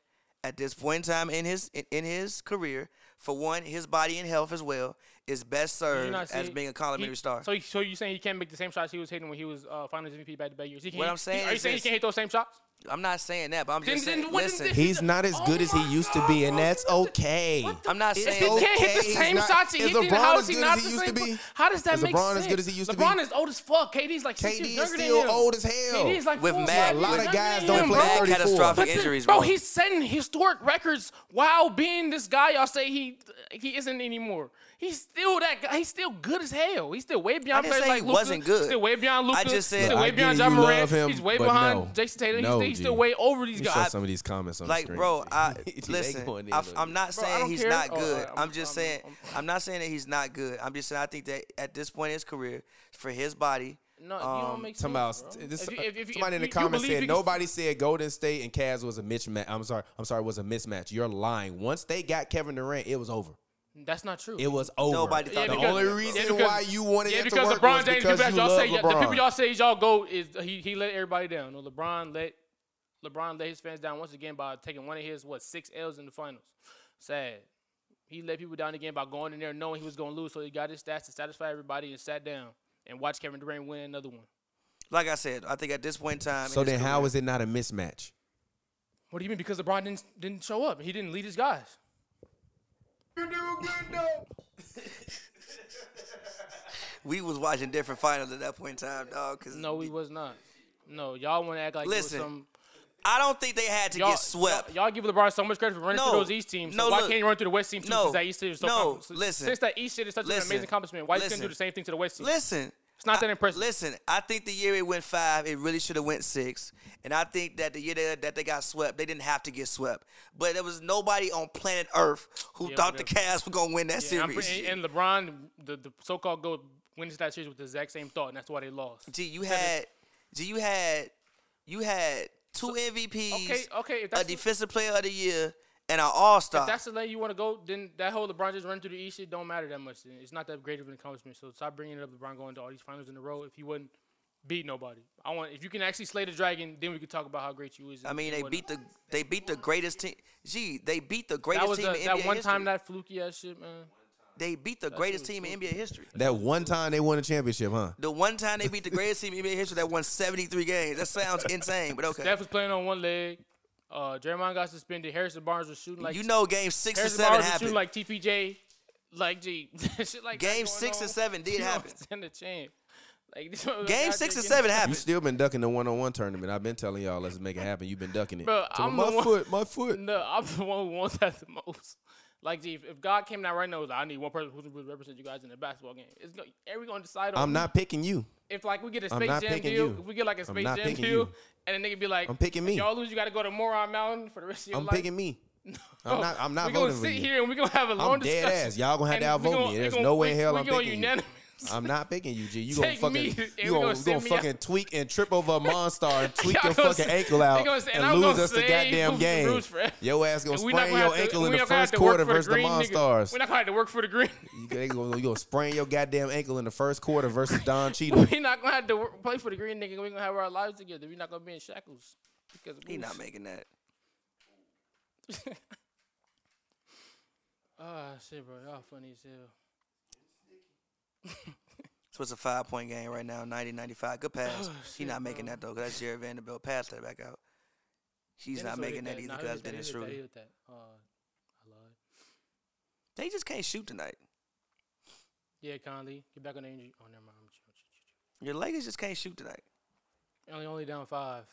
at this point in time in his in, in his career, for one, his body and health as well, is best
You're
served
not
as
saying-
being a complimentary
he-
star.
So, so you saying he can't make the same shots he was hitting when he was uh, Finals MVP back to back years? He can't,
What I'm saying
are you
is
saying
this.
he can't hit those same shots?
I'm not saying that, but I'm
Then-
just saying.
then what-
Listen,
then-
He's not as good as he used to be, and that's okay.
I'm not
If he
saying.
can't hit the
He's
same
not-
shots he
is
hit, then
LeBron
how
as
is he
good as
not
he
the
used
same?
to
pl-
be?
How does that
Is
make
LeBron
sense?
as good as he used to be?
LeBron is old as fuck. KD's like six
KD
years
is
younger than
still
him.
old as hell.
KD is like
With
four
mad-
years
a lot of
younger
guys
than
don't
him,
play
bro.
that
Mad
34.
catastrophic
But the-
injuries,
bro,
bro.
he's setting historic records while being this guy. Y'all say he he isn't anymore. He's still that guy. He's still good as hell. He's still way beyond
didn't
players
say he
like Luka.
wasn't good.
Still way beyond
I
Luka.
just said-
still
I
way
get
beyond
it,
John
you love
Morant.
him,
he's way
but
behind
no.
Jason Tatum.
No,
he's, he's still
G.
way over these
You
guys.
saw some of these comments on
Like,
the screen.
bro, I
They going
listen.
in
I,
on you.
am not
Bro, I
saying
don't
he's
care.
not
Oh,
good.
alright,
I'm,
I'm-
just
I'm-
saying. I'm,
I'm-
not saying that he's not good. I'm just saying I think that at this point in his career, for his body,
No, you
um,
don't make sense.
Somebody, else-
bro.
this- uh,
If you- if- if-
somebody
if
in the
you- you
comments
believe
said
he can-
nobody said Golden State and Cavs was a mismatch. I'm sorry, I'm sorry, was a mismatch. You're lying. Once they got Kevin Durant, it was over.
That's not true.
It was over.
Nobody
Yeah,
thought that
the
was
only
over, bro.
reason
Yeah, because-
why you wanted
Yeah,
it
because
to work
LeBron James,
was
the
because
people that
you
y'all
love
say,
LeBron.
the people y'all say y'all go is he, he let everybody down. No, LeBron let LeBron let his fans down once again by taking one of his what six L's in the finals. Sad. He let people down again by going in there knowing he was going to lose, so he got his stats to satisfy everybody and sat down and watched Kevin Durant win another one.
like I said, I think at this point in time.
so
in his
then,
career,
how is it not a mismatch?
What do you mean? Because LeBron didn't didn't show up. He didn't lead his guys.
we was watching different finals at that point in time, dog? Because
No, he was not. No, y'all want to act like it was
Listen,
some.
I don't think they had to
Y'all,
get swept.
y'all, y'all give LeBron so much credit for running
No.
through those East teams. So
No,
why
look.
can't he run through the West team too?
No.
Since that East shit is so
No,
compli-
listen.
Since that East shit is such
Listen.
an amazing accomplishment, why you couldn't
Listen.
do the same thing to the West team?
Listen.
It's not that
I-
impressive.
listen, I think the year it went five, it really should have went six, and I think that the year that, that they got swept, they didn't have to get swept. But there was nobody on planet Earth who
Yeah,
thought the
whatever.
Cavs were gonna win that
And I'm
series.
pretty- and, and LeBron, the, the so-called GOAT, wins that series with the exact same thought, and that's why they lost.
Gee, you had, gee, you had, you had two MVPs,
Okay, okay. If
a
that's, the, if
defensive player of the year, and an All Star.
that's the lane you want to go, then that whole LeBron just running through the East shit don't matter that much. Then. It's not that great of an accomplishment. So stop bringing it up. LeBron going to all these finals in a row if he wouldn't beat nobody. I want if you can actually slay the dragon, then we could talk about how great you is.
I
and-
mean,
and
they beat
whatnot.
the they beat the greatest team. Gee, they beat the greatest
That was
team
a,
in
that
NBA
one
history.
time that fluky ass shit, man.
they beat the greatest team in NBA history.
That one time they won a championship, huh?
The one time they beat the greatest team in NBA history that won 73 games. That sounds insane, but okay.
Steph was playing on one leg. Uh, Draymond got suspended. Harrison Barnes was shooting like
you know game six and
Harrison
seven
Barnes was
happened.
shooting like TPJ, like G. shit like that
Game
going
six
on.
and seven did
You know,
happen.
it's in the chain. Like this one was
Game
out
six and
there getting-
seven
You
happened.
still been ducking the one-on-one tournament. I've been telling y'all, let's make it happen. You've been ducking it.
Bro,
So
I'm
my
the one-
foot, my foot.
No, I'm the one who wants that the most. Like, gee, if, if God came down right now, and was like, I need one person who would represent you guys in the basketball game. It's go- every gonna decide on
I'm
who-
not picking you.
if like we get a
I'm
Space
not
Jam
picking
deal,
you.
if we get like a Space
not
Jam
picking
deal,
you.
and a nigga be like,
I'm picking me.
If y'all lose, you got to go to Moron Mountain for the rest of your
I'm
life.
picking me. I'm not. I'm not
we
voting
gonna
for
sit
you.
here and we gonna have a long
I'm dead
discussion.
ass. Y'all gonna have to
and we
outvote
gonna-
me.
we
There's
gonna-
no way in
we-
hell
we
I'm
gonna
picking you.
unanimous.
I'm not picking you, G. You gonna
Take
fucking
me, and we
you gonna,
gonna
you
send
gonna
me
fucking tweak and trip over a monster and tweak
Y'all
your
gonna
fucking
say-
ankle
they
out
gonna say- and
and,
I'm
lose
gonna
us the
say
goddamn
who's the
game.
roots for-
Your ass gonna
And we not
sprain
gonna
your
have to-
ankle in
we
the
not gonna have
first
to work
quarter
for
versus the
green nigga.
monstars.
We're not gonna have to work for the green.
You they gonna, you gonna sprain your goddamn ankle in the first quarter versus Don Cheadle.
We're not gonna have to work, play for the green nigga. We're gonna have our lives together. We're not gonna be in shackles because
He
we-
not making that.
Ah, shit, bro, y'all funny as hell.
So it's a five point game right now, 90 95. Good
Oh,
pass. He not making that though, because that's Jared Vanderbilt. Pass that back out. He's not
Dennis
making that
already
either
did
because
Nah, he
Dennis
did that,
Schroeder.
he did that, he did that. Uh, I lied.
They just can't shoot tonight.
Yeah, Conley, get back on the injury. Oh, never mind. I'm ch- ch- ch- ch-
Your Lakers just can't shoot tonight.
Only only down five.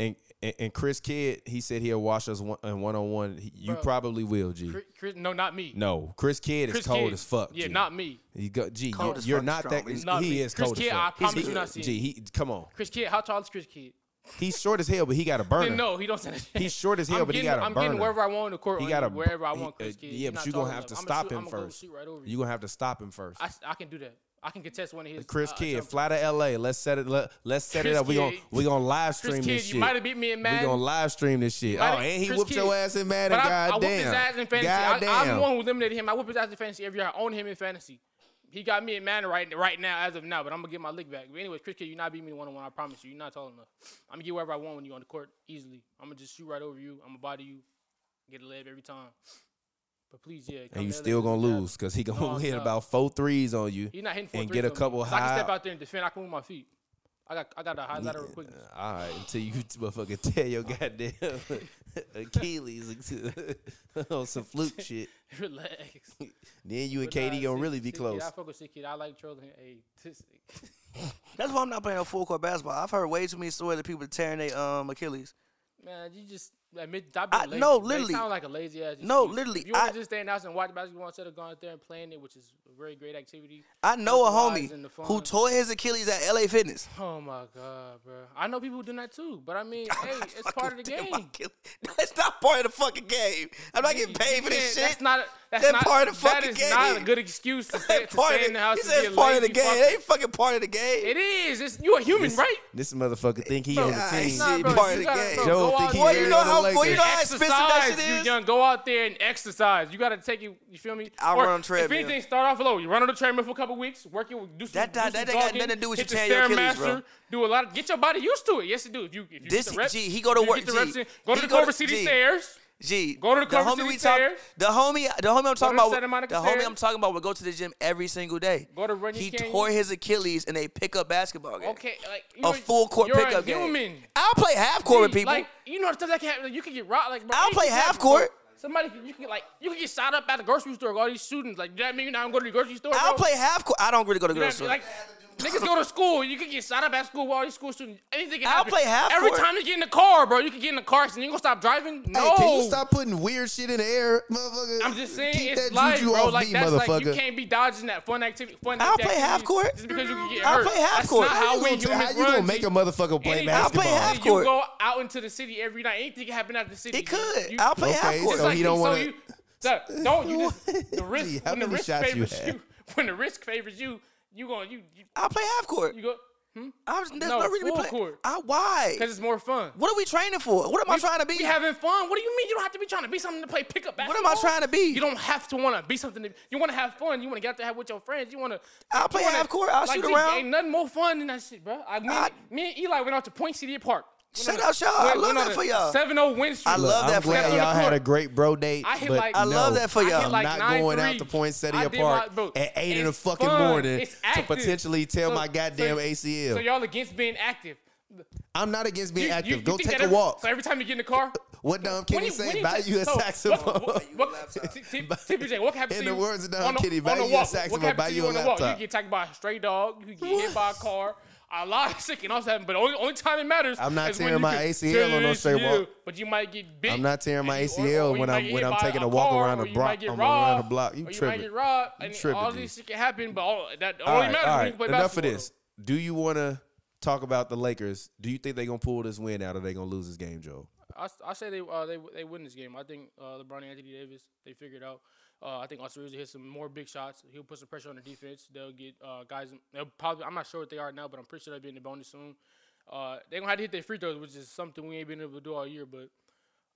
And, and and Chris Kidd, he said he'll watch us one one on one. You
Bro.
probably will, G.
Chris, Chris, no, not me.
No, Chris Kidd
Chris
is cold
Kidd.
as fuck.
Yeah,
G.
not me.
He go, G,
Cold
you-
as
you're
fuck
not
is
that.
strong. He's
not
he
me.
is
Chris
cold
Kidd,
as
I
fuck.
promise
He's
you
good.
not seeing
G, he come on.
Chris Kidd, how tall is Chris Kidd?
He's short as hell, but he got a burner.
Then no, he don't say that.
He's short as hell,
I'm
but he
getting-
got a
I'm getting
burner.
wherever I want in the court.
He
on
got
you,
a bur-
wherever I
he-
want. Chris
uh,
Kidd.
yeah,
He's
but
not
you gonna
tall
have to
enough. I'ma
stop
shoot-
him
I'ma go
first.
shoot right over
You
you.
gonna have to stop him first.
I, s- I can do that. I can contest one of his.
Chris
uh,
Kidd,
jump-
fly to L.A. Let's set it. Let, let's set
Chris
it up. We gonna
Kidd.
we gonna live stream
Chris
this
Kidd,
shit.
you might have beat me in Madden.
We gonna live stream this shit. Oh,
Might have-
and he
Chris
whooped your
Kidd.
ass in Madden.
But I, I
goddamn.
whooped his ass in fantasy. I, I'm
Goddamn.
the one who eliminated him. I whooped his ass in fantasy every year. I own him in fantasy. He got me in Madden right, right now, as of now, but I'm gonna get my lick back. But anyways, Chris Kidd, you not beat me one on one. I promise you, you're not tall enough. I'm gonna get wherever I want when you on the court easily. I'm gonna just shoot right over you. I'm gonna body you, get a layup every time. But please, yeah. come
and you
to LA,
still gonna
let's do that.
lose because he gonna
Oh, No, I'm
hit
not.
about four threes on you.
He's not hitting four
and
threes
get a
on me.
couple
'Cause I can step
high-
out there and defend. I can move my feet. I got I got a high lateral quickness.
Uh, All right, until you motherfucker tear
Oh.
your goddamn Achilles on some fluke shit,
Relax.
then you and
But nah,
KD gonna
Sick-
really be
Sick Kid,
close.
I fuck with sick kid. I like trolling. him. Hey, this-
That's why I'm not playing no full court basketball. I've heard way too many stories of people tearing their um Achilles.
man, you just admit stop being
I-
lazy.
no,
They
literally.
sound like a lazy ass.
No,
excuse.
literally,
If you want
I-
to just stand out and watch basketball instead of going out there and playing it, which is a very great activity.
I know a
Health-wise and
homie
the
who
fun.
tore his Achilles at LA Fitness.
Oh my god, bro! I know people who do that too, but I mean, hey, it's part of the
Damn,
game.
my Achilles. That's not part of the fucking game. I'm not getting
You
paid for this shit.
can't- That's not. That's
That
not
part of the
that
fucking
is not a
game.
good excuse to stay,
That
to
part
stay
of
in the
the,
house.
he
and be
said
a
it's part of the
lazy
game. It
fucker.
ain't fucking part of the game.
It is. It's you a human, right?
This motherfucker think he on
Yeah,
the
it's
team.
not-
Nah, bro,
part
you
of the
gotta-
game.
bro,
Joe
go out
think he
Boy,
there.
you know how, boy, you know how expensive that
exercise,
shit
you
is.
young. Go out there and exercise. You gotta take it. You feel me?
I run on
If
treadmill.
anything, start off low. You run on the treadmill for a couple weeks. Work your do some,
That-
do
that-
some
that ain't got
jogging,
nothing to do with
hit
you
the
tearing your Achilles,
Stairmaster,
bro.
Do a lot. Of, get your body used to it. Yes, it do. If you, if you
This-
get the reps,
G, he go to
if you
work-
Get the
G,
reps in, go to
he
the
go to-
Culver City
G.
stairs.
G,
Go to the Culver
homie
City
we talk,
Fair.
the homie, the homie I'm talking
to
about,
Santa Monica
the homie
Fair.
I'm talking about would go to the gym every single day.
Go to Runyon
He
Canyon.
tore his Achilles in a pickup basketball game.
Okay, like
a
you're-
full court
you're a
pickup game.
Human.
I'll play half court with
Dude,
people.
Like you know the stuff that can happen. Like, you can get robbed. Like bro,
I'll
anything
play
can happen,
half court.
bro. Somebody can, you can like you can get shot up at the grocery store. with All these shootings. Like that mean you not going to the grocery store?
I'll
bro?
play half court. I don't really go to
You know what I
grocery
mean? Like niggas go to school. You can get shot up at school. with All these school shootings. Anything can
I'll
happen.
play half
Every
court.
time you get in the car, bro, you can get in the car and you gonna stop driving. No.
Hey, can you stop putting weird shit in the air, motherfucker?
I'm just saying,
Keep
it's
that
life,
juju
bro.
off
Like
me,
that's like you
motherfucker.
can't be dodging that fun activity. Fun
I'll play half
activities
court.
just because you can get
I'll
hurt.
play half
that's
court.
Not
How
how,
you
we
gonna,
humans
how you gonna
run,
make
G.
a motherfucker play
Anything-
I'll play
basketball?
half
you
court.
go out into the city every night. Anything can happen out of the city.
It could.
You,
I'll play half
Okay,
court.
it's
so
like
he Oh, don't
so
want
you.
to.
so Don't you just the risk
Gee, how
when the
many
risk
shots you
favors
had?
you, when the risk favors you you gonna you you,
I'll play half court.
you go hmm
I'm just, there's
No,
no, reason to
full
play.
court.
I, why?
because it's more fun.
What are we training for? What am I trying to be?
We having fun. What do you mean? You don't have to be trying to be something to play pickup
What
basketball.
am I trying to be?
You don't have to want to be something. To, you want to have fun. You want to get out there have with your friends. You want to.
I'll play half court. I'll shoot around.
Ain't nothing more fun than that shit, bro. I, me,
I-
me and Eli went out to Point City Park.
Shout out y'all. I love that for y'all.
Seven zero win streak.
I
Look,
love
I'm
that for
glad
y'all.
y'all had a great bro date.
I hit
but
like-
I love
no,
that for
I hit
y'all.
I'm
like
not
nine
going out
threes.
to Poinsettia
I did
Park
my- bro,
at eight in the
it's
fucking
fun.
morning
It's
to
active.
potentially tear
So-
my goddamn
so-
ACL.
So y'all against being active.
I'm not against being
You-
active.
you- you
Go
think
take
that
a
every-
walk.
So every time you get in the car,
what dumb kid
you-
say?
you
Buy
take-
you a
so,
saxophone.
What, what, what, T- T- TPJ, what happened
In
to
the
you?
words of Don
on the-
Kitty,
on
buy
the
you a
walk?
saxophone,
What happened
buy
to
you
you
a
on the walk? You
laptop.
get attacked by a stray dog. You get hit by a car. A lot of sick and all that, happened, but only only time it matters.
I'm not
is when
tearing
you
my
can-
ACL on no straight
Yeah,
walk.
But you might get bit.
I'm not tearing
and
my
you- or-
ACL
or you
when
might
I'm-
get
when
hit
I'm
by
taking a walk
car,
around
or
the
you
block-
might get
I'm around the
robbed,
block. You
or
tripping.
might get robbed.
You
and
tripping,
all
dude.
this shit can happen, but all, that
All
only
right,
matters
all
when you
right.
play
Enough of
basketball.
this. Do you want to talk about the Lakers? Do you think they're gonna pull this win out, or they gonna lose this game, Joe?
I, s- I say they uh, they they win this game. I think uh, LeBron and Anthony Davis they figured out. Uh, I think Osaruza hit some more big shots. He'll put some pressure on the defense. They'll get uh, guys. They'll probably. I'm not sure what they are now, but I'm pretty sure they'll be in the bonus soon. Uh, they gonna have to hit their free throws, which is something we ain't been able to do all year. But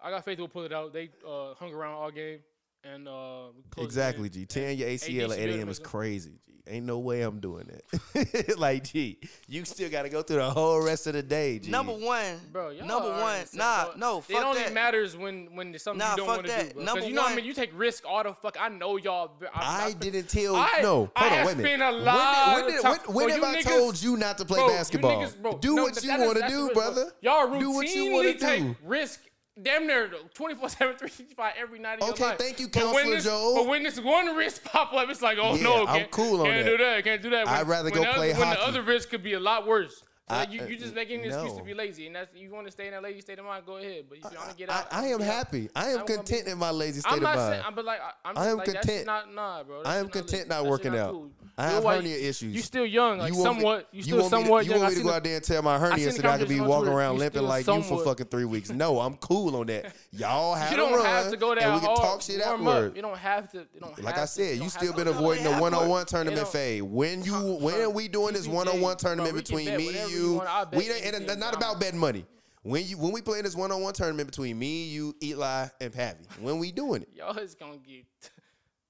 I got faith we'll pull it out. They uh, hung around all game and uh, we closed it in.
Exactly, G. Tearing your ACL at
should be
8
able to
a.m.
make
is
some-
crazy. G. Ain't no way I'm doing that. like, G, you still got to go through the whole rest of the day, G.
Number one,
Bro, y'all
number
are
one,
insane,
nah,
bro.
no,
it
fuck
only
that.
matters when when there's something
Nah,
you don't
fuck
want to
that.
do. Bro.
Number
Cause you know what I
one-
mean. You take risk all the fuck. I know y'all. I,
I,
spent-
didn't tell
I-
no. Hold
I
on,
have
wait a minute.
spent a lot
when
of
did, when,
time-
did- when
Bro,
have
you
I
niggas-
told you not to play
Bro, you
basketball?
niggas- bro,
do
no,
what
that-
you
that is-
want to
that's
do,
what-
brother.
Y'all routinely
do what you wanna
take
do.
risk damn near 24 7 365 every night of
Okay,
your life.
thank you,
But when
Counselor
this-
Joel.
But when this one wrist pop up, it's like, oh
Yeah,
no,
I'm
can't,
cool on
can't
that.
do that, can't do that.
I'd rather
when
go
the
play
other, When the
hockey.
other wrist could be a lot worse. So
I-
like, you, you just
uh,
making an excuse to
no.
be lazy, and that's you want to stay in that lazy state of mind. Go ahead, but if you want to get
I,
out,
I am
get out.
happy. I
I
am
wanna be-
content in my lazy state
I'm
of
not
mind.
saying, I'm but like, I- I'm
I
just
am
like, That's
content.
just not nah, bro. That
I
shit
am
not
content
lit.
not
That shit
working out.
cool.
I
You're
have
white.
hernia issues.
You still young, like
want me-
somewhat. you still
want me to-
somewhat
You
young. I
want me to
seen
go
the-
out there and tell my
seen
hernias
the
that I could be
conversation on
walking
Twitter.
around
You
limping
still
like you for
somewhat-
fucking three weeks? No, I'm cool on that. Y'all have
You don't
to run,
have to go there.
and we can
all
talk shit
warm Up.
afterward.
You don't have to. You don't
Like
have to-
I said,
don't
you
have
still
to-
been
Oh, no, they
avoiding the
have
one on one
work.
tournament
They
fade. When you when are we doing this
TPJ,
one on one tournament
bro, we can
between
bet
me and
whatever
you?
you want. I'll bet
We ain't and
anything.
it's not
I'm-
about betting money. When you when we playing this one on one tournament between me, you, Eli, and Pappy. When we doing it?
Y'all is gonna get.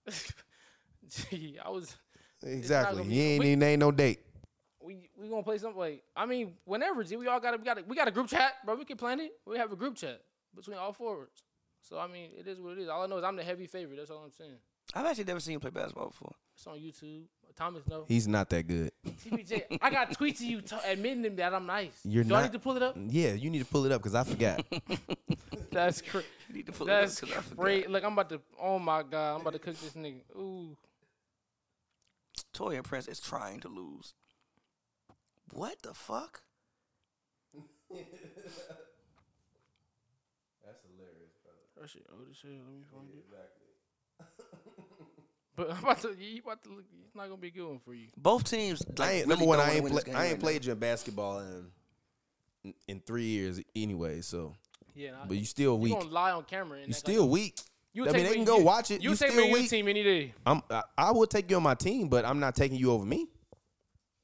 Gee, I was.
Exactly.
gonna
He
be-
ain't
we-
even ain't no date.
We we gonna play something like I mean whenever G we all gotta we gotta we got a group chat bro we can plan it we have a group chat between all forwards so I mean it is what it is all I know is I'm the heavy favorite that's all I'm saying
I've actually never seen you play basketball before.
it's on YouTube Thomas no
He's not that good.
TBJ I got tweets of you t- admitting that I'm nice
You're
do I
not-
need to pull it up
Yeah, you need to pull it up because I forgot.
that's crazy.
You need to pull
That's
it up 'cause I forgot.
great. Look, I'm about to. Oh my god, I'm about to cook this nigga. Ooh,
Torian Prince is trying to lose. What the fuck?
that shit old as hell. Let me find it. But I'm about to. You about to look. It's not gonna be a good one for you.
Both teams. Like,
I ain't
really
number one.
don't
I
wanna
ain't
win this
play,
game
I ain't
right
played you in basketball in in three years anyway. So,
Yeah, nah,
but you still
you
weak.
gonna lie on camera. And
You
act like-
still weak.
You
I
take
mean,
me-
they can go
you-
watch it.
You,
You
take
still
me and your
weak.
team any day.
I'm. I, I will take you on my team, but I'm not taking you over me.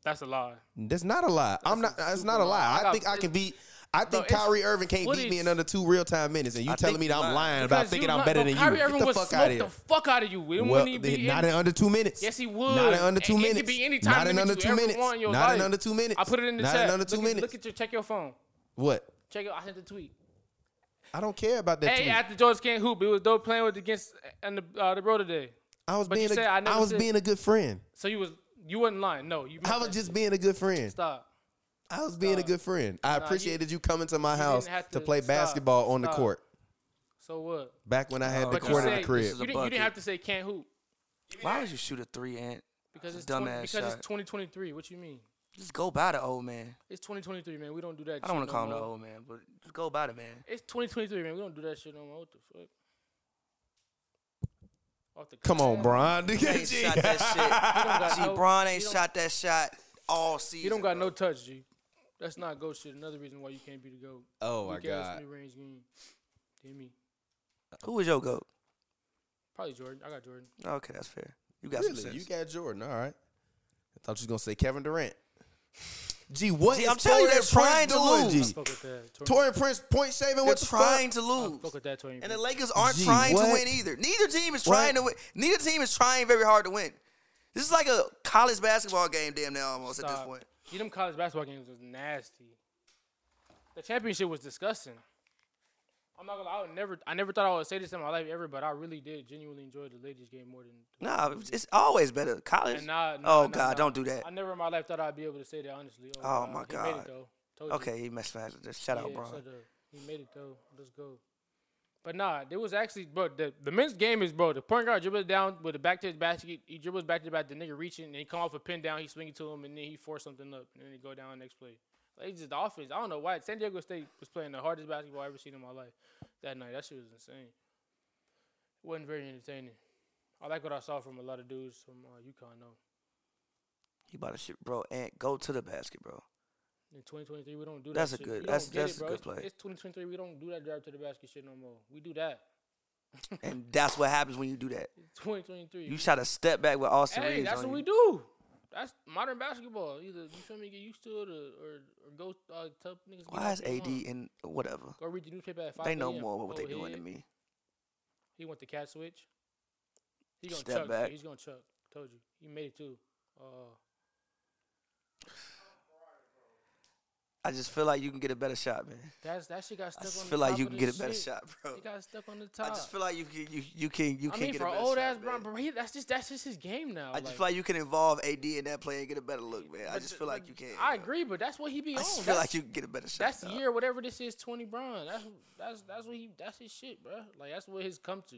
That's a lie.
That's not a lie. I'm not. That's not a
lie. I
lie. I,
got-
think I can beat. I
No,
think
it's-
Kyrie Irving can't
what
beat me
is-
in under two real time minutes, and you
I
telling
think
me that
you're
I'm
lying.
lying about
Because
thinking
you
I'm
li-
better
bro,
than
Kyrie
you.
Irving
Get the
would
fuck
smoke
out of here.
the fuck out of you. Wouldn't
Well,
he
then
be
not
in-
in under two minutes.
Yes, he would.
Not in under
And
two
it could
minutes.
be any time
Not in
limit
under
you
two
ever
minutes.
want in your
Not in
life.
under two minutes.
I put it in the
Not
chat.
in under two
look, At,
minutes.
look at your check your phone.
what?
Check it. I sent the tweet.
I don't care about that.
Hey,
tweet.
after George can't hoop, it was dope playing with against and the uh, the bro today.
I was
But you
being a,
said I
I,
never
was
said-
being a good friend.
So you was you wasn't lying. No, you.
I
meant
was
that.
just being a good friend.
stop.
I was being a good friend. I
you-
appreciated you, coming to my
didn't
house
have
to
to-
play
stop,
basketball on the
stop.
court
So what?
back when I had
Oh,
the
But
you
court
said-
in the crib.
this is a
You didn't, you didn't
bucket.
have to say can't hoop
now. Why would you shoot a three ant?
because it's 20,
dumbass
because
shot.
it's 2023. What you mean?
Just go by the old man.
It's 2023, man. We don't do that.
I don't
want to
call him
no
the
more.
old man, but just go by the man.
It's 2023, man. We don't do that shit no more. What the fuck? Off the
Come on, Bron.
He ain't shot that
You don't got
shit. Gee,
no-
Bron
you
ain't
don't-
shot that shot all season.
You don't got
bro.
no touch, G. That's not go shit. Another reason why you can't be the go.
oh my
Weak ass
god.
mid-range game. Damn me.
Who is your goat?
Probably Jordan. I got Jordan.
Okay, that's fair. You got some
Really?
sense.
You got Jordan. All right. I thought you was gonna say Kevin Durant. Gee, what?
Gee,
is
I'm telling you,
Torian
they're
Prince
trying to
doing,
lose.
Gee?
Fuck with that. Tor-
Torian Prince point shaving.
They're
What the
trying
fuck?
to lose.
fuck with that, Torian.
And
Prince.
the Lakers aren't
Gee,
trying to
what?
win either. Neither team is trying
What?
to win. Neither team is trying very hard to win. This is like a college basketball game, damn near almost at this
Stop.
point.
See, them college basketball games was nasty. The championship was disgusting. I'm not gonna. lie, I would never. I never thought I would say this in my life ever, but I really did genuinely enjoy the ladies' game more than.
Nah, it's- it's always better. College.
And nah, nah,
oh
nah,
God,
nah.
don't do that.
I never in my life thought I'd be able to say that honestly.
Oh,
nah,
my
He made
God.
it though. Told you.
Okay, he messed fast. Just shout out,
Yeah,
Bron.
shut up. He made it though. Let's go. But nah, there was actually bro. The, the men's game is bro. The point guard dribbles down with the back to his basket. He dribbles back to the back. The nigga reaching and he come off a pin down. He swinging to him and then he force something up and then he go down next play. Like it's just the offense. I don't know why San Diego State was playing the hardest basketball I ever seen in my life that night. That shit was insane. It wasn't very entertaining. I like what I saw from a lot of dudes from uh, UConn though.
He about to shit, bro. And go to the basket, bro.
In 2023, we don't do
That's a
that. shit.
good-
We don't
that's-
get
that's
it,
a
bro.
good
It's-
play.
It's 2023. We don't do that drive to the basket shit no more. We do that.
and that's what happens when you do that.
2023.
You shot a step back with Austin
hey,
Reeves
that's
on you.
what we do. That's modern basketball. Either you feel me, get used to it, or or, or go uh, tell niggas. get
Why
out
is
there
AD
and run.
and whatever?
Go read the newspaper at five. Oh,
They know
a.m.
more about what they
Go
doing
ahead.
than me.
He went the cat switch. He gonna
Step
chuck.
back.
He's gonna chuck. Told you. He made it too. Uh,
I just feel like you can get a better shot, man.
That's that shit got
I
stuck
just
on the
feel like
top
you
of
can
the
get a better
shit.
shot, bro.
He got stuck on the top.
I just feel like you can you you can you
I
can
mean,
get
for
a better
old
shot,
ass
man.
Bron, bro, he, that's just that's just his game now.
I just feel like you can involve AD in that play and get a better look, man. I just feel like you can.
I
bro.
agree, but that's what he be
I
on.
just feel
That's-
like you can get a better shot.
That's the
dog.
year, whatever this is, twenty Brown. That's that's that's what he that's his shit, bro. Like that's what his come to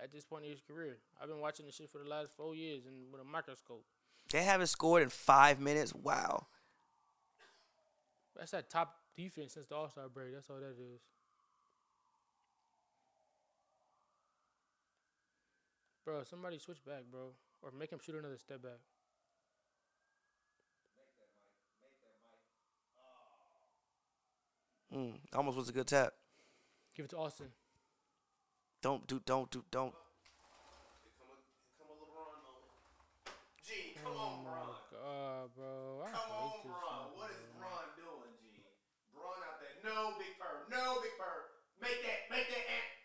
at this point in his career. I've been watching this shit for the last four years and with a microscope.
They haven't scored in five minutes. Wow.
That's that top defense since the All Star break. That's all that is. Bro, somebody switch back, bro, or make him shoot another step back.
Mm, almost was a good tap.
Give it to Austin.
Don't do. Don't do. Don't.
God, bro, I hate this.
What is Braun doing, G? Braun out there. No, Big Purr. No, Big Purr. Make that. Make that. Act.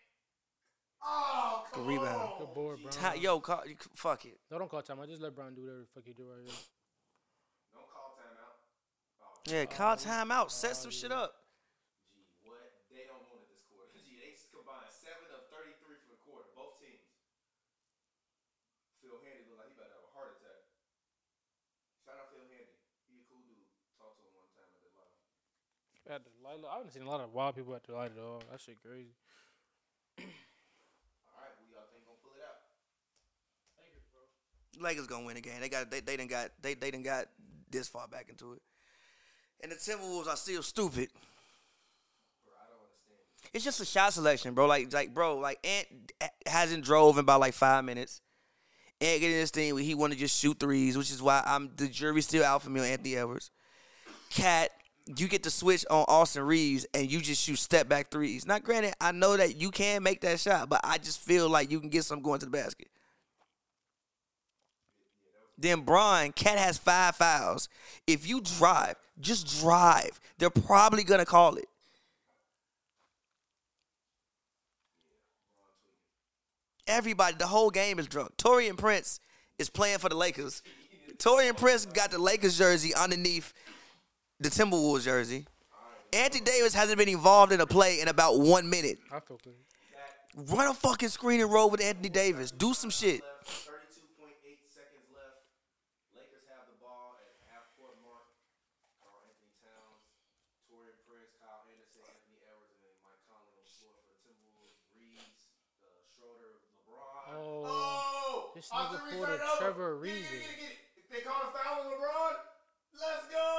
Oh,
Good
come
rebound.
on.
Good board, bro.
Ti- yo, call, you c- fuck it.
No, don't call time. I just let Brown do whatever the fuck you do right here.
Don't call timeout. Oh,
Uh,
Yeah, call timeout. Set some shit up.
Gee, what? They don't want it this quarter. Gee, they s- combined 7 of 33 for the quarter, both teams. Phil Handy looked like he about to have a heart attack. Shout out Phil Handy. He a cool dude. Talk to him one time at the live.
At Delilah, I haven't seen a lot of wild people at Delilah at all. That shit crazy.
All right, who y'all think gonna pull it out?
Lakers gonna win the game. They got. They they didn't got. They they didn't got this far back into it. And the Timberwolves are still stupid. It's just a shot selection, bro. Like like bro, like Ant hasn't drove in about like five minutes. Ant getting this thing where he want to just shoot threes, which is why I'm the jury's still out for me on Anthony Edwards. Cat, you get to switch on Austin Reeves and you just shoot step back threes. Now, granted, I know that you can make that shot, but I just feel like you can get some going to the basket. Then Braun, Cat has five fouls. If you drive, just drive. They're probably gonna call it. Everybody, the whole game is drunk. Torian Prince is playing for the Lakers. Torian Prince got the Lakers jersey underneath the Timberwolves jersey. Anthony Davis hasn't been involved in a play in about one minute.
I feel good.
Run a fucking screen and roll with Anthony Davis. Do some shit.
Left, 32.8 seconds left. Lakers have the ball at half court mark. Carl Anthony Towns, Torrey Prince, Kyle Anderson, Anthony Edwards, and then Mike Conley on the floor for the Timberwolves. Reeves, uh, Schroeder, LeBron.
Oh,
Oh!
this nigga
Austin Reeves
pulled a
turned it over.
Trevor
Get it,
Reeves.
get it, get it, get it. They called a foul on LeBron. Let's go!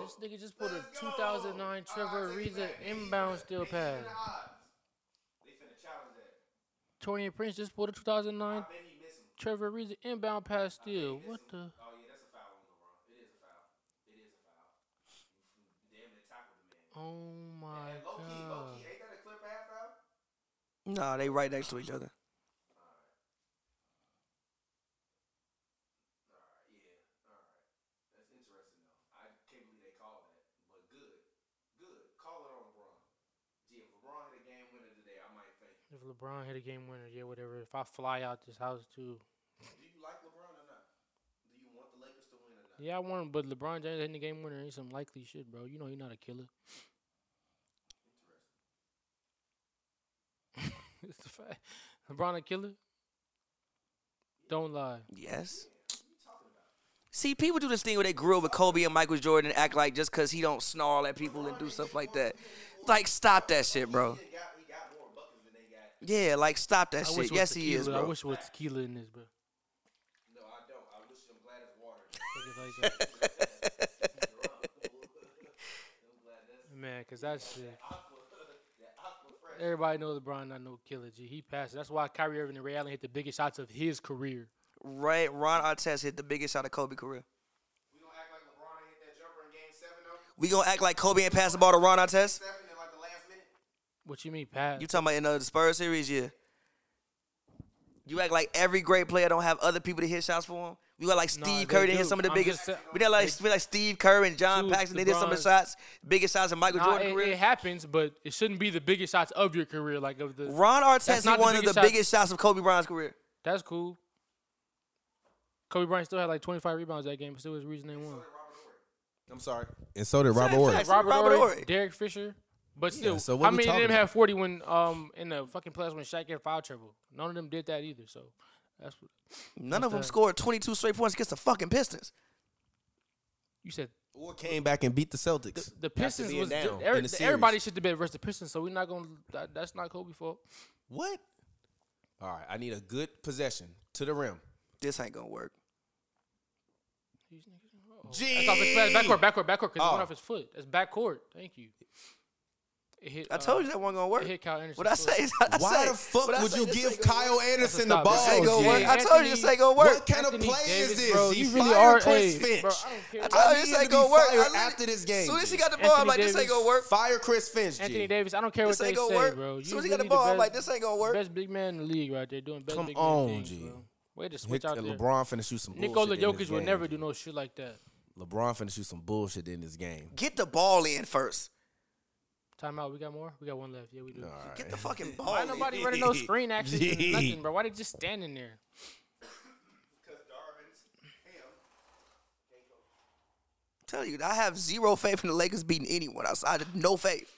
Bro, this nigga just put a
Let's go.
2009 Trevor
Alright, I take it
Ariza
back. He's
inbound
finna-
steal
he's finna
pass.
odds. They finna challenge that.
Torian Prince just pulled a 2009
I bet he miss him.
Trevor Ariza inbound pass steal. What the?
Oh yeah, that's a foul on LeBron. It is a foul. It is a foul. Mm-hmm. Damn, they tackled the man.
Oh my
and low key, low
god.
key, ain't that a clear pass foul?
No, they right next to each other.
All right, yeah, all right. That's interesting though. I can't believe they called that, but good, good. Call it on LeBron. Gee, if LeBron hit a game winner today, I might think.
If LeBron hit a game winner, yeah, whatever. If I fly out this house too,
Do you like LeBron or not? Do you want the Lakers to win or not?
yeah, I want him. But LeBron James hitting the game winner ain't some likely shit, bro. You know he's not a killer.
Interesting.
it's the fact. LeBron a killer? Don't lie.
Yes. See, people do this thing where they grew up with Kobe and Michael Jordan and act like just because he don't snarl at people and do stuff like that. Like, stop that shit, bro.
He got he got more buckets than they got.
Yeah, like, stop that
I
shit.
wish it was
Yes, he is,
tequila. I
bro.
wish it was tequila in this, bro.
No, I don't. I wish I'm glad it's water.
Look at like
I'm glad that's
that. Man, because that's shit.
aqua. that aqua fresh.
Everybody knows LeBron not no killer, G. He passed. That's why Kyrie Irving and Ray Allen hit the biggest shots of his career.
Right, Ron Artest hit the biggest shot of Kobe career.
We don't act like LeBron ain't hit that jumper in game seven though.
We gonna act like Kobe ain't passed the ball to Ron Artest?
Seven in like the last minute.
What you mean, pass?
You talking about in uh, the Spurs series, yeah? You act like every great player don't have other people to hit shots for him. We got like
Nah,
Steve
they
Curry to hit
do.
some of the
I'm
biggest.
just sa-
we not like we like Steve Curry and John
Dude,
Paxson. They did some of the
LeBron's-
shots, biggest shots in Michael
nah,
Jordan
it,
career.
it happens, but it shouldn't be the biggest shots of your career. Like of the
Ron
That's
Artest
not
hit
the
one of the
biggest shot.
biggest shots of Kobe Bryant's career.
that's cool. Kobe Bryant still had like 25 rebounds that game, but still was the reason they won.
I'm sorry. And so did Robert
Fact,
Ory.
facts.
Robert,
Robert
Ory,
Ory.
Derek Fisher. But still,
so what
how
we
many of
talking
them had
about?
40 when um in the fucking playoffs when Shaq got foul trouble? None of them did that either. So that's what
None of them
that?
scored 22 straight points against the fucking Pistons.
you said.
Or came back and beat the Celtics.
The
after
Pistons
being
was
down
every-
in the series.
everybody should have been versus the Pistons. So we're not gonna. That, that's not Kobe's fault.
What? All right, I need a good possession to the rim.
This ain't gonna work.
Oh. That's off his flat. Backcourt, backcourt, backcourt. Because it
Oh.
went off his foot. That's backcourt. Thank you. It hit,
I
uh,
told you that wasn't gonna work.
It hit Kyle Anderson.
What I say? I
Why
say-
the fuck
what I
would
say,
you
this
give
ain't gonna
Kyle
work.
Anderson the
That's a
ball?
stop.
This ain't
Oh,
gonna
yeah.
work. I told you this
Anthony-
ain't gonna work.
What kind of
Anthony
play is
Davis,
this?
bro,
he
you really
fired
are
Chris
a-
Finch.
bro, I don't care.
I
I
told you this
need him to
ain't
be
gonna work.
fired
I literally-
after this game,
Soon as he
G.
got the ball, I'm
Anthony
like, this ain't
Davis-
gonna work.
Fire Chris Finch, G.
Anthony Davis, I don't care
This
what
ain't
they
gonna
say,
work.
bro.
Soon
You
as he got the
really
ball,
best,
I'm like, this ain't gonna work.
Best big man in the league right there doing best
Come
big
on,
man things,
G.
bro. Way to switch
Nick-
out
and
there.
LeBron finna shoot some
Nikola
bullshit. in this
Jokic would
game,
never
G.
do no shit like that.
LeBron finna shoot some bullshit in this game.
Get the ball in first.
Timeout. We got more. We got one left. Yeah, we do.
All right.
Get the fucking ball.
Why
in.
nobody running no screen action?
Yeah.
Nothing, bro. Why they just standing there?
Because Darvin's him.
tell you, I have zero faith in the Lakers beating anyone. I, I have no faith.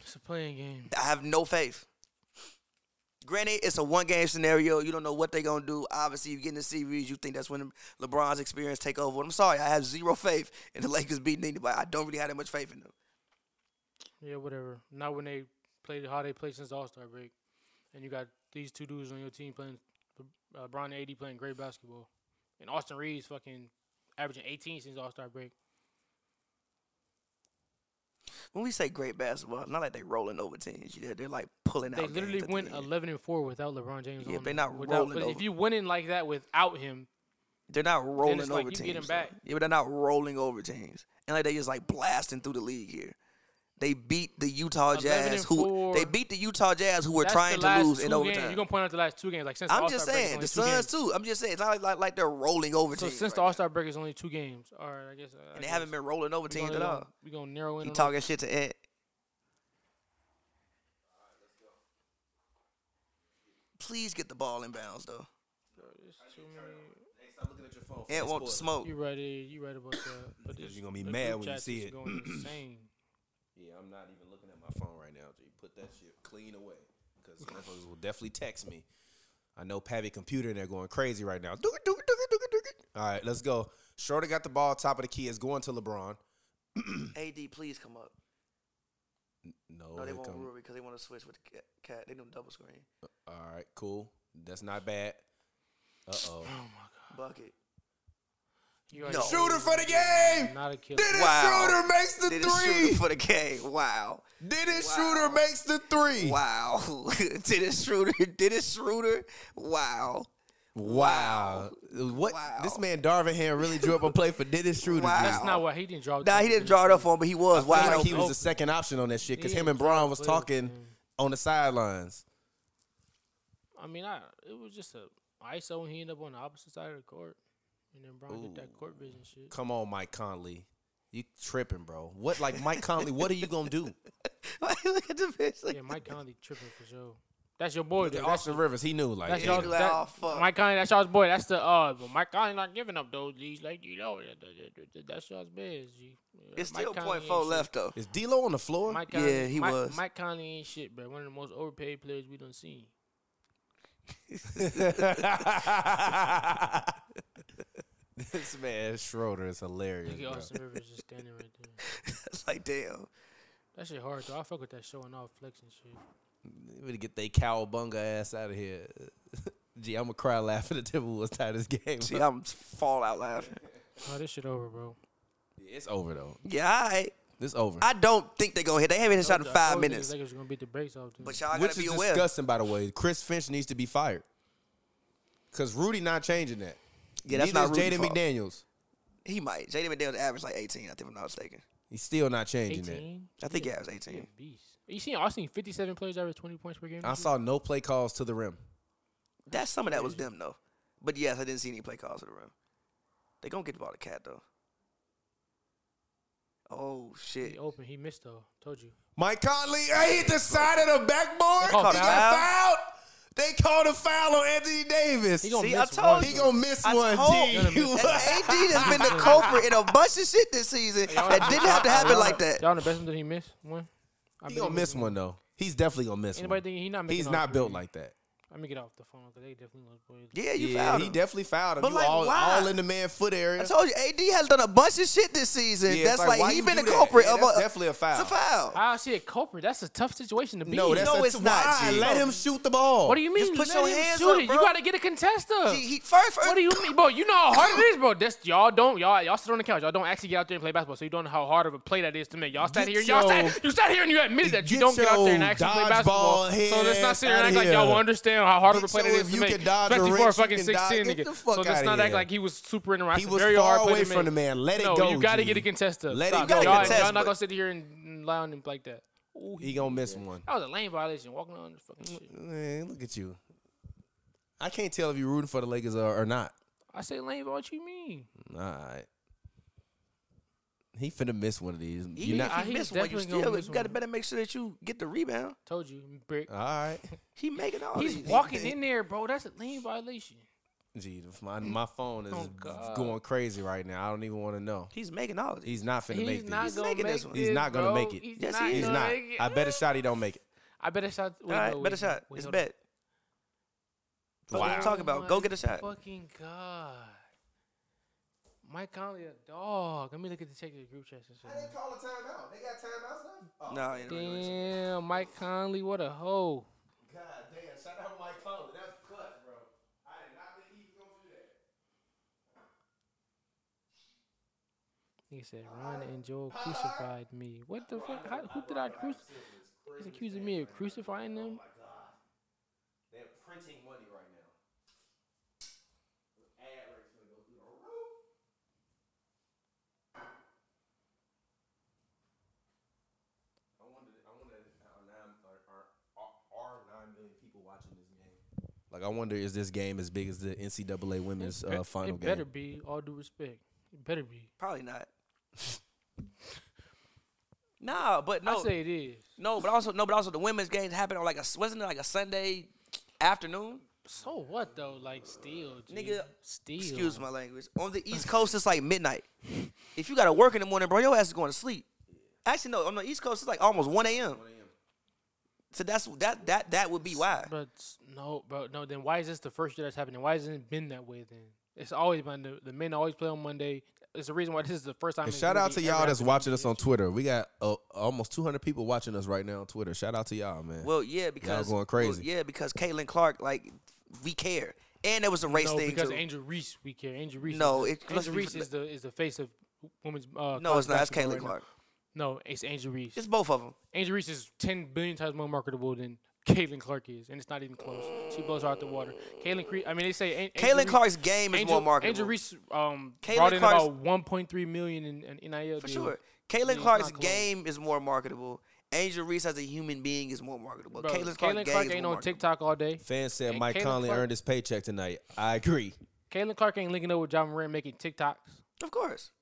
It's a playing game.
I have no faith. Granted, it's a one game scenario. You don't know what they're gonna do. Obviously, you get in the series, you think that's when LeBron's experience take over. I'm sorry, I have zero faith in the Lakers beating anybody. I don't really have that much faith in them.
Yeah, whatever. Not when they played how they played since the All Star break, and you got these two dudes on your team playing, uh, Bron and AD playing great basketball, and Austin Reeves fucking averaging 18 since All Star break.
When we say great basketball, it's not like they rolling over teams. They're, they're like pulling
They
out.
literally
games at the
went
end.
11 and four without LeBron James.
Yeah,
on
they
them.
not
without,
rolling
but If
over.
you winning like that without him,
They're not rolling
like
over
you
teams.
get 'em
though.
back.
Yeah, but they're not rolling over teams. And like they just like blasting through the league here. They beat the Utah
11
Jazz
and
who
four.
they beat the Utah Jazz who were
that's
trying
the
to
last
lose
two
in
games.
overtime.
You're gonna point out the last two games, like since the
I'm
All-Star
just
break, it's
saying
only
the
two games.
Suns too. I'm just saying it's not like like, like they're rolling over
So
teams.
since
right
the
now.
All Star break is only two games, all right, I guess. uh, I
and they haven't been rolling over teams at all.
We gonna narrow in.
He
on
talking shit to Ant. Please get the ball in bounds though.
Hey, stop looking at your phone.
Ant want the smoke.
You right? eh, You right about that? But this,
You're gonna be
the
mad
group
when you
chat
see
is
it.
Going insane.
Yeah, I'm not even looking at my phone right now. G, put that shit clean away because motherfuckers will definitely text me. I know Pavi computer and they're going crazy right now. Dook it, dook it, dook it, dook it, dook it. All right, let's go. Schroeder got the ball, top of the key is going to LeBron.
AD, please come up.
No,
No, they
Oh, here
won't
come-
Ruby because they want to switch with the Cat- cat. They doing double screen.
All right, cool. That's not bad. Uh oh.
Bucket.
You already
No.
know
Shooter for the game.
I'm Not a killer.
Dennis
Wow.
Schroeder makes the
Did a shooter
three.
for the game. Wow.
Dennis
Wow.
Schroeder makes the three.
Wow. Dennis Schroeder. Dennis Schroeder. Wow.
Wow. What
Wow.
this man Darvin Ham really drew up a play for Dennis Schroeder.
Wow.
dude.
That's not what he didn't draw.
Nah, he didn't draw it up on, but he was
I feel
wide
like he
open.
was the second option on that shit because
Yeah,
him and
he was
Braun was
playing,
talking
man.
on the sidelines.
I mean, I it was just a ISO, and he ended up on the opposite side of the court, and then Brown did that court vision shit.
Come on, Mike Conley. You tripping, bro. What like Mike Conley, what are you gonna do?
Look at the bitch. Like,
Yeah, Mike Conley tripping for sure. That's your boy. though. That's
Austin Rivers, he knew like
That's
yeah.
y'all.
Like,
That,
oh, fuck.
Mike Conley, that's y'all's boy. That's the uh. But Mike Conley not giving up those G's, like you know. that- that- that- that- That's y'all's biz. G. Yeah,
it's
uh, Mike
still
Conley
point
ain't
four
shit.
left though.
Is D'Lo on the floor?
Mike
Yeah,
Conley,
he
Mike,
was.
Mike Conley ain't shit, bro. One of the most overpaid players we done seen.
this man Schroeder is hilarious.
Look at
bro.
Austin Rivers just standing right there.
It's like damn.
That shit hard though. I fuck with that showing off flexing shit.
We to get they cowabunga ass out of here. Gee, I'm gonna cry laughing at Timberwolves tie this game.
See, I'm fall out laughing.
Oh, this shit over, bro.
It's over though.
Yeah, all right.
It's over.
I don't think they're gonna hit. They haven't hit a shot in
I
five
told you
minutes.
The Lakers gonna beat the brakes off. Them.
But y'all
Which
gotta
is
be aware.
disgusting, by the way. Chris Finch needs to be fired because Rudy not changing that.
Yeah, that's
Neither
not
is
Rudy's
Jaden
fault.
McDaniels.
He might. Jaden McDaniels averaged like 18, I think, if I'm not mistaken.
He's still not changing that.
18.
I think he averaged 18.
Yeah, beast. You seen Austin? 57 players average 20 points per game.
I
this year?
saw no play calls to the rim.
That's some of that was them though. But yes, I didn't see any play calls in the rim. They gonna get the ball to Cat though. Oh
He
shit!
open. He missed though. Told you.
Mike Conley, I hit the side of the backboard.
They called
he
foul?
got fouled. They called a foul on Anthony Davis.
He gonna
See, I
miss
told
one.
you.
He gonna miss
I
one.
told
T.
you.
Gonna miss
What?
AD has been the culprit in a bunch of shit this season that didn't have to happen
Y'all-
like that.
Y'all the best one that he missed one. I
He
bet
gonna miss one though. He's definitely gonna miss
Anybody
one.
think he not making
He's
all
not
three?
built like that.
Let me get off the phone because they definitely was.
Yeah, you
Yeah,
found
he
him.
definitely fouled him.
But,
you
like,
all,
why?
all in the man foot area.
I told you, AD has done a bunch of shit this season.
Yeah, it's
that's like,
why
he
you
been
do
the
that?
culprit
Yeah,
of a.
that's definitely a foul.
It's a foul.
Ah, I see a culprit. That's a tough situation to be.
No,
in.
that's
No,
a
it's not,
why?
G.
Let him shoot the ball.
What do you mean?
Just put
Let
your
him
hands
shoot
up,
it.
bro.
You gotta get a contest up.
He, he, first, first,
What do you mean, bro? You know how hard it is, bro. That's y'all don't y'all y'all sit on the couch. Y'all don't actually get out there and play basketball, so you don't know how hard of a play that is to make. Y'all sat
Get
here, y'all
your-
sat, you sat here and you admitted that you
get
don't get out there and
your
actually play
dodgeball
basketball.
head
So let's not sit here and
outta
act like
here.
y'all will understand how hard of a
Get
play that
your-
is
if
to
you
make,
can dodge a
especially for a
wrench, you
fucking
can
six
dodge-
ten
get
nigga.
the fuck
So let's
outta
not act
here.
like he was super interactive.
He was
very
far
hard play
away
to
from
make.
the man. Let it
no,
go,
you gotta
G.
get a contest up.
Let it
Stop.
go,
Y'all,
G.
y'all not
But-
gonna sit here and lie on him like that. Ooh,
He gonna miss one.
that was a lane violation. Walking on the fucking. shit.
Man, look at you. I can't tell if you're rooting for the Lakers or, or not.
I say lane, but what you mean?
All right. He finna miss one of these.
Even
You're not,
I-
if he
he's
missed one, you
definitely gonna
still
miss
you got to
one.
better make sure that you get the rebound.
Told you, brick.
all right.
Oh, He making all
He's
these.
walking in there, bro. That's a lane violation.
Gee, my, my phone is
Oh, God.
going crazy right now. I don't even want to know.
He's making all of these.
He's not finna make
He's
these.
not
He's
gonna
making
make
this one.
He's not gonna
bro.
make it.
He's
Yes,
not
he is.
He's
gonna
not.
make it.
I bet a shot he don't make it.
I bet a shot.
All
Wait,
right,
no, wait,
better shot.
wait,
It's
hold
bet.
on.
Fuck what
Wow.
I'm talking about. Go get a shot.
Fucking god. Mike Conley a dog. Let me look at the check of the group chat. and shit.
call a timeout. They got timeouts left? Oh,
No, you know, you
Damn, Mike Conley, what a hoe.
God damn. Shout out Mike Conley. That's clutch, bro. I did not think he was going to do that.
He said, "Run and Joel crucified me." What the fuck? How, who did I crucify? He's accusing me of crucifying them.
Oh my God. They're printing money right now. Ad rates going to go through the roof. I wonder, I wonder if our nine, our, our- our, our nine million people watching this game.
Like, I wonder is this game as big as the NCAA women's
It
uh,
be-
final
it better
game?
be. All due respect, it better be.
Probably not. nah, but no,
I say it is.
no, but also no, but also the women's games happen on like a wasn't it like a Sunday afternoon?
So what though? Like still, G.
Nigga,
Still.
Excuse my language. On the East Coast, it's like midnight. If you got to work in the morning, bro, your ass is going to sleep. Actually, no. On the East Coast, it's like almost one a.m. So that's that that that would be why.
But s- no, bro, no. Then why is this the first year that's happening? Why hasn't it been that way then? It's always been the, the men always play on Monday. It's the reason why this is the first time.
And
it's
shout out
really
to
ever
y'all that's
happened.
watching us on Twitter. We got uh, almost 200 people watching us right now on Twitter. Shout out to y'all, man.
Well, yeah, because
going
well,
crazy.
yeah, because Caitlin Clark, like, we care, and there was a race
No,
thing
because
too.
Angel Reese, we care. Angel Reese.
No,
is,
it-
the-
let's
Angel
be-
Reese is the is the face of women's. Uh,
no, it's
college
not. That's
basketball
Caitlin
right now.
Clark.
No, it's Angel Reese.
It's both of them.
Angel Reese is 10 billion times more marketable than Caitlin Clark is, and it's not even close. She blows her out the water. Caitlin, Cre- I mean, they say An- Angel
Caitlin
Reese-
Clark's game is
Angel,
more marketable
Angel Reese um,
Caitlin
brought in
Clark's-
about 1.3 million in, in NIL
for
deals.
sure.
Yeah,
Caitlin
it's
Clark's
not close.
game is more marketable. Angel Reese as a human being is more marketable.
Bro,
Caitlin Clark,
Caitlin
game
Clark
is
ain't
more
on
marketable.
TikTok all day.
Fans said
and
Mike
Caitlin
Conley
Clark-
earned his paycheck tonight. I agree.
Caitlin Clark ain't linking up with John Moran making TikToks.
Of course,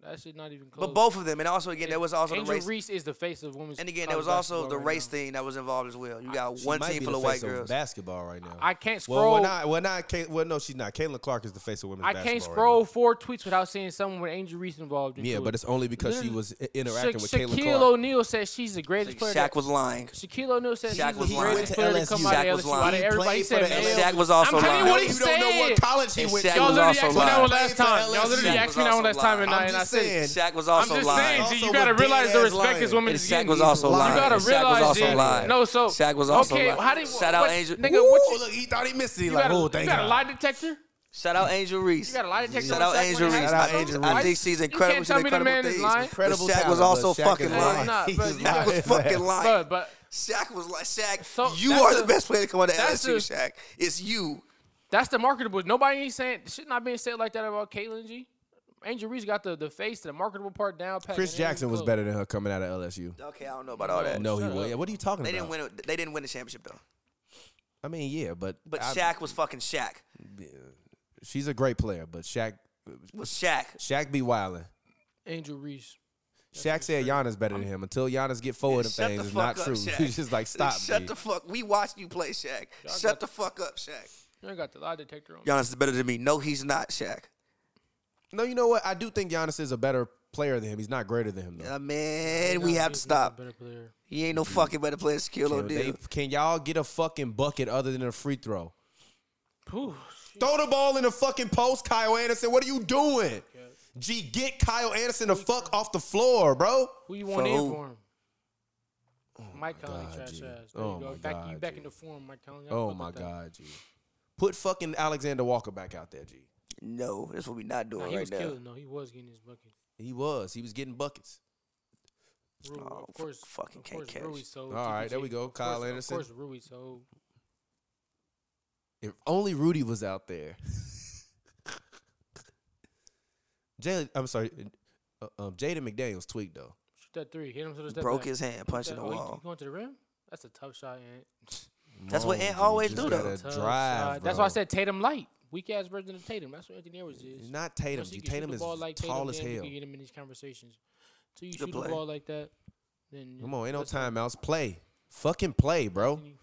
That shit not even close.
but both of them, and also again, there was also the
Angel
race,
Reese is the face of women's.
and again,
college
there was also
basketball
the
right
race
now.
thing that was involved as well. You got
She
one
might
team
be
full
the
of white
face of
girls.
basketball right now.
I can't scroll.
well, we're not. We're not. Ca- Well, no, she's not. Caitlin Clark is the face of women's
I
basketball.
can't
right
scroll
now.
four tweets without seeing someone with Angel Reese involved.
yeah,
into
but
it.
it's only because she
Literally,
was i- interacting
Sha-
with Caitlin
Shaquille
Clark.
O'neal says she's the greatest player.
Shaq was lying.
that, Shaquille O'Neal says
Shaq
she's
was
the
lying. He
greatest player
went
to
to
come
LSU.
out
Shaq
of
was
LSU. Out of
lying.
everybody, he
He played
said,
for the
"Man,
Shaq was also
I'm telling
lying.
you what he
you don't know
said.
what college he
And
went
Shaq
to.
Y'all
was
literally
also
asked me that
lying.
one last
Played for
time. Y'all
LSU.
literally
Shaq
asked me
was
that one last
also
time, and
lying.
I
I'm
and I
just
said,
saying.
Shaq was
I'm
also
just
lying.
saying, G,
Also
you
with
gotta realize the
dead-ass
respect this
lying.
woman
And
is
Shaq
getting.
was
G.
also
you
lying. And
gotta
Shaq was
realize,
also
G.
lying.
No, so
Shaq was also
okay.
lying.
How did
Shout out
what-
Angel-
Nigga,
Ooh,
what you?
look, he thought he missed it. He
You
like,
got a-
oh,
you
thank
got a
God.
lie detector?
Shout out Angel Reese.
You got a lie detector?
Shout
on
out
Shaq
Angel
when it
Reese.
Shout out
I,
happens?
Angel
I
Reese.
think she's
You
incredible.
can't
She's
tell me the
incredible
man is
things.
lying.
But
Incredible
Shaq was
talent,
also
but Shaq
fucking
is
No,
lying.
he's not, bro. You
Shaq
got-
was fucking lying.
Bro, but
Shaq was like Shaq.
So,
you
that's
are
a-
the best player to come out of
that's
LSU,
a-
Shaq. It's you.
That's the marketable. Nobody ain't saying shit not being said like that about Caitlyn G. Angel Reese got the the face, the marketable part down. Pat,
Chris Jackson was better than her coming out of LSU.
Okay, I don't know about all that.
No, he
Shut
was.
up.
What are you talking
They didn't
about?
win. a- They didn't win the championship though.
I mean, yeah, but
But
I-
Shaq was fucking Shaq.
she's a great player. But Shaq,
Was Shaq?
Shaq be wilding.
Angel Reese.
Shaq said Giannis better than him. Until Giannis get forward and
Shut
things,
the
it's
fuck
not
up,
true.
Shaq.
He's just like stop.
Shut
G.
the fuck. We watched you play Shaq.
Y'all
Shut
got-
the fuck up, Shaq.
You ain't got the lie detector on.
Giannis is better than me. No, he's not, Shaq.
no, you know what? I do think Giannis is a better player than him. He's not greater than him though.
Uh, man, we have to stop.
Better player.
He ain't no fucking better player than Shaquille
Can, they-
O'Neal.
can y'all get a fucking bucket other than a free throw?
Whew, shit.
Throw the ball in the fucking post, Kyle Anderson. What are you doing? G, get Kyle Anderson the fuck off the floor, bro.
Who you want in
Fool.
for him? Mike Conley,
Oh God,
trash
G.
ass. There
Oh
you go.
my
back, you
God,
back
G.
into form, Mike Conley. I
Oh
fuck
my
with that.
God, G. Put fucking Alexander Walker back out there, G.
No, that's what we not
Nah,
doing
he
right
was
now.
killing though. He was getting his bucket.
He was. He was getting buckets.
Rui,
Oh,
of
f-
course,
fucking
of
can't
course,
catch.
Rui sold
All right, there
TPJ.
we go.
Of
Kyle
course-
Anderson.
Of course, Rui sold.
If only Rudy was out there. Jalen, I'm sorry. Uh, um, Jaden McDaniels tweaked though.
Shoot that three. Hit him to the step
Broke
back.
his hand
That-
punching the
oh, you-
wall.
You going to the rim? That's a tough shot, Ant.
That's what
Come on,
Ant
G.
always
Just
do, though.
gotta
Tough
Drive,
shot. That's why I
bro.
said Tatum light. Weak ass version of Tatum. That's what Anthony Edwards is.
not Tatum.
Unless
G.
you can shoot
Tatum
the
is
ball like Tatum,
tall as
then you
hell.
can get him in these conversations. So you
Good
shoot
play.
the ball like that, then
Come on, ain't no
that's not-
timeouts. Play, fucking play, bro.
Tatum-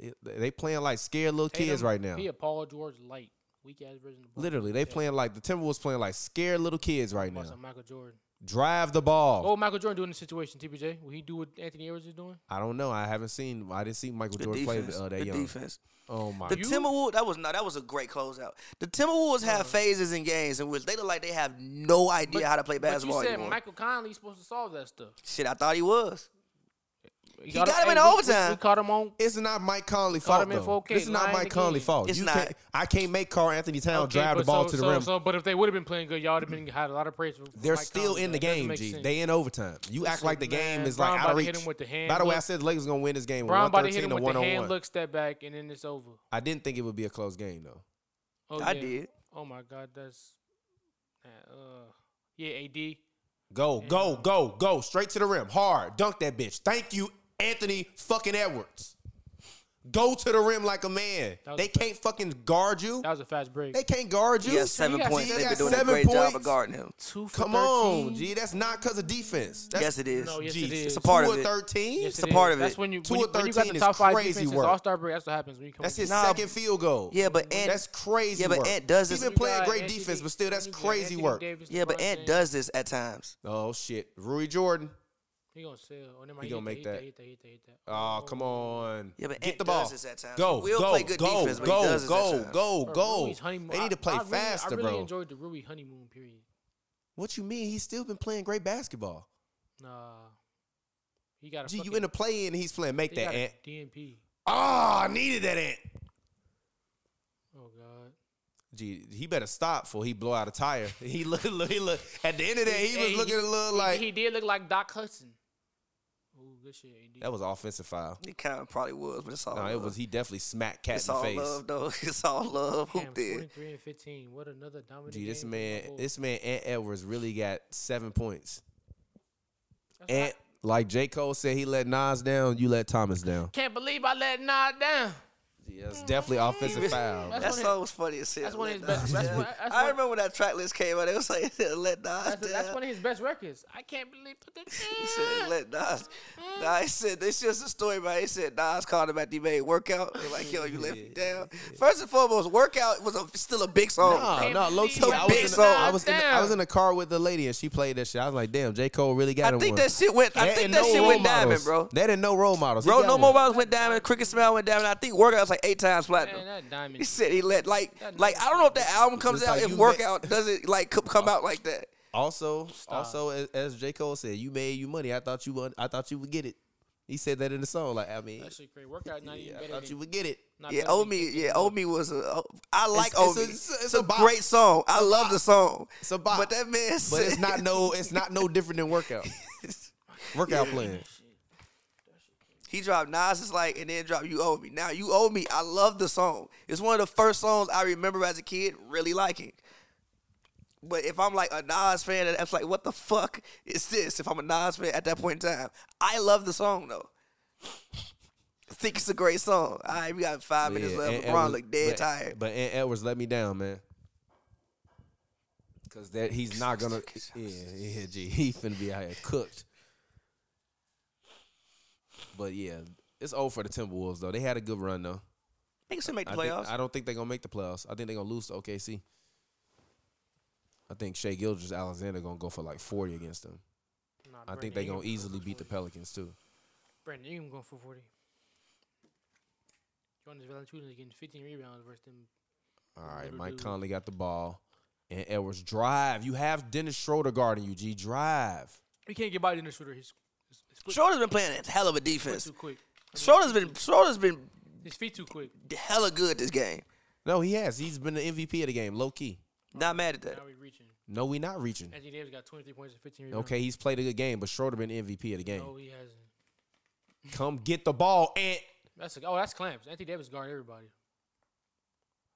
It- They playing like scared little kids right now.
He a Paul George light. Weak ass version of Paul
Literally, they
George.
playing like the Timberwolves playing like scared little kids right
Watch some
now.
Michael Jordan.
Drive the ball.
Oh, Michael Jordan doing the situation, TPJ. Will he do what Anthony Edwards is doing?
I don't know. I haven't seen. I didn't see Michael
Good
Jordan play
defense.
uh, that
Good
young.
defense.
Oh my.
The
You-
Timberwolves. That was no. That was a great closeout. The Timberwolves have phases in games in which they look like they have no idea how to play basketball
But you said
anymore.
Michael Conley's supposed to solve that stuff.
Shit, I thought he was.
He
got him in
hey, we-
overtime.
We, we caught him on.
It's not Mike Conley
Caught
fault
him in
though.
4K,
This is not
lying
Mike
again.
Conley fault.
It's
you
not.
Can't, I can't make Carl Anthony Town
Okay,
drive the
but
ball
so,
to the
so,
rim.
So, but if they would have been playing good, y'all would have been had a lot of praise. For
They're
Mike
still
Conley,
in the
though. It doesn't
game,
make
G.
sense.
They in overtime. You act
shit,
like the game
man.
is like
Brown
out of
about to
reach.
hit him with the hand
By the way, I
look.
said the Lakers gonna win this game.
Brown about to hit
113
him
to
with the hand
101.
look, step back, and then it's over.
I didn't think it would be a close game though.
Oh,
I
yeah.
did.
Oh my God, that's. Uh, yeah, AD.
Go, go, go, go. Straight to the rim. Hard. Dunk that bitch. Thank you, Anthony fucking Edwards. Go to the rim like a man.
That was
They
a fact.
can't fucking guard you.
That was a fast break.
They can't guard you.
He got seven
he got-
points.
he
They've
got
been doing a
seven
great job of
points?
guarding him.
Two for
Come on,
13?
G. That's not because of defense. That's
yes, it is.
No, yes,
G.
it is.
It's a part
two
of
or
it.
13.
Yes,
It's a part of
That's
it.
when you,
Two
when
or
you, when you got
13
the
is
top five
crazy
defenses,
work.
All Star break. That's what happens when you come.
That's
in.
his
Nah,
second field goal.
Yeah, but Ant.
That's crazy.
yeah, but
work.
Ant does
He's
this.
been playing
You got
great
Anthony-
defense, but still, that's
you got
crazy
Anthony
work.
Davis,
Yeah, but
LeBron
Ant
James.
does this at times.
Oh shit, Rui Jordan.
He gonna sell. Oh, never mind.
He gonna make
hit
that.
Hit that. Hit that. Hit that.
Oh come on.
Yeah, but
get
Ant
the ball.
does this at times.
Go,
He will
go,
play good
go,
defense, but he
go,
does this at
go,
times.
go,
Bro,
go.
Rui's oh, honeymoon-
They need to
I-
play
I really-
faster,
I really
bro.
enjoyed the Rui honeymoon period.
What you mean? He's still been playing great basketball.
Nah, he got a.
Gee,
fucking,
you in the play in? He's playing. Make
they
that
got a
ant.
DNP.
Ah, I needed that ant.
Oh God.
Gee, he better stop before he blow out a tire. He look, look, he look. At the end of that, he
Hey,
was looking a little
he-
like
he did look like Doc Hudson. Oh, good shit, AD.
that was offensive foul.
It kind of probably was, but it's all.
No,
love.
it was. He definitely smacked
Oh,
cat
It's
in the
all
face.
love, though. It's all love. Who
Damn,
did?
43 and 15. What another dominant
Gee, this
game from
man,
oh.
Bull.
this man, Ant Edwards really got seven points.
That's
Ant,
not-
like J. Cole said, he let Nas down. You let Thomas down.
can't believe I let Nod down.
Gee,
Mm-hmm.
that's definitely offensive foul. bro.
That
That's one of-
song was funny as hell.
that's one of his
Let
best-
Nas
that's
Down.
one- that's
I
one-
remember when that track list came out. It was like let Nas
That's,
down.
that's one of his best records. I can't believe
he said let Nas. Nah, he said this just a story about. He said Nas called him at the main workout. They're like, yo, you left me down. First and foremost, workout was a, still a big song.
No,
bro.
no, low key.
Can't
I
believe
was, in,
Nas
I, was in, the- I
down.
was in the car with the lady and she played that shit. I was like, damn, J. Cole really got
I
him
think
one.
that shit went. I
There
think
ain't
that
no
shit
role
went diamond,
models.
bro.
There didn't no role models. He
Bro,
got
no
one.
more models went diamond. Cricket Smile went diamond. I think Workout was like eight times platinum.
Man, that diamond.
He said he let like
That
like I don't know if that album comes
It's
out
like you
if
let-
Workout doesn't like co- come out like that.
Also, also, as, as J. Cole said, you made you money. I thought you would. I thought you would get it. He said that in the song. Like, I mean,
That shit great. Workout not
yeah,
even
I
better
thought you
than
would get it.
not
Yeah,
better
Omi.
than
Yeah, Omi was a. I like
It's- it's
Omi. It's
a- it's
a,
a- it's a bop.
great song. I love the song.
It's a bop.
But that man
But
said,
it's not no, it's not no different than workout. Workout plan.
he dropped Nas is like, and then dropped You Owe Me. Now You Owe Me. I love the song. It's one of the first songs I remember as a kid really liking. But if I'm like a Nas fan, that's like, what the fuck is this? If I'm a Nas fan at that point in time, I love the song though. I think it's a great song. All right, we got five minutes
Yeah,
left.
Ant
LeBron
E- Edwards-
looked dead
but-
tired.
But Ant Edwards let me down, man. Cause that he's not gonna. Yeah, yeah, G. He finna be out here cooked. But yeah, it's old for the Timberwolves though. They had a good run though.
They can still make the
I, think-
playoffs.
I don't think they're gonna make the playoffs. I think they're gonna lose to OKC. I think Shea Gilders Alexander gonna go for like forty against them.
Nah,
I think
Brandon
they're gonna
Ingram-
easily beat the Pelicans too.
Brandon Ingram going for 40. Jonas Valanciunas getting 15 rebounds versus them.
All
Little
right, Mike
dude.
Conley got the ball, and Edwards drive. You have Dennis Schroeder guarding you. G drive.
You can't get by Dennis Schroeder. He's, he's, he's foot-
Schroeder's been playing a hell of a
foot
defense.
too quick.
Schroeder's been Schroeder's been
His feet too quick.
hella good this game.
No, he has. He's been the MVP of the game, low key.
Not mad at that.
Now we reaching.
No, we not reaching.
Anthony Davis got 23 points and 15 rebounds.
Okay, he's played a good game, but Schroeder been MVP of the game.
No, he hasn't.
Come get the ball, and
That's a, oh, that's clamps. Anthony Davis guard everybody.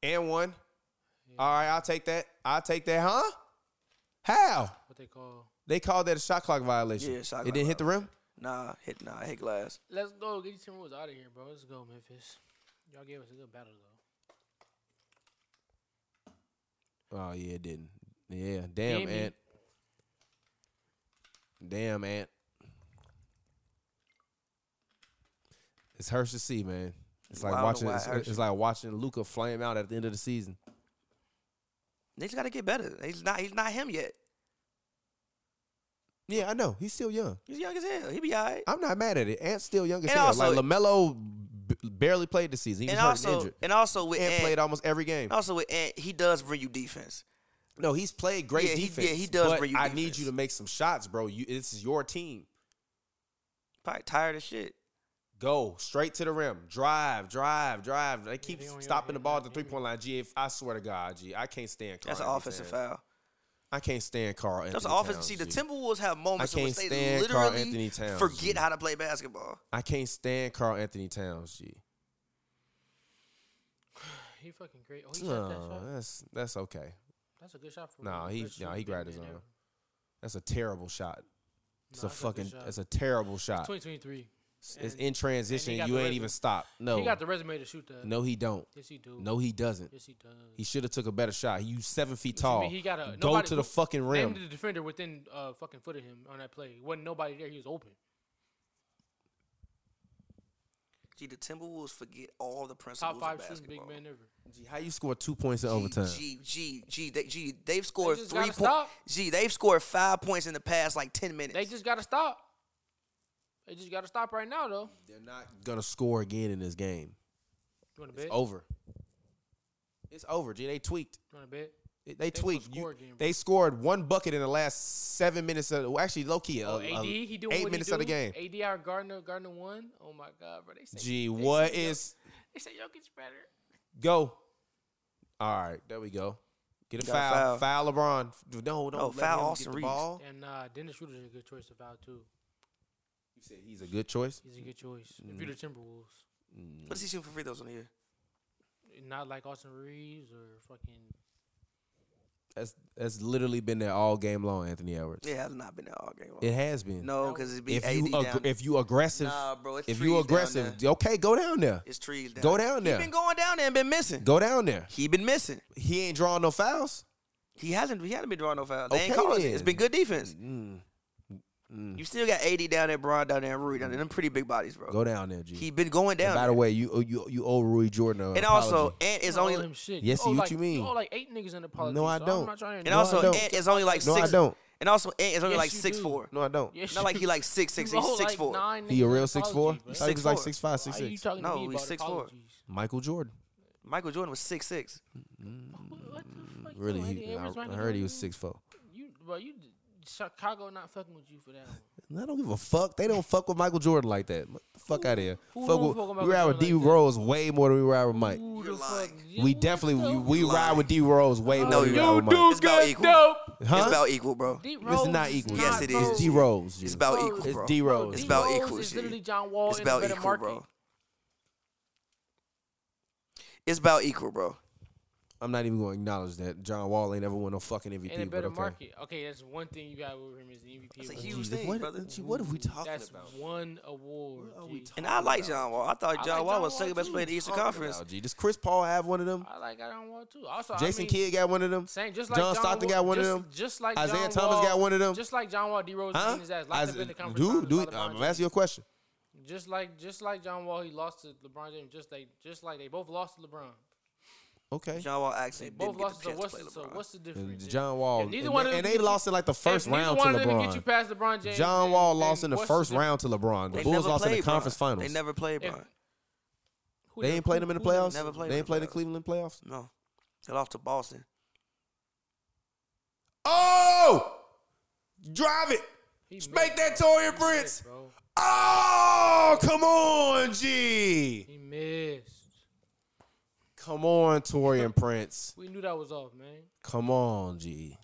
and one. All right, I'll take that. I'll take that, huh? How?
What they call.
They called that a shot clock violation.
Yeah, shot
it
clock
didn't hit the rim.
Nah, hit nah, hit glass.
Let's go get these Timberwolves out of here, bro. Let's go, Memphis. Y'all gave us a good battle though.
Oh yeah, it didn't. Yeah, damn,
Damn it.
Ant. Damn, Ant. It's hurts to see, man. It's like
Wild and
watching.
wide
It's,
hurts.
it's like watching Luca flame out at the end of the season.
They just gotta get better. He's not he's not him yet.
Yeah, I know. He's still young.
He's young as hell. He be alright.
I'm not mad at it. Ant's still young as
And
hell.
also-
like Lamelo b- barely played this season. He was
And
hurt and
also
injured.
and Oh. also with
Ant
Ant,
played almost every game.
also with Ant, he does bring you defense.
No, he's played great
Yeah, he- yeah,
defense.
he does
But
bring you
I need
defense.
you to make some shots, bro. You, this is your team.
Probably tired as shit.
Go straight to the rim. Drive, drive, drive. They keep
they on your
stopping the
head,
ball at
man.
the three point line. G, if I swear to God, G, I can't stand Carl.
That's an
Anthony
offensive
Towns.
foul.
I can't stand Carl.
That's an
Anthony
offensive.
Towns,
See, the
G.
Timberwolves have moments in
can't
which they
stand Karl Anthony
literally
Towns,
forget
G.
how to play basketball.
I can't stand Carl Anthony Towns. G.
He fucking great. Oh, he shot that
No,
shot.
that's that's okay.
That's a good shot for.
Nah, he- nah, he grabbed his arm. That's a terrible shot. It's a fucking. It's
That's
a terrible shot.
Twenty twenty three.
it's
and-
in
and
transition.
he got
you
the
ain't
resume.
even stopped. No,
He got the resume to shoot that.
no, he don't.
Yes, he do.
No, he doesn't.
Yes, he does.
He should have took a better shot. He was seven feet
What you
tall.
mean? He got a-
go
nobody-
to the fucking
Named
rim.
the defender within uh fucking foot of him on that play. Wasn't nobody there. He was open.
Gee, the Timberwolves forget all the principles
Top five
of
shooting big
basketball.
man ever.
Gee, How you score two points in
Gee,
overtime?
Gee, gee, gee, they, gee, they've scored
just
three
gotta
points.
stop.
Gee, they've scored five points in the past like ten minutes.
They just gotta stop. They just gotta stop right now though.
They're not gonna score again in this game.
You want to
It's
bet?
over. It's over. G. They tweaked.
You want to bet?
They,
They
they
gonna
tweaked.
score
You,
again, bro.
they scored one bucket in the last seven minutes of. Well, actually, low key,
Oh,
uh,
AD,
uh,
he doing
eight
what
minutes
he
of the
do?
game.
AD our Gardner, Gardner one. Oh my God, bro! They say
Gee,
they say
what
Jok-
is
They say Jokic's better.
go? All right, there we go. Get a
Got a
foul. foul. LeBron. No, don't
No,
let
foul
him
Austin
get the
Reeves.
ball.
And uh, Dennis Schroeder is a good choice to foul too.
You said he's a good choice.
He's a good choice. If you're the
Mm-hmm.
Timberwolves,
what is he shooting for free throws on here?
not like Austin Reeves or fucking.
That's that's literally been there all game long, Anthony Edwards.
It has not been that all game. long.
It has been.
no, because it's been
if
AD
you
down.
aggr- if you aggressive,
Nah, bro, it's
if
trees
you
down
aggressive, okay, go down there.
it's trees down.
Go down there.
He been going down there and been missing.
Go down there.
He been missing.
He ain't drawing no fouls.
He hasn't. He hasn't been drawing no fouls. They ain't
Okay,
called it.
then. Mm,
It's been good defense. You still got AD down there, Bron down there, and Rui down there. Them pretty big bodies, bro.
Go down there, G.
He been going down.
and by
there.
the way, you oh, you you owe Rui Jordan. An
and also,
apology.
Ant is
You don't owe
only
him shit.
Yes,
you owe
what
like,
you mean.
owe like eight niggas in the politics.
I
so
don't.
I'm not trying
And
to.
No, I
also,
don't.
Ant is only like
No, I
six.
don't.
And also, Ant is only
Yes,
like
you
six
do.
four.
no, I don't.
Yes,
Not like
you-
he like six six.
you
He's
owe
six
Oh,
four.
like nine
He a
niggas in
real six four.
apologies,
Six-
bro.
He's like
four.
six five, six
Why are you
six.
talking
No,
to me
he's
about
six four.
apologies?
Michael Jordan.
Michael Jordan was six six.
What the fuck?
Mm, Really,
you, Anthony
he, I,
Edwards, Michael
I heard he was
Jordan?
six four.
You, bro, you Chicago not fucking with you for that one.
I don't give a fuck. They don't fuck with Michael Jordan like that. What the fuck out of here.
who
Fuck
don't
with,
fuck with
we ride
Michael
with D
Jordan like that?
Rose way more than we ride with Mike.
Who
You're
the fuck-
lying.
you-
We
what
definitely
the-
we, we
Lie.
ride with D Rose way more
No,
than we
you
ride
don't.
with Mike.
It's about equal.
dope.
Huh?
It's about equal, bro.
D Rose
It's not
is
equal.
Yes, it is.
It's D Rose.
It's about
Bro,
equal,
It's
bro.
D Rose.
It's
D
about
Rose
equal,
Is
G.
literally John Wall
It's
in a
about
better
equal,
market.
bro. It's about equal, bro.
I'm not even going to acknowledge that John Wall ain't ever won no fucking MVP.
in a
but
better
okay.
market. Okay, that's one thing you got with him is the E MVP.
That's a
award.
huge thing,
what,
brother.
gee, what are we talking
That's
about?
one award.
What are we
G.
And I like
Talking about-
John Wall. I thought
I
John
like
Wall
John
was second
Wall,
best
too.
player in the Eastern
Talking
Conference.
about, G. Does Chris Paul have one of them?
I like I don't want to. Also,
Jason
Uh, I mean,
Kidd got one of them.
Same, just like
John Stockton got one of
just,
them.
Just like
Isaiah
John
Thomas
Wall-
got one of them.
Just like John Wall, D Rose
Huh?
beat his ass. Locked
As-
up in the conference
dude,
finals by
dude, uh,
LeBron
I'm
James.
asking you a question.
Just like just like John Wall, he lost to LeBron James. Just like just like they both lost to LeBron.
Okay.
John Wall actually
They
didn't
both
get
lost
the
to so
chance to
what's
play
the, so
LeBron.
what's the difference?
And John Wall.
If neither
and,
one of
and
them
they
get-
lost in like the first
if neither
round to
one of them get you
LeBron.
past LeBron James.
John
then-
Wall
then
lost in the
what's
first
difference?
round to LeBron. The
They
Bulls
never
lost in the
played
conference
Bron.
finals.
They never played
If-
Bron.
Who
They
the-
ain't played
who-
them in the
who
playoffs.
Never played
they
in
ain't
the
played the
playoffs.
Cleveland playoffs.
No, they lost to Boston.
Oh, drive it!
He
Just
missed,
make that
bro.
Torian
He missed,
Prince.
bro.
Oh, come on, G!
He missed.
Come on, Torian Prince.
We knew that was off, man.
Come on, G.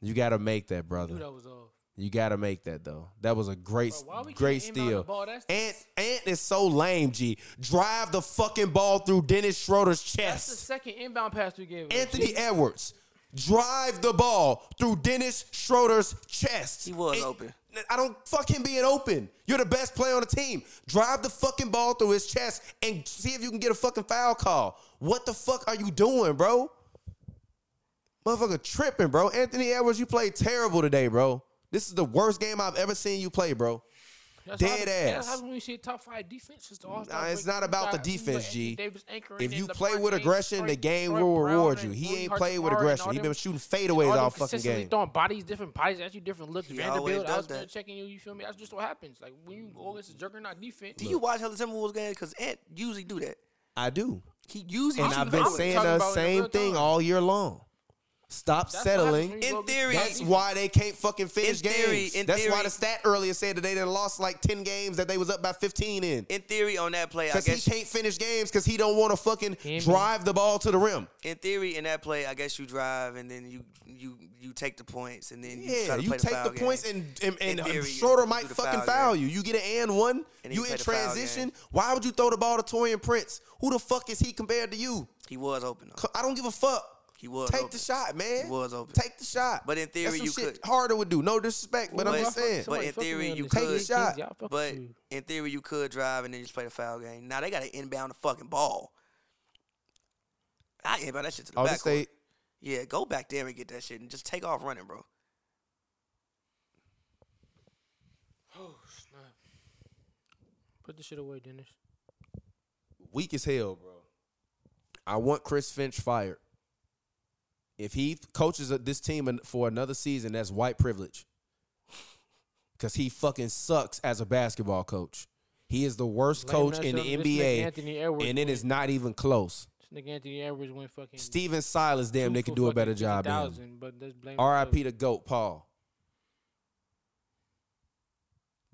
You gotta make that,
We knew
brother.
that was off.
You gotta make that though. That was a great,
Bro, why we
great
can't inbound The
steal.
ball? That's the,
Ant, Ant is so lame, G. Drive the fucking ball through Dennis Schroeder's
that's the
chest.
second inbound pass we gave. him.
Anthony Edwards, drive the ball through Dennis Schroeder's chest.
He was
And-
open.
I don't fuck him being open. You're the best player on the team. Drive the fucking ball through his chest and see if you can get a fucking foul call. What the fuck are you doing, bro? Motherfucker tripping, bro. Anthony Edwards, you played terrible today, bro. This is the worst game I've ever seen you play, bro.
That's
Dead
how the-
ass.
That's how when we see top five defenses. The all
Nah, it's not about the defense, G. If you play with aggression, the game will reward you. He ain't played with aggression. He been shooting fadeaways all fucking game.
throwing bodies, different bodies at you, different looks.
He always
Vanderbilt, I
does
was there
that.
checking you. You feel me? That's just what happens. Like when you go against a juggernaut defense.
Do you watch how the Timberwolves games? Because Ant usually do that.
I do.
He usually
And
do that.
I've been
I'm
saying
talking
the
about in
same
real
thing
time.
all year long. Stop
That's what happens
settling.
when you go
In
against
theory-
bad
That's
defense.
why they can't fucking finish
theory-
games.
in
That's why
theory-
the stat earlier said that they done lost like ten games that they was up by fifteen in.
In theory, on that play, I
Because
guess.
he can't finish games because he don't want to fucking
Him.
drive the ball to the rim.
in theory, in that play, I guess you drive and then you you you take the points and then you
Yeah,
try to
you
play the
take
foul
the,
game.
points and and, and, uh,
In theory,
Schroeder
you
might
do the
fucking
foul
foul
game.
you. You get an and one.
then
you
you
in
play the foul
transition.
game.
Why would you throw the ball to Torian Prince? Who the fuck is he compared to you?
He was open though.
C- I don't give a fuck.
He was
Take
open.
the shot, man.
He was open.
Take the shot.
But in theory,
That's some
you
shit
could-
Harder would do. No disrespect, but
But-
I'm just saying.
but
Somebody
in
fucking
theory,
on
you
this
could-
shit.
Take the
shot.
Y'all fucking
But
with you.
in theory, you could drive and then just play the foul game. Now they got to inbound the fucking ball. I inbound that shit to the
All
back.
Oh, this state.
Yeah, go back there and get that shit and just take off running, bro.
Oh snap! Put the shit away, Dennis.
weak as hell, bro. I want Chris Finch fired. If he coaches this team an- for another season, that's white privilege. Because he fucking sucks as a basketball coach. He is the worst
Blame
coach
that
in the
shit on this nigga Anthony
NBA,
Edwards,
and it is not even close.
This nigga Anthony Edwards went fucking.
Steven Silas, damn,
two
they could
for
do a
fucking
better job. Than him.
50,000, But let's blame the
R.I.P.
coach.
to Goat Paul.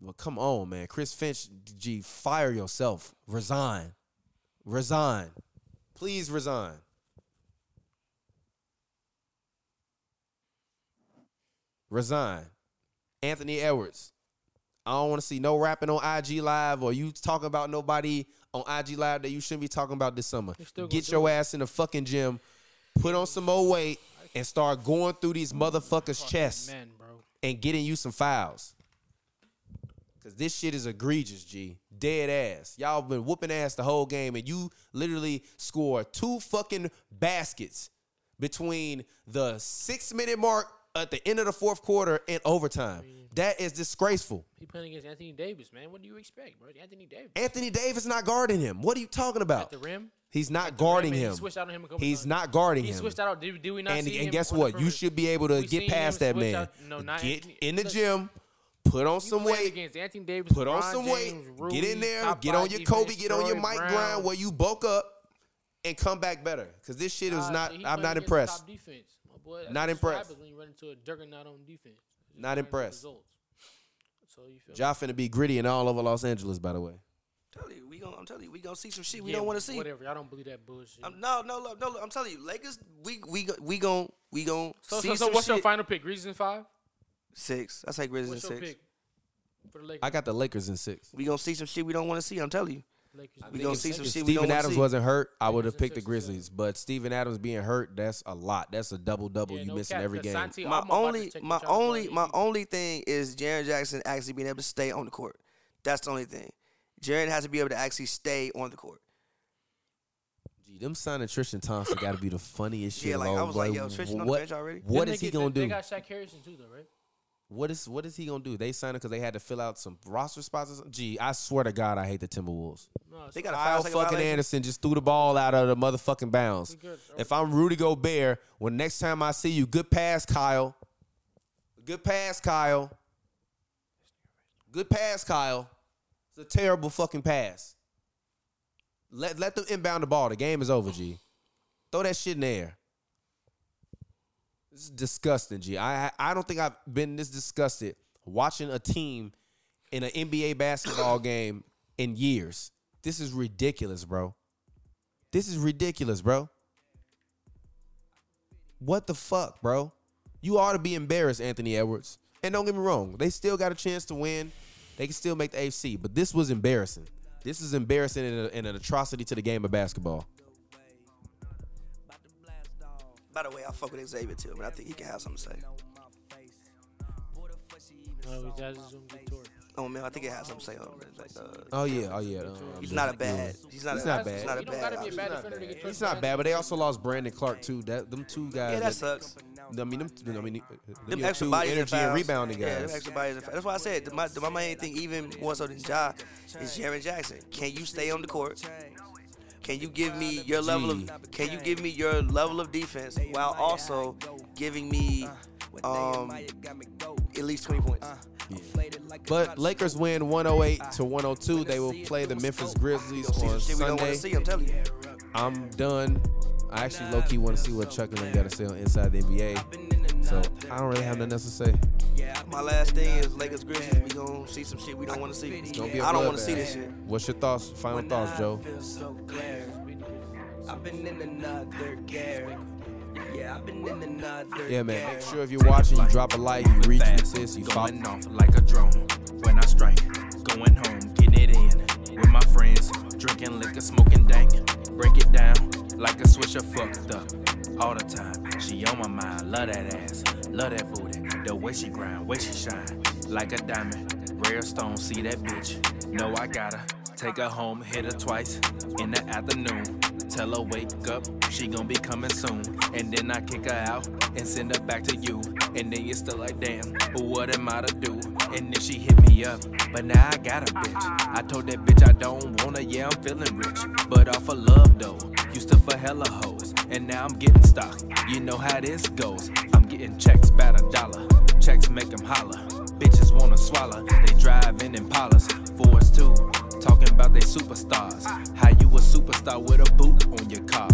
Well, come on, man. Chris Finch, G, fire yourself. Resign. Resign. Please resign. Resign. Anthony Edwards. I don't want to see no rapping on IG Live or you talking about nobody on IG Live that you shouldn't be talking about this summer.
They still gonna
Get
do
your ass in the fucking gym, put on some more weight, and start going through these motherfuckers'
Fucking
chests
Man, bro.
and getting you some files. Cause this shit is egregious, G. Dead ass. Y'all been whooping ass the whole game, and you literally score two fucking baskets between the six minute mark at the end of the fourth quarter and overtime. That is disgraceful.
He playing against Anthony Davis, man. What do you expect, bro? Anthony Davis
Anthony Davis not guarding him. What are you talking
at
about?
the rim.
He's not
the rim,
guarding
and he
him.
switched out on him a couple
He's
times.
not guarding
He
him.
switched out. Did, did we not
and,
see
and
him
guess
on the
what? You
perimeter?
should be able to
We seen
get
him
past that
switch
man.
out- no, not
get
Anthony-
in the
look,
gym, put on
you
some
played
weight,
against Anthony Davis.
put on
LeBron
some
James,
weight,
Rui,
get in there,
top
get on
five
your
defense,
Kobe, get on your
Troy
Mike
Brown.
Brown where you bulk up and come back better. Cause this shit is
Nah,
not.
he playing
I'm not
against the
impressed.
top defense, my boy. That's
Not
what
impressed.
happens When you run into a juggernaut on defense, It's just
Not
run into
impressed.
results. So you feel me?
Ja finna be gritty and all over Los Angeles, by the way.
I'm telling you, we gonna, I'm telling you, we gonna see some shit we
Yeah,
don't want to see.
Whatever. I don't believe that bullshit.
I'm, no, no, no, no. I'm telling you, Lakers. We we go- we gon' we gon'
so,
see
so, so
some
what's your
shit.
final pick? Grizzlies in five.
six. I say Grizzlies
What's
in
your
six.
pick for the Lakers?
I got the Lakers in six.
We gonna see some shit we don't want to see. I'm telling you.
Lakers.
I
We
think
gonna
if-
see some
if
shit we
Steven
don't
Adams
see.
wasn't hurt, I would have
and
picked the
Sixers,
Grizzlies. But Steven Adams being hurt, that's a lot. That's a double double.
Yeah,
you
no
missing
cap,
every
because
game.
Santi,
my
I'm about to
only,
check the
my
John Wall
only, my
MVP.
only thing is Jaron Jackson actually being able to stay on the court. That's the only thing. Jaron has to be able to actually stay on the court.
Gee, them signing Tristan Thompson got to be the funniest shit.
Yeah, like I
alone,
was like,
boy.
yo, Tristan on the
what,
bench already.
What
Didn't
is
they
he
get-
gonna
they,
do?
They got Shaq Harrison too, though, right?
What is what is he gonna do? They signed him because they had to fill out some roster spots. Or something? Gee, I swear to God, I hate the Timberwolves.
No, it's
They got a five
Kyle fucking
second violation.
Anderson just threw the ball out of the motherfucking bounds.
good.
If I'm Rudy Gobert, when next time I see you, good pass, Kyle. Good pass, Kyle. Good pass, Kyle. It's a terrible fucking pass. Let let them inbound the ball. The game is over, G. Throw that shit in the air. This is disgusting, G. I I don't think I've been this disgusted watching a team in an NBA basketball game in years. This is ridiculous, bro. This is ridiculous, bro. What the fuck, bro? You ought to be embarrassed, Anthony Edwards. And don't get me wrong, they still got a chance to win. They can still make the AFC, but this was embarrassing. This is embarrassing and, a- and an atrocity to the game of basketball.
By the way, I fuck with Xavier too, but I think he can have something to say.
No, we just zoomed in toward.
Oh man, I think he has something to say on it. Uh,
Oh yeah, oh yeah.
he's not a bad. He's not.
He's
a,
not bad.
He's not a
You don't gotta be a
bad.
bad
option.
defender to get
He's
Tristan
not bad, but they also lost Brandon Clark too. That them two guys.
Yeah, that sucks.
I mean, them, I mean,
Them
your
extra
uh, two
bodies
energy
and,
and
fouls.
rebounding
Yeah,
guys.
them extra bodies and fouls. That's why I said the- my, the, my main thing, even more so than Ja, is Jaron Jackson. Can you stay on the court? Can you give me your level
Gee.
of Can you give me your level of defense while also giving me um at least twenty points?
Uh, But Lakers win 108 to 102. They will play the Memphis Grizzlies
See
on
the shit we don't want
Sunday.
to see. I'm telling you.
I'm done. I actually low key want to see what Chuck and them got to say on Inside the NBA. So I don't really have nothing else to say.
My last thing is Lakers Grizzlies. We gonna see some shit we don't want to see.
Don't be a
I don't want
bloodbath.
to see this shit.
What's your thoughts? Final thoughts, Joe.
I've been in another gear. Yeah, I've been in another
Yeah, man. Make sure if you're watching, you drop a like, you reach, you sis, you follow.
Going off like a drone when I strike. Going home, getting it in with my friends. Drinking liquor, smoking dank. Break it down like a swisher fucked up all the time. She on my mind, love that ass, love that booty. The way she grind, way she shine, like a diamond. Rare stone, see that bitch. No, I gotta take her home, hit her twice in the afternoon. Tell her wake up, she gon' be coming soon. And then I kick her out and send her back to you. And then you're still like, damn, what am I to do? And then she hit me up, but now I got a bitch. I told that bitch I don't wanna, yeah, I'm feeling rich. But off of love though, used to for hella hoes. And now I'm getting stock, you know how this goes. I'm getting checks by the dollar, checks make 'em holler. Bitches wanna swallow, they drive in Impalas, Fords too. Talking about they superstars. How you a superstar with a boot on your car?